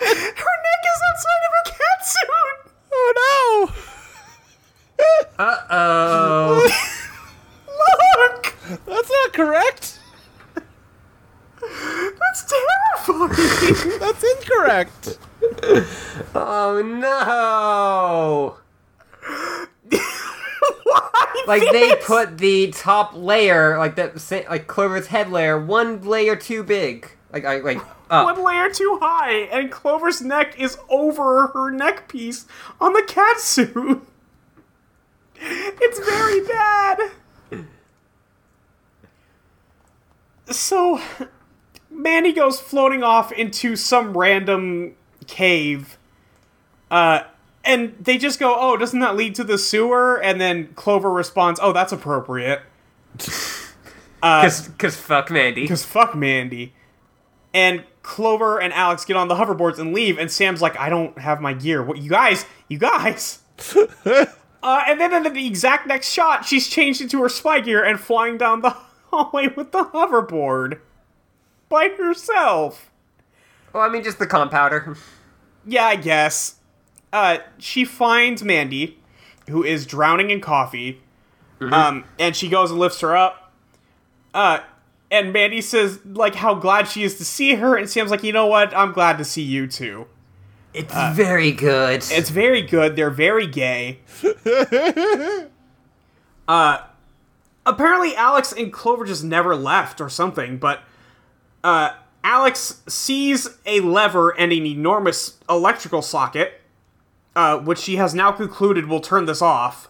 Speaker 3: her neck is outside of her cat's
Speaker 2: Oh,
Speaker 4: Oh,
Speaker 2: Oh,
Speaker 3: Oh,
Speaker 2: Oh no!
Speaker 3: Why?
Speaker 2: Like they
Speaker 3: Phoenix?
Speaker 2: put the top layer, like that, sa- like Clover's head layer, one layer too big. Like I like oh. up.
Speaker 3: one layer too high, and Clover's neck is over her neck piece on the cat suit. It's very bad. So, Manny goes floating off into some random cave. Uh, and they just go, oh, doesn't that lead to the sewer? And then Clover responds, oh, that's appropriate.
Speaker 2: Cause, cause fuck Mandy.
Speaker 3: Because fuck Mandy. And Clover and Alex get on the hoverboards and leave, and Sam's like, I don't have my gear. What you guys, you guys. uh, and then in the exact next shot, she's changed into her spy gear and flying down the hallway with the hoverboard. By herself.
Speaker 2: Well, I mean, just the compounder.
Speaker 3: Yeah, I guess. Uh, she finds Mandy, who is drowning in coffee, um, and she goes and lifts her up. Uh, and Mandy says, like, how glad she is to see her, and Sam's like, you know what? I'm glad to see you too.
Speaker 2: It's very good.
Speaker 3: It's very good. They're very gay. uh, apparently, Alex and Clover just never left or something, but uh, Alex sees a lever and an enormous electrical socket, uh, which she has now concluded will turn this off.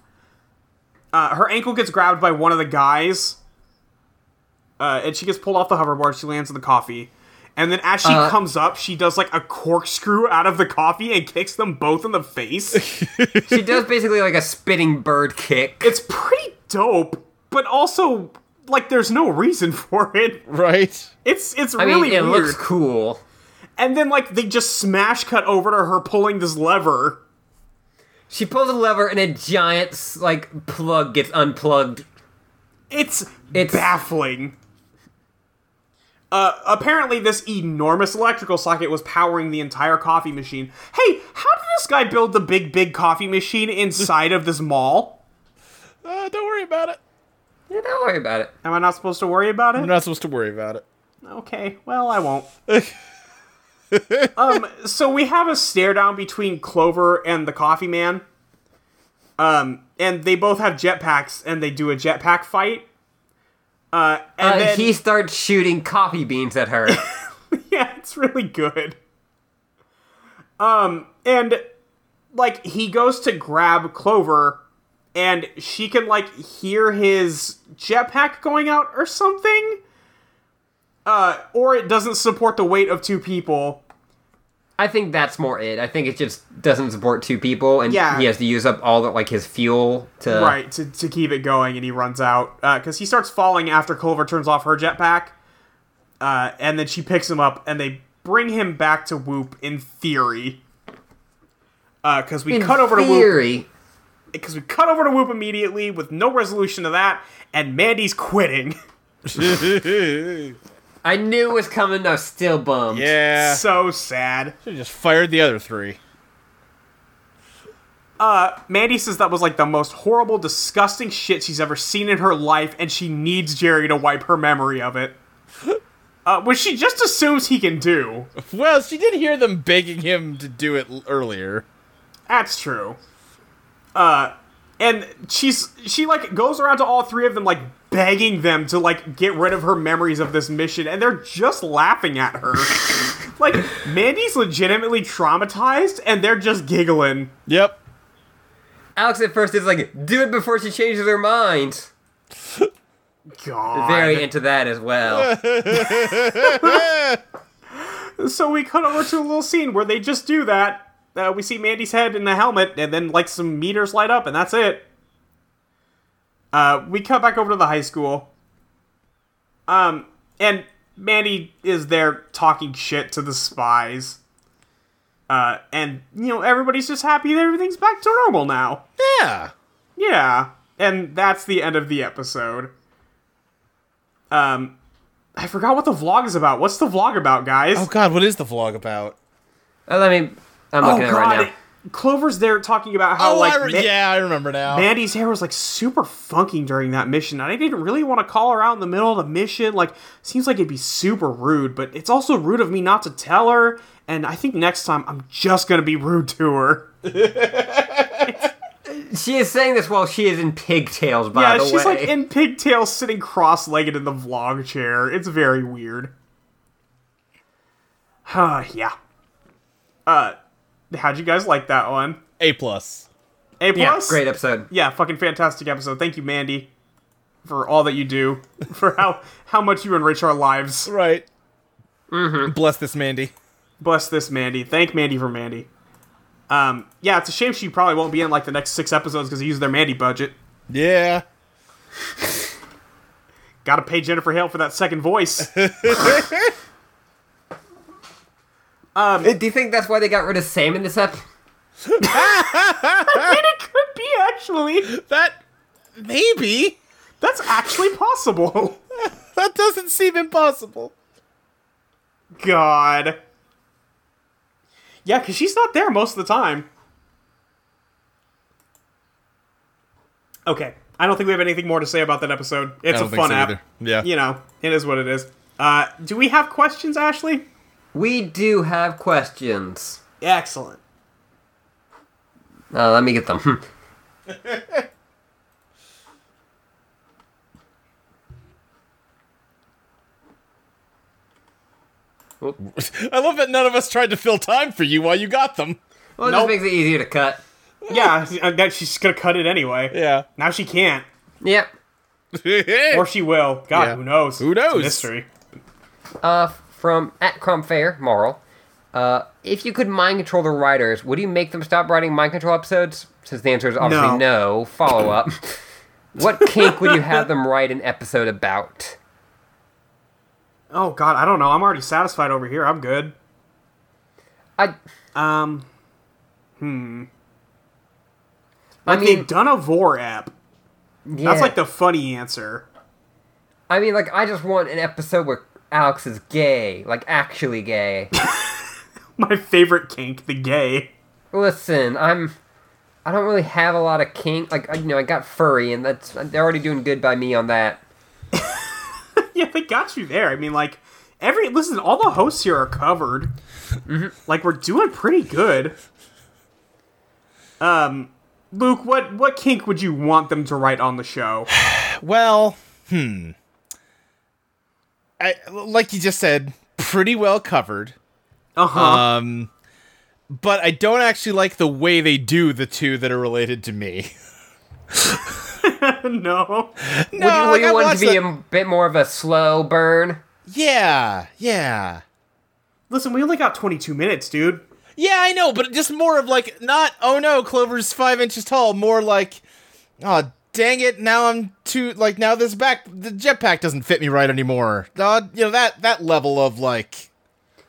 Speaker 3: Uh, her ankle gets grabbed by one of the guys, uh, and she gets pulled off the hoverboard. She lands in the coffee. And then as she
Speaker 2: Uh,
Speaker 3: comes up, she does like a corkscrew out of the coffee and kicks them both in the face.
Speaker 2: she does basically like a spitting bird kick.
Speaker 3: it's pretty dope, but also like there's no reason for it.
Speaker 4: right?
Speaker 3: It's it's
Speaker 2: I
Speaker 3: really
Speaker 2: mean, it
Speaker 3: weird.
Speaker 2: looks cool.
Speaker 3: and then like they just smash cut over to her pulling this lever.
Speaker 2: She pulls a lever and a giant s- like plug gets unplugged.
Speaker 3: It's,
Speaker 2: It's-
Speaker 3: baffling. Uh, apparently, this enormous electrical socket was powering the entire coffee machine. Hey, how did this guy build the big, big coffee machine inside of this mall?
Speaker 4: Uh, don't worry about it.
Speaker 2: Yeah, don't worry about it.
Speaker 3: Am I not supposed to worry about it?
Speaker 4: You're not supposed to worry about it.
Speaker 3: Okay, well, I won't. um, so we have a stare down between Clover and the Coffee Man. Um, and they both have jetpacks, and they do a jetpack fight. Uh, and
Speaker 2: Uh,
Speaker 3: then,
Speaker 2: he starts shooting coffee beans at her.
Speaker 3: yeah, it's really good. Um, and like he goes to grab Clover, and she can like hear his jetpack going out or something. Uh, or it doesn't support the weight of two people.
Speaker 2: I think that's more it. I think it just doesn't support two people, and
Speaker 3: Yeah.
Speaker 2: he has to use up all the, like his fuel to
Speaker 3: right to, to keep it going and he runs out because he starts falling after culver turns off her jetpack uh, and then she picks him up and they bring him back to whoop in theory because we
Speaker 2: In
Speaker 3: cut over to whoop
Speaker 2: theory,
Speaker 3: because we cut over to whoop immediately with no resolution to that and mandy's quitting
Speaker 2: I knew it was coming. I was still bummed.
Speaker 4: yeah.
Speaker 3: so sad
Speaker 4: Should've just fired the other three.
Speaker 3: mandy says that was like the most horrible disgusting shit she's ever seen in her life and she needs jerry to wipe her memory of it uh, which she just assumes he can do
Speaker 4: Well, she did hear them begging him to do it l- earlier.
Speaker 3: That's true. Uh, and she's she like goes around to all three of them like begging them to like get rid of her memories of this mission, and they're just laughing at her. like Mandy's legitimately traumatized, and they're just giggling.
Speaker 4: Yep.
Speaker 2: Alex at first is like, "Do it before she changes her mind."
Speaker 3: God.
Speaker 2: Very into that as well.
Speaker 3: So we cut over to a little scene where they just do that. Uh, we see Mandy's head in the helmet, and then like some meters light up, and that's it. Uh, we cut back over to the high school. Um, and Mandy is there talking shit to the spies. Uh, and you know everybody's just happy that everything's back to normal now.
Speaker 4: Yeah.
Speaker 3: Yeah, and that's the end of the episode. Um, I forgot what the vlog is about. What's the vlog about, guys?
Speaker 4: Oh God, what is the vlog about?
Speaker 2: Uh, Oh, I mean, I'm looking at it right now.
Speaker 3: Clover's there talking about how
Speaker 4: Oh,
Speaker 3: like
Speaker 4: I re-
Speaker 3: Ma-
Speaker 4: yeah, I remember now.
Speaker 3: Mandy's hair was like super funky during that mission, and I didn't really want to call her out in the middle of the mission. Like, seems like it'd be super rude, but it's also rude of me not to tell her. And I think next time I'm just gonna be rude to her.
Speaker 2: She is saying this while she is in pigtails, by
Speaker 3: Yeah,
Speaker 2: the
Speaker 3: she's
Speaker 2: way.
Speaker 3: like in pigtails, sitting cross-legged in the vlog chair. It's very weird. Huh? yeah. Uh, how'd you guys like that one?
Speaker 4: A plus.
Speaker 3: A plus.
Speaker 2: Great episode.
Speaker 3: yeah, fucking fantastic episode. Thank you, Mandy, for all that you do, for how how much you enrich our lives.
Speaker 4: Right.
Speaker 2: Mm-hmm.
Speaker 4: Bless this Mandy.
Speaker 3: Bless this, Mandy. Thank Mandy for Mandy. Um, yeah, it's a shame she probably won't be in like the next six episodes because they used their Mandy budget.
Speaker 4: Yeah.
Speaker 3: Got to pay Jennifer Hale for that second voice.
Speaker 2: Uh, Do you think that's why they got rid of Sam in this ep?
Speaker 3: it could be actually.
Speaker 4: That maybe
Speaker 3: That's actually possible.
Speaker 4: that doesn't seem impossible.
Speaker 3: God. Yeah, because she's not there most of the time. Okay. I don't think we have anything more to say about that episode. It's
Speaker 4: I
Speaker 3: a
Speaker 4: don't think
Speaker 3: fun
Speaker 4: so
Speaker 3: app.
Speaker 4: either. Yeah.
Speaker 3: You know, it is what it is. Uh, do we have questions, Ashley?
Speaker 2: We do have questions.
Speaker 3: Excellent.
Speaker 2: Uh, let me get them.
Speaker 4: I love that none of us tried to fill time for you while you got them.
Speaker 2: Well, it
Speaker 3: Nope.
Speaker 2: just makes it easier to cut.
Speaker 3: Yeah, I bet she's going to cut it anyway.
Speaker 4: Yeah.
Speaker 3: Now she can't.
Speaker 2: Yep.
Speaker 3: Or she will. God,
Speaker 4: Yeah.
Speaker 3: who knows?
Speaker 4: Who
Speaker 3: It's a
Speaker 4: knows?
Speaker 3: mystery.
Speaker 2: Uh, from at Crumfair, Marl. Uh, if you could mind control the writers, would you make them stop writing mind control episodes? Since the answer is obviously
Speaker 3: No.
Speaker 2: no. Follow up. what kink would you have them write an episode about?
Speaker 3: Oh, God, I don't know. I'm already satisfied over here. I'm good.
Speaker 2: I,
Speaker 3: Um,
Speaker 2: I mean,
Speaker 3: they've done a Vor app.
Speaker 2: yeah.
Speaker 3: That's like the funny answer.
Speaker 2: I mean, like, I just want an episode where Alex is gay, like actually gay.
Speaker 3: my favorite kink, the gay.
Speaker 2: Listen, I'm. I don't really have a lot of kink. Like, I- you know, I got furry, and that's they're already doing good by me on that.
Speaker 3: Yeah, they got you there. I mean, like every listen, all the hosts here are covered.
Speaker 2: Mm-hmm.
Speaker 3: Like we're doing pretty good. Um, Luke, what what kink would you want them to write on the show?
Speaker 4: Well, hmm. I, like you just said, pretty well covered.
Speaker 3: Uh huh.
Speaker 2: Uh-huh.
Speaker 4: Um, but I don't actually like the way they do the two that are related to me.
Speaker 2: Uh,
Speaker 3: no.
Speaker 4: No,
Speaker 2: Would you, would
Speaker 4: like, I
Speaker 2: you want it
Speaker 4: watched
Speaker 2: to be
Speaker 4: the-
Speaker 2: a m- bit more of a slow burn?
Speaker 4: yeah, yeah.
Speaker 3: Listen, we only got 22 minutes, dude.
Speaker 4: Yeah, I know, but just more of like not oh no, Clover's five inches tall. More like oh dang it, now I'm too like now this back the jetpack doesn't fit me right anymore. Uh, you know that that level of like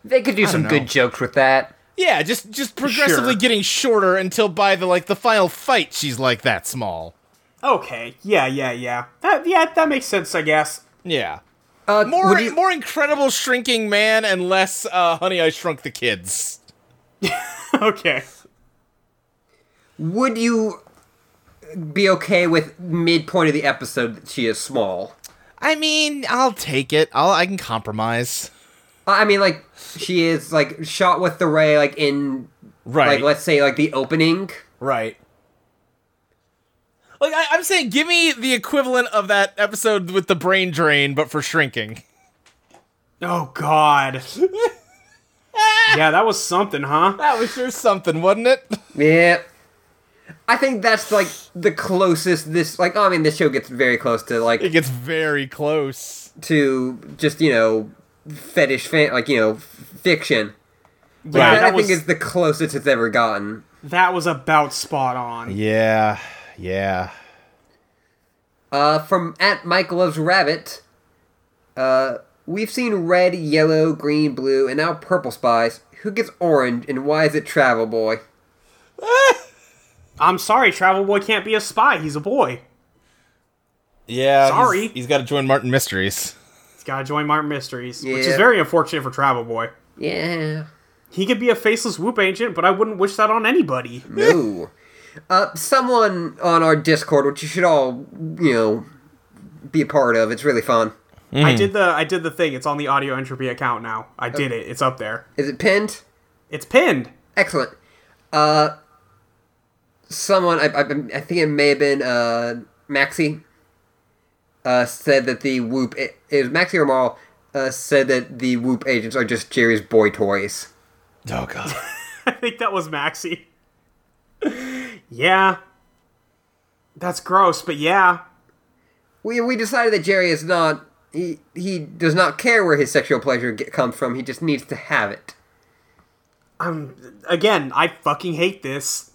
Speaker 2: They could do some
Speaker 4: know.
Speaker 2: good jokes with that.
Speaker 4: yeah, just just progressively
Speaker 3: Sure.
Speaker 4: getting shorter until by the like the final fight she's like that small.
Speaker 3: Okay. Yeah, yeah, yeah. That yeah, that makes sense, I guess.
Speaker 4: Yeah,
Speaker 2: Uh,
Speaker 4: more
Speaker 2: would you-
Speaker 4: more incredible shrinking man and less uh, honey I shrunk the kids.
Speaker 3: okay.
Speaker 2: would you be okay with midpoint of the episode that she is small?
Speaker 4: I mean, I'll take it. I'll I can compromise.
Speaker 2: I mean, like she is like shot with the ray, like in
Speaker 4: Right.
Speaker 2: like let's say like the opening.
Speaker 4: Right. Like I, I'm saying, give me the equivalent of that episode with the brain drain, but for shrinking.
Speaker 3: Oh god. yeah, that was something, huh?
Speaker 4: That was sure something, wasn't it?
Speaker 2: Yeah. I think that's like the closest this like oh, I mean this show gets very close to
Speaker 4: It
Speaker 2: like
Speaker 4: gets very close.
Speaker 2: to just you know fetish fan like you know f- fiction.
Speaker 3: Yeah,
Speaker 2: That I
Speaker 3: that
Speaker 2: think
Speaker 3: was
Speaker 2: is the closest it's ever gotten.
Speaker 3: that was about spot on.
Speaker 4: Yeah, yeah.
Speaker 2: Uh, from at Mike loves rabbit. Uh, we've seen red, yellow, green, blue, and now purple spies. Who gets orange, and why is it Travel Boy?
Speaker 3: I'm sorry, Travel Boy can't be a spy. He's a boy.
Speaker 4: Yeah. he's-
Speaker 3: Sorry.
Speaker 4: he's got to join Martin Mysteries.
Speaker 3: He's got to join Martin Mysteries, which is
Speaker 2: Yeah.
Speaker 3: very unfortunate for Travel Boy.
Speaker 2: Yeah.
Speaker 3: He could be a faceless whoop agent, but I wouldn't wish that on anybody.
Speaker 2: No. Uh, someone on our Discord, which you should all, you know, be a part of. It's really fun.
Speaker 3: I did the I did the thing. It's on the audio entropy account now. I did it. It's up there.
Speaker 2: Is it pinned?
Speaker 3: It's pinned.
Speaker 2: Excellent. Uh, someone, I, I, I think it may have been uh, Maxi, uh, said that the Whoop, it, it was Maxi or Marl, uh, said that the Whoop agents are just Jerry's boy toys.
Speaker 4: Oh god.
Speaker 3: I think that was Maxie. yeah. That's gross, but yeah.
Speaker 2: We, we decided that Jerry is not, he, he does not care where his sexual pleasure get, comes from, he just needs to have it.
Speaker 3: I'm again, I fucking hate this.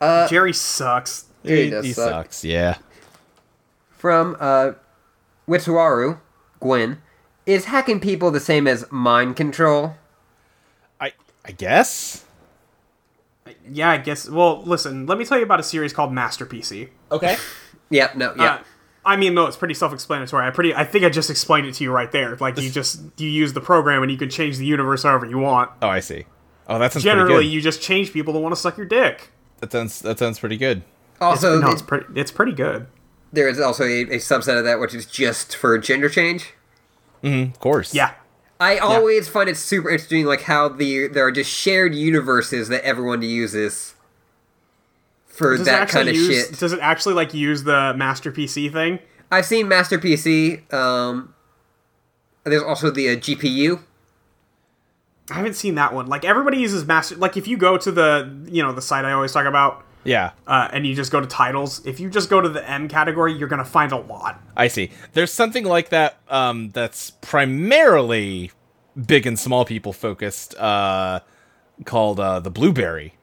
Speaker 3: Jerry sucks.
Speaker 2: Jerry
Speaker 4: he,
Speaker 2: does
Speaker 4: he
Speaker 2: suck.
Speaker 4: sucks. Yeah.
Speaker 2: From uh, Witsuaru, Gwen, is hacking people the same as mind control?
Speaker 4: I I guess.
Speaker 3: Yeah, I guess. Well, listen, let me tell you about a series called Master
Speaker 4: Uh,
Speaker 3: PC.
Speaker 4: Okay.
Speaker 2: Yeah, no, yeah.
Speaker 3: Uh, I mean, no, it's pretty self-explanatory. I pretty, I think I just explained it to you right there. Like you just you use the program and you can change the universe however you want.
Speaker 4: Oh, I see. Oh, that sounds
Speaker 3: Generally,
Speaker 4: pretty good.
Speaker 3: you just change people that want to suck your dick.
Speaker 4: that sounds that sounds pretty good.
Speaker 2: also,
Speaker 3: no,
Speaker 2: th-
Speaker 3: it's pretty, it's pretty good.
Speaker 2: there is also a, a subset of that which is just for gender change.
Speaker 4: Of course.
Speaker 3: Yeah,
Speaker 2: I always find it super interesting, like how the there are just shared universes that everyone uses for
Speaker 3: Does it
Speaker 2: that
Speaker 3: actually
Speaker 2: kind of
Speaker 3: use-
Speaker 2: shit.
Speaker 3: Does it actually like use the Master PC thing?
Speaker 2: I've seen Master PC. Um, there's also the uh, GPU.
Speaker 3: I haven't seen that one. Like everybody uses Master. Like if you go to the you know the site I always talk about,
Speaker 4: Yeah.
Speaker 3: uh, and you just go to titles. If you just go to the M category, you're gonna find a lot.
Speaker 4: I see. There's something like that um, that's primarily big and small people focused, uh, called uh, the blueberry,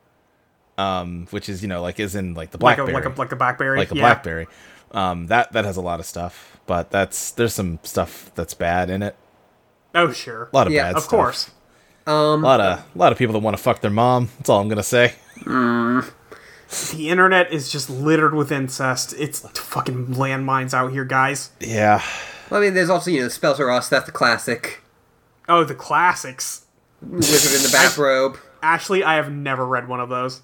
Speaker 4: um, which is you know like is in like the
Speaker 3: Like a
Speaker 4: blackberry,
Speaker 3: like a like a BlackBerry.
Speaker 4: like a
Speaker 3: yeah.
Speaker 4: blackberry. Um, that that has a lot of stuff, but that's there's some stuff that's bad in it.
Speaker 3: Oh sure.
Speaker 4: A lot of
Speaker 2: Yeah,
Speaker 4: bad.
Speaker 3: of
Speaker 4: stuff.
Speaker 3: course.
Speaker 4: A lot of a lot of people that want to fuck their mom. That's all I'm gonna say.
Speaker 3: The internet is just littered with incest. It's fucking landmines out here, guys.
Speaker 4: Yeah.
Speaker 2: Well, I mean, there's also you know Spells Are Us. That's the classic.
Speaker 3: Oh, the classics.
Speaker 2: Wizard in the bathrobe.
Speaker 3: Actually, I have never read one of those.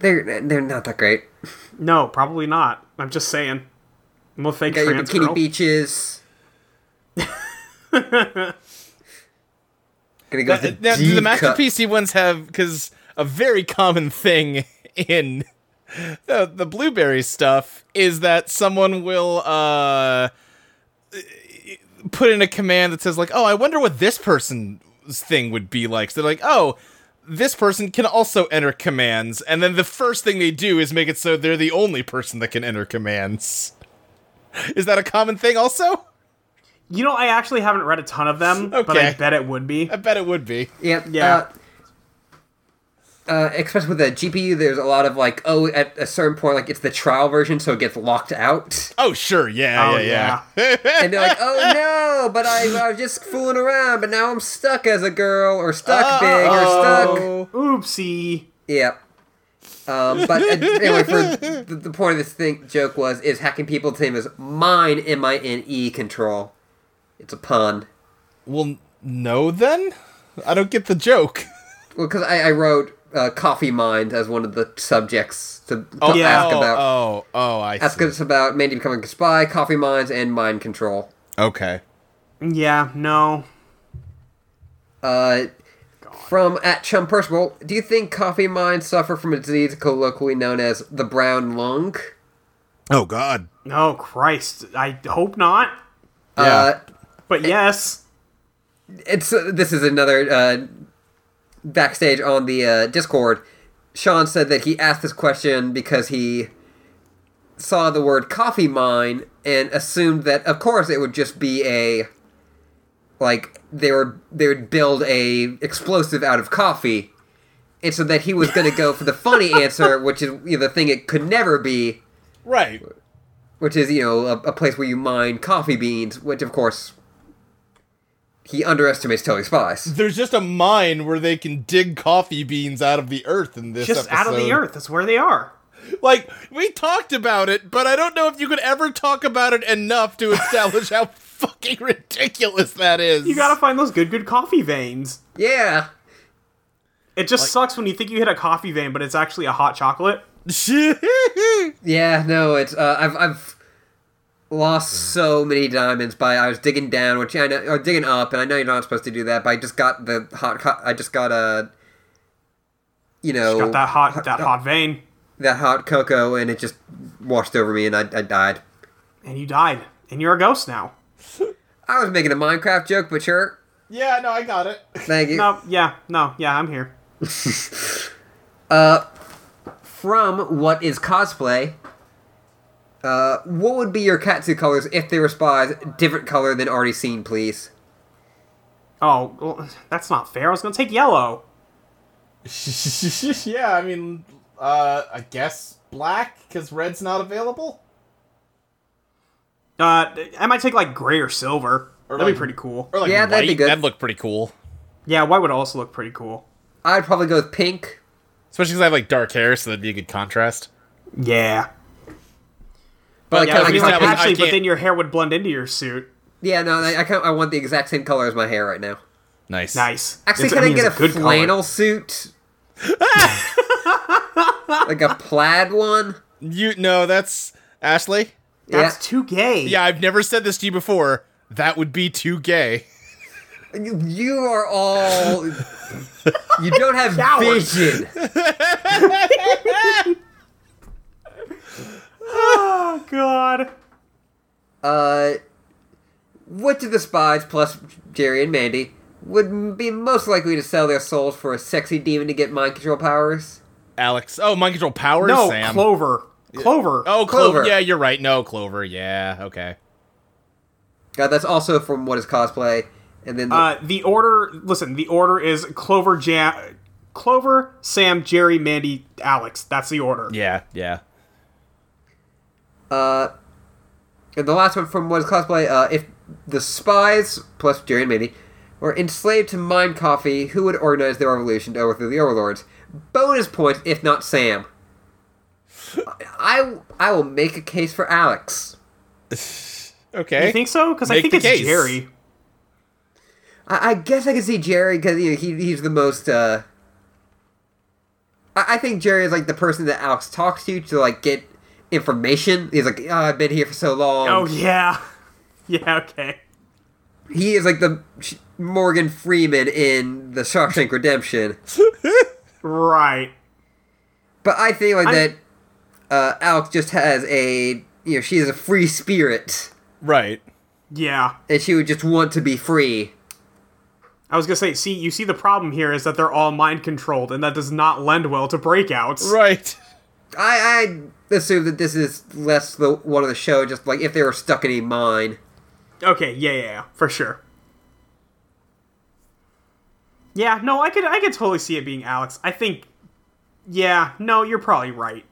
Speaker 2: They're they're not that great.
Speaker 3: No, probably not. I'm just saying. I'm a fake
Speaker 2: Got your
Speaker 3: trans
Speaker 2: bikini
Speaker 3: girl.
Speaker 2: beaches. Gonna go
Speaker 4: Uh,
Speaker 2: with the,
Speaker 4: now, do
Speaker 2: deep
Speaker 4: the Master
Speaker 2: cut.
Speaker 4: PC ones have because a very common thing in the the blueberry stuff is that someone will uh put in a command that says like, "Oh, I wonder what this person's thing would be like." So they're like, "Oh." This person can also enter commands, and then the first thing they do is make it so they're the only person that can enter commands. Is that a common thing, also?
Speaker 3: You know, I actually haven't read a ton of them, but I
Speaker 4: Okay.
Speaker 3: bet it would be.
Speaker 4: I bet it would be.
Speaker 2: Yep.
Speaker 3: Yeah.
Speaker 2: Uh, uh, especially with the GPU, there's a lot of like, oh, at a certain point, like it's the trial version, so it gets locked out,
Speaker 4: Oh, sure, yeah,
Speaker 3: Oh,
Speaker 4: yeah, yeah.
Speaker 2: and they're like, oh no, but I, I was just fooling around, but now I'm stuck as a girl or stuck big or stuck.
Speaker 3: Oopsie.
Speaker 2: Yeah. Um, but uh, anyway, for th- the point of this thing joke was is hacking people to him is mine M I N E control. It's a pun.
Speaker 4: Well, no, then I don't get the joke.
Speaker 2: Well, because I, I wrote uh, coffee mind as one of the subjects to, to
Speaker 4: Oh,
Speaker 2: ask
Speaker 4: oh,
Speaker 2: about.
Speaker 4: Oh, oh, I
Speaker 2: Ask
Speaker 4: see.
Speaker 2: us about Mandy becoming a spy, coffee mines, and mind control.
Speaker 4: Okay.
Speaker 3: Yeah, no.
Speaker 2: Uh, from at Chum Percival, do you think coffee mines suffer from a disease colloquially known as the brown lung?
Speaker 4: Oh God.
Speaker 3: No, Christ. I hope not.
Speaker 4: Yeah.
Speaker 2: Uh,
Speaker 3: But yes.
Speaker 2: it's uh, this is another uh, backstage on the uh, Discord. Sean said that he asked this question because he saw the word coffee mine and assumed that, of course, it would just be a like they were they would build a explosive out of coffee, and so that he was going to go for the funny answer, which is you know, the thing it could never be,
Speaker 4: right.
Speaker 2: which is you know a, a place where you mine coffee beans, which of course he underestimates Tony Spies.
Speaker 4: There's just a mine where they can dig coffee beans out of the earth in this
Speaker 3: Just out of the
Speaker 4: episode.
Speaker 3: earth. That's where they are.
Speaker 4: Like we talked about it, but I don't know if you could ever talk about it enough to establish how fucking ridiculous that is.
Speaker 3: You gotta find those good, good coffee veins.
Speaker 2: Yeah.
Speaker 3: It just sucks when you think you hit a coffee vein, but it's actually a hot chocolate.
Speaker 2: Yeah, no, it's uh, I've I've lost
Speaker 3: Hmm.
Speaker 2: so many diamonds by I was digging down, which I know or digging up, and I know you're not supposed to do that, but I just got the hot. co- I just got a, you know,
Speaker 3: Got that hot, that hot vein,
Speaker 2: that hot cocoa, and it just washed over me, and I, I died.
Speaker 3: and you died, and you're a ghost now.
Speaker 2: I was making a Minecraft joke, but sure,
Speaker 4: yeah, no, I got it.
Speaker 2: thank you.
Speaker 3: No, yeah, no, yeah, I'm here.
Speaker 2: From what is cosplay? Uh, what would be your katsu colors if they were spies? Different color than already seen, please.
Speaker 3: Oh, well, that's not fair. I was gonna take yellow.
Speaker 4: yeah, I mean, uh, I guess black because red's not available.
Speaker 3: Uh, I might take like gray or silver.
Speaker 4: Or
Speaker 3: That'd
Speaker 4: like-
Speaker 3: be pretty cool.
Speaker 4: Or like
Speaker 2: Yeah, that'd be
Speaker 4: white.
Speaker 2: good.
Speaker 4: That'd look pretty cool,
Speaker 3: Yeah, white would also look pretty cool.
Speaker 2: I'd probably go with pink.
Speaker 4: especially because I have like dark hair, so that'd be a good contrast.
Speaker 3: Yeah.
Speaker 2: But
Speaker 3: Yeah,
Speaker 4: I
Speaker 3: it'd be
Speaker 4: mean,
Speaker 3: like,
Speaker 4: that was- I
Speaker 3: actually, but
Speaker 4: can't-
Speaker 3: then your hair would blend into your suit.
Speaker 2: Yeah, no, I I, can't, I want the exact same color as my hair right now.
Speaker 4: Nice.
Speaker 3: Nice.
Speaker 2: Actually,
Speaker 3: It's-
Speaker 2: can I,
Speaker 3: mean,
Speaker 2: get a,
Speaker 3: it's good color.
Speaker 2: flannel suit? like a plaid one?
Speaker 4: You no, that's Ashley.
Speaker 3: That's
Speaker 2: Yeah.
Speaker 3: too gay.
Speaker 4: Yeah, I've never said this to you before. That would be too gay.
Speaker 2: You- You are all. you don't have
Speaker 3: Cowards.
Speaker 2: vision.
Speaker 3: Oh God.
Speaker 2: Uh, which of the spies, plus Jerry and Mandy, would be most likely to sell their souls for a sexy demon to get mind control powers?
Speaker 4: Alex. Oh, mind control powers.
Speaker 3: No,
Speaker 4: Sam.
Speaker 3: Clover. Clover.
Speaker 4: Oh,
Speaker 2: Clover.
Speaker 4: Clover. Yeah, you're right. No, Clover. Yeah. Okay.
Speaker 2: God, Uh, that's also from what is cosplay. And then the,
Speaker 3: Uh, the order. Listen, the order is Clover Jam, Clover, Sam, Jerry, Mandy, Alex. That's the order.
Speaker 4: Yeah. Yeah.
Speaker 2: And Uh, the last one from what is cosplay, uh, if the spies, plus Jerry and Mandy, were enslaved to mind coffee, who would organize the revolution to overthrow the overlords? Bonus points if not Sam. I, I will make a case for Alex.
Speaker 4: Okay.
Speaker 3: You think so? Because I
Speaker 4: Make
Speaker 3: think
Speaker 4: the
Speaker 3: it's
Speaker 4: case.
Speaker 3: Jerry.
Speaker 2: I, I guess I can see Jerry because you know, he, he's the most. Uh, I, I think Jerry is like the person that Alex talks to to like get information. He's like, oh, I've been here for so long.
Speaker 3: Oh yeah. Yeah. Okay.
Speaker 2: He is like the Sh- Morgan Freeman in the Shawshank Redemption.
Speaker 3: Right.
Speaker 2: But I feel like
Speaker 3: I-
Speaker 2: that uh, Alex just has a you know she is a free spirit
Speaker 4: Right.
Speaker 3: Yeah.
Speaker 2: and she would just want to be free.
Speaker 3: I was gonna say, see, you see, the problem here is that they're all mind controlled, and that does not lend well to breakouts.
Speaker 4: Right.
Speaker 2: I, I assume that this is less the one of the show, just like if they were stuck in a mine.
Speaker 3: Okay, yeah, yeah, yeah, for sure. Yeah, no, I could I could totally see it being Alex. I think yeah, no, you're probably right.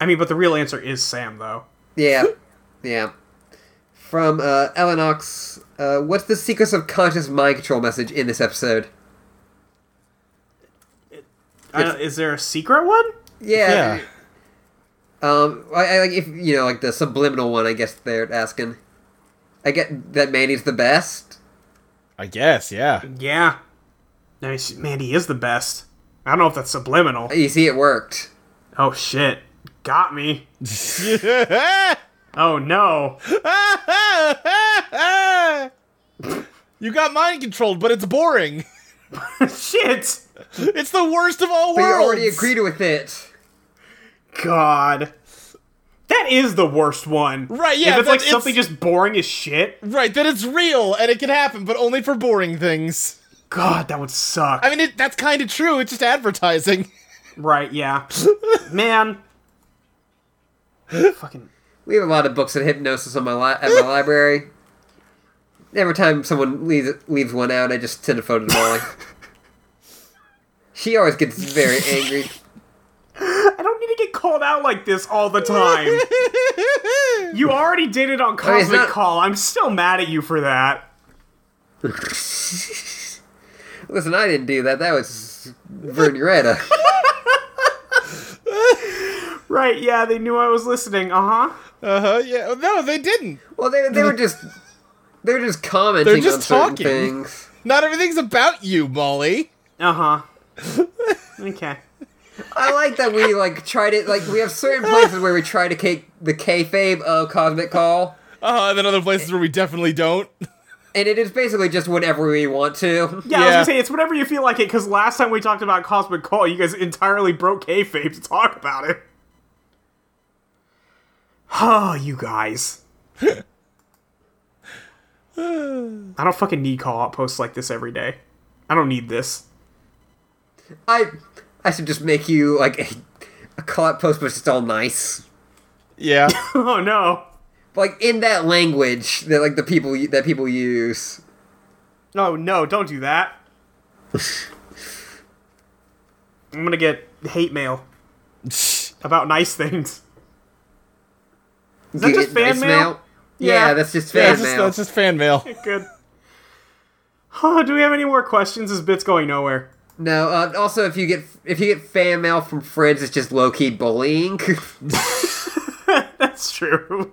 Speaker 3: I mean, but the real answer is Sam though.
Speaker 2: Yeah, yeah. From uh, Elenox, uh, what's the secret of conscious mind control message in this episode?
Speaker 3: Uh, is there a secret one?
Speaker 2: Yeah,
Speaker 4: Yeah.
Speaker 2: Um, I, I like if you know like the subliminal one. I guess they're asking. I get that Mandy's the best.
Speaker 4: I guess. Yeah.
Speaker 3: Yeah. I mean, she- Mandy is the best. I don't know if that's subliminal.
Speaker 2: You see, it worked.
Speaker 3: Oh shit. Got me. Oh no.
Speaker 4: you got mind controlled, but it's boring.
Speaker 3: shit.
Speaker 4: It's the worst of all
Speaker 2: But you
Speaker 4: worlds.
Speaker 2: already agreed with it.
Speaker 3: God. That is the worst one.
Speaker 4: Right, yeah,
Speaker 3: If it's
Speaker 4: but
Speaker 3: like
Speaker 4: it's-
Speaker 3: something just boring as shit.
Speaker 4: Right. That it's real and it can happen, but only for boring things.
Speaker 3: God, that would suck.
Speaker 4: I mean, it, that's kind of true. It's just advertising.
Speaker 3: Right, yeah. Man. Fucking.
Speaker 2: We have a lot of books at hypnosis on my li- at my library. Every time someone leaves leaves one out, I just send a photo to Molly. she always gets very angry.
Speaker 3: I don't need to get called out like this all the time. you already did it on
Speaker 2: mean, it's
Speaker 3: Cosmic
Speaker 2: not-
Speaker 3: Call. I'm still mad at you for that.
Speaker 2: Listen, I didn't do that. That was Vernuretta.
Speaker 3: Right, yeah, they knew I was listening. Uh huh.
Speaker 4: Uh huh. Yeah. Uh-huh, No, they didn't.
Speaker 2: well, they they were just They're just commenting
Speaker 4: They're just
Speaker 2: on certain
Speaker 4: talking.
Speaker 2: things.
Speaker 4: Not everything's about you, Molly.
Speaker 3: Uh huh. okay.
Speaker 2: I like that we like try to like we have certain places where we try to take the kayfabe of Cosmic Call,
Speaker 4: Uh, and then other places where we definitely don't.
Speaker 2: and it is basically just whenever we want to.
Speaker 3: Yeah, I was
Speaker 4: Yeah.
Speaker 3: gonna say it's whatever you feel like it. Because last time we talked about Cosmic Call, you guys entirely broke kayfabe to talk about it. Oh, you guys. I don't fucking need call out posts like this every day. I don't need this.
Speaker 2: I I should just make you like a, a call out post, but it's just all nice,
Speaker 4: Yeah.
Speaker 3: Oh no.
Speaker 2: like in that language that like the people u- that people use.
Speaker 3: No, Oh, no, don't do that. I'm gonna get hate mail about nice things. Is that
Speaker 2: You
Speaker 3: just
Speaker 2: get
Speaker 3: fan
Speaker 2: nice
Speaker 3: mail?
Speaker 2: Yeah,
Speaker 3: Yeah.
Speaker 2: that's just fan
Speaker 4: that's, just,
Speaker 2: mail.
Speaker 4: that's just fan mail.
Speaker 3: Good. Huh, do we have any more questions? This bit's going nowhere.
Speaker 2: No. Uh, also, if you get if you get fan mail from friends, it's just low key bullying.
Speaker 3: That's true.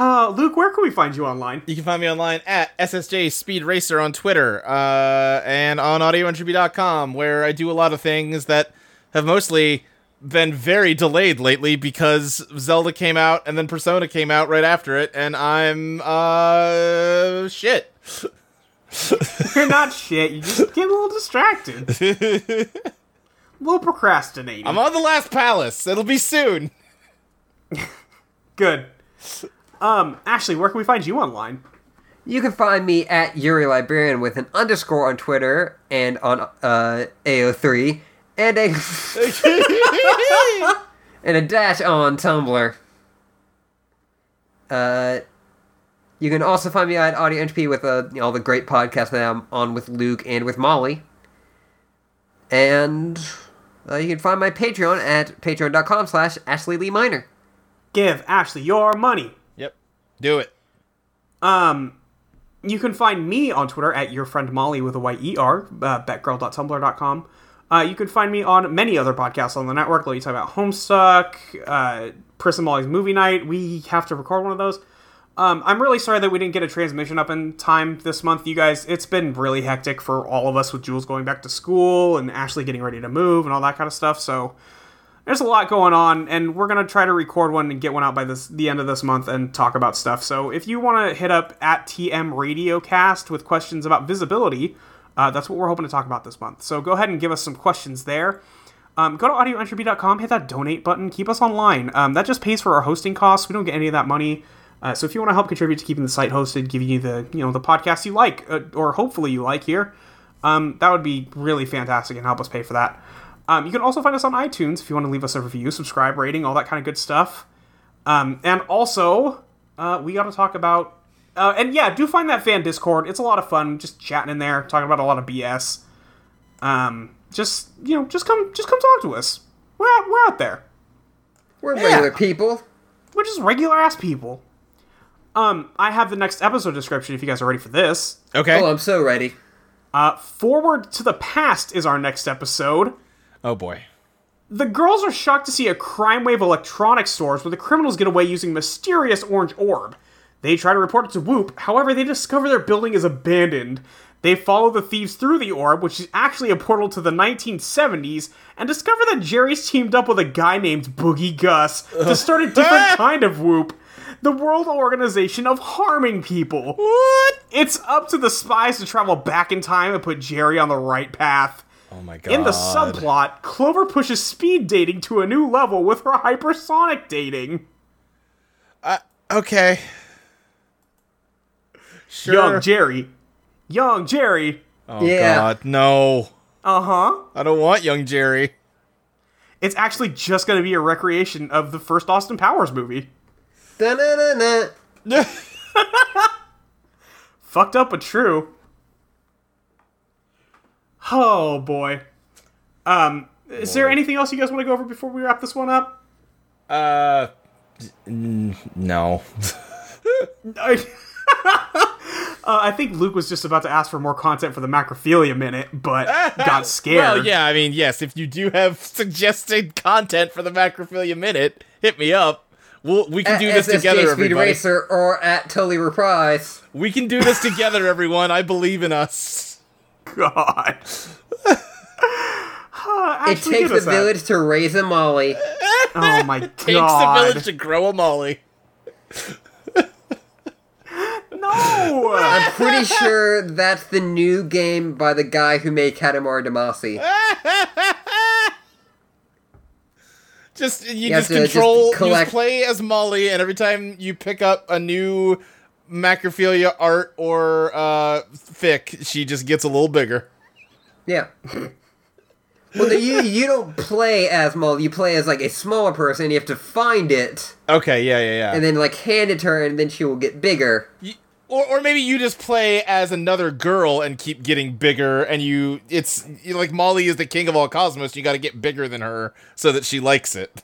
Speaker 3: Uh, Luke, where can we find you online?
Speaker 4: You can find me online at SSJ Speed Racer on Twitter uh, and on audioentropy.com, where I do a lot of things that have mostly been very delayed lately because Zelda came out and then Persona came out right after it, and I'm uh shit.
Speaker 3: You're not shit. You just get a little distracted. a little procrastinating.
Speaker 4: I'm on the Last Palace. It'll be soon.
Speaker 3: Good. Um, Ashley, where can we find you online?
Speaker 2: You can find me at Yuri Librarian with an underscore on Twitter and on uh, AO3 and a and a dash on Tumblr. Uh, you can also find me at Audio Entropy with uh, you know, all the great podcasts that I'm on with Luke and with Molly. And uh, you can find my Patreon at patreon.com slash Ashley Lee Minor.
Speaker 3: Give Ashley your money.
Speaker 4: Yep. Do it.
Speaker 3: Um, you can find me on Twitter at your friend Molly with a Y E R, uh, betgirl.tumblr.com. Uh, you can find me on many other podcasts on the network. Let you talk about Homestuck, uh, Chris and Molly's Movie Night. We have to record one of those. Um, I'm really sorry that we didn't get a transmission up in time this month, you guys. It's been really hectic for all of us with Jules going back to school and Ashley getting ready to move and all that kind of stuff. So there's a lot going on and we're going to try to record one and get one out by this the end of this month and talk about stuff so if you want to hit up at tm radiocast with questions about visibility uh, that's what we're hoping to talk about this month so go ahead and give us some questions there um, go to audioentropy.com hit that donate button keep us online um, that just pays for our hosting costs we don't get any of that money uh, so if you want to help contribute to keeping the site hosted giving you the you know the podcast you like uh, or hopefully you like here um, that would be really fantastic and help us pay for that. Um, you can also find us on iTunes if you want to leave us a review, subscribe, rating, all that kind of good stuff. Um, and also, uh, we got to talk about. Uh, and yeah, do find that fan Discord. It's a lot of fun, just chatting in there, talking about a lot of BS. Um, just you know, just come, just come talk to us. We're out, we're out there.
Speaker 2: We're regular people.
Speaker 3: We're just regular ass people. Um, I have the next episode description if you guys are ready for this.
Speaker 4: Okay.
Speaker 2: Oh, I'm so ready.
Speaker 3: Forward to the past is our next episode.
Speaker 4: Oh boy.
Speaker 3: The girls are shocked to see a crime wave of electronics stores where the criminals get away using mysterious orange orb. They try to report it to Whoop, however, they discover their building is abandoned. They follow the thieves through the orb, which is actually a portal to the 1970s, and discover that Jerry's teamed up with a guy named Boogie Gus to start a different kind of Whoop, the World Organization of Harming People.
Speaker 4: What?
Speaker 3: It's up to the spies to travel back in time and put Jerry on the right path.
Speaker 4: Oh my god.
Speaker 3: In the subplot, Clover pushes speed dating to a new level with her hypersonic dating.
Speaker 4: Okay. Sure.
Speaker 3: Young Jerry. Young Jerry.
Speaker 4: oh
Speaker 2: Yeah.
Speaker 4: god, no.
Speaker 3: Uh huh.
Speaker 4: I don't want young Jerry.
Speaker 3: It's actually just going to be a recreation of the first Austin Powers movie.
Speaker 2: Da-na-na-na.
Speaker 3: Fucked up but true. Oh boy. Um, is there anything else you guys want to go over before we wrap this one up?
Speaker 4: Uh, no.
Speaker 3: uh, I think Luke was just about to ask for more content for the macrophilia minute, but got scared.
Speaker 4: Well, Oh, yeah, I mean, yes, if you do have suggested content for the Macrophilia Minute, hit me up. We'll, we can
Speaker 2: At
Speaker 4: do this
Speaker 2: SSJ
Speaker 4: together,
Speaker 2: Speed
Speaker 4: everybody.
Speaker 2: Racer or at Tully Reprise.
Speaker 4: We can do this together, everyone. I believe in us.
Speaker 3: God. Huh,
Speaker 2: It
Speaker 3: actually
Speaker 2: takes
Speaker 3: give
Speaker 2: a
Speaker 3: us that.
Speaker 2: village to raise a molly.
Speaker 3: Oh my god.
Speaker 4: Takes the village to grow a molly.
Speaker 3: No.
Speaker 2: I'm pretty sure that's the new game by the guy who made Katamari Damacy.
Speaker 4: Just you,
Speaker 2: You have
Speaker 4: just
Speaker 2: to just
Speaker 4: control, you
Speaker 2: collect-
Speaker 4: just play as Molly, and every time you pick up a new macrophilia art or uh, fic, she just gets a little bigger.
Speaker 2: Yeah. Well, no, you you don't play as Molly. You play as like a smaller person. And you have to find it
Speaker 4: Okay, yeah, yeah, yeah.
Speaker 2: and then like hand it to her, and then she will get bigger.
Speaker 4: You- or, or maybe you just play as another girl and keep getting bigger, and you it's you, like Molly is the king of all cosmos. You got to get bigger than her so that she likes it.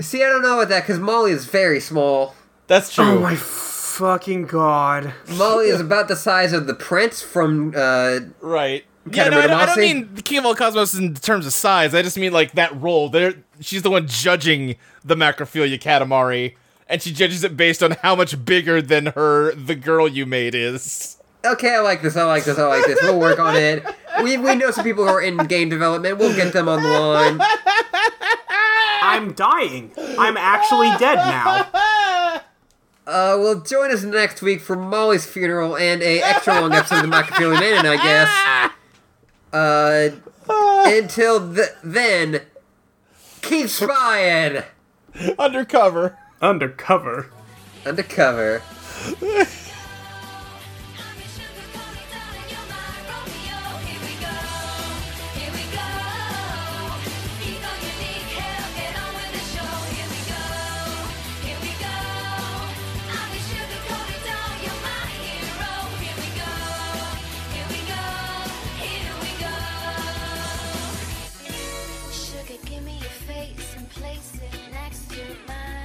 Speaker 2: See, I don't know about that because Molly is very small.
Speaker 4: That's true.
Speaker 3: Oh my fucking god.
Speaker 2: Molly is about the size of the prince from uh,
Speaker 4: Right. Yeah,
Speaker 2: Kind
Speaker 4: no,
Speaker 2: of
Speaker 4: I, don't- I don't
Speaker 2: Muramasa?
Speaker 4: mean the King of All Cosmos in terms of size. I just mean like that role. There, she's the one judging the macrophilia Katamari, and she judges it based on how much bigger than her the girl you made is.
Speaker 2: okay, I like this, I like this, I like this. We'll work on it. We, we know some people who are in game development. We'll get them on the line.
Speaker 3: I'm dying. I'm actually dead now.
Speaker 2: Uh, well, join us next week for Molly's funeral and a extra long episode of the Machiavelli Maiden, I guess. Uh, until th- then, keep spying
Speaker 4: Undercover.
Speaker 3: Undercover.
Speaker 2: undercover.
Speaker 1: I'm your sugar coated darling, you're my Romeo. Here we go, here we go. He's all unique, hell, get on with the show. Here we go, here we go. I'm your sugar coated darling, you're my hero. Here we go, here we go, here we go. Sugar, give me your face and place it next to mine.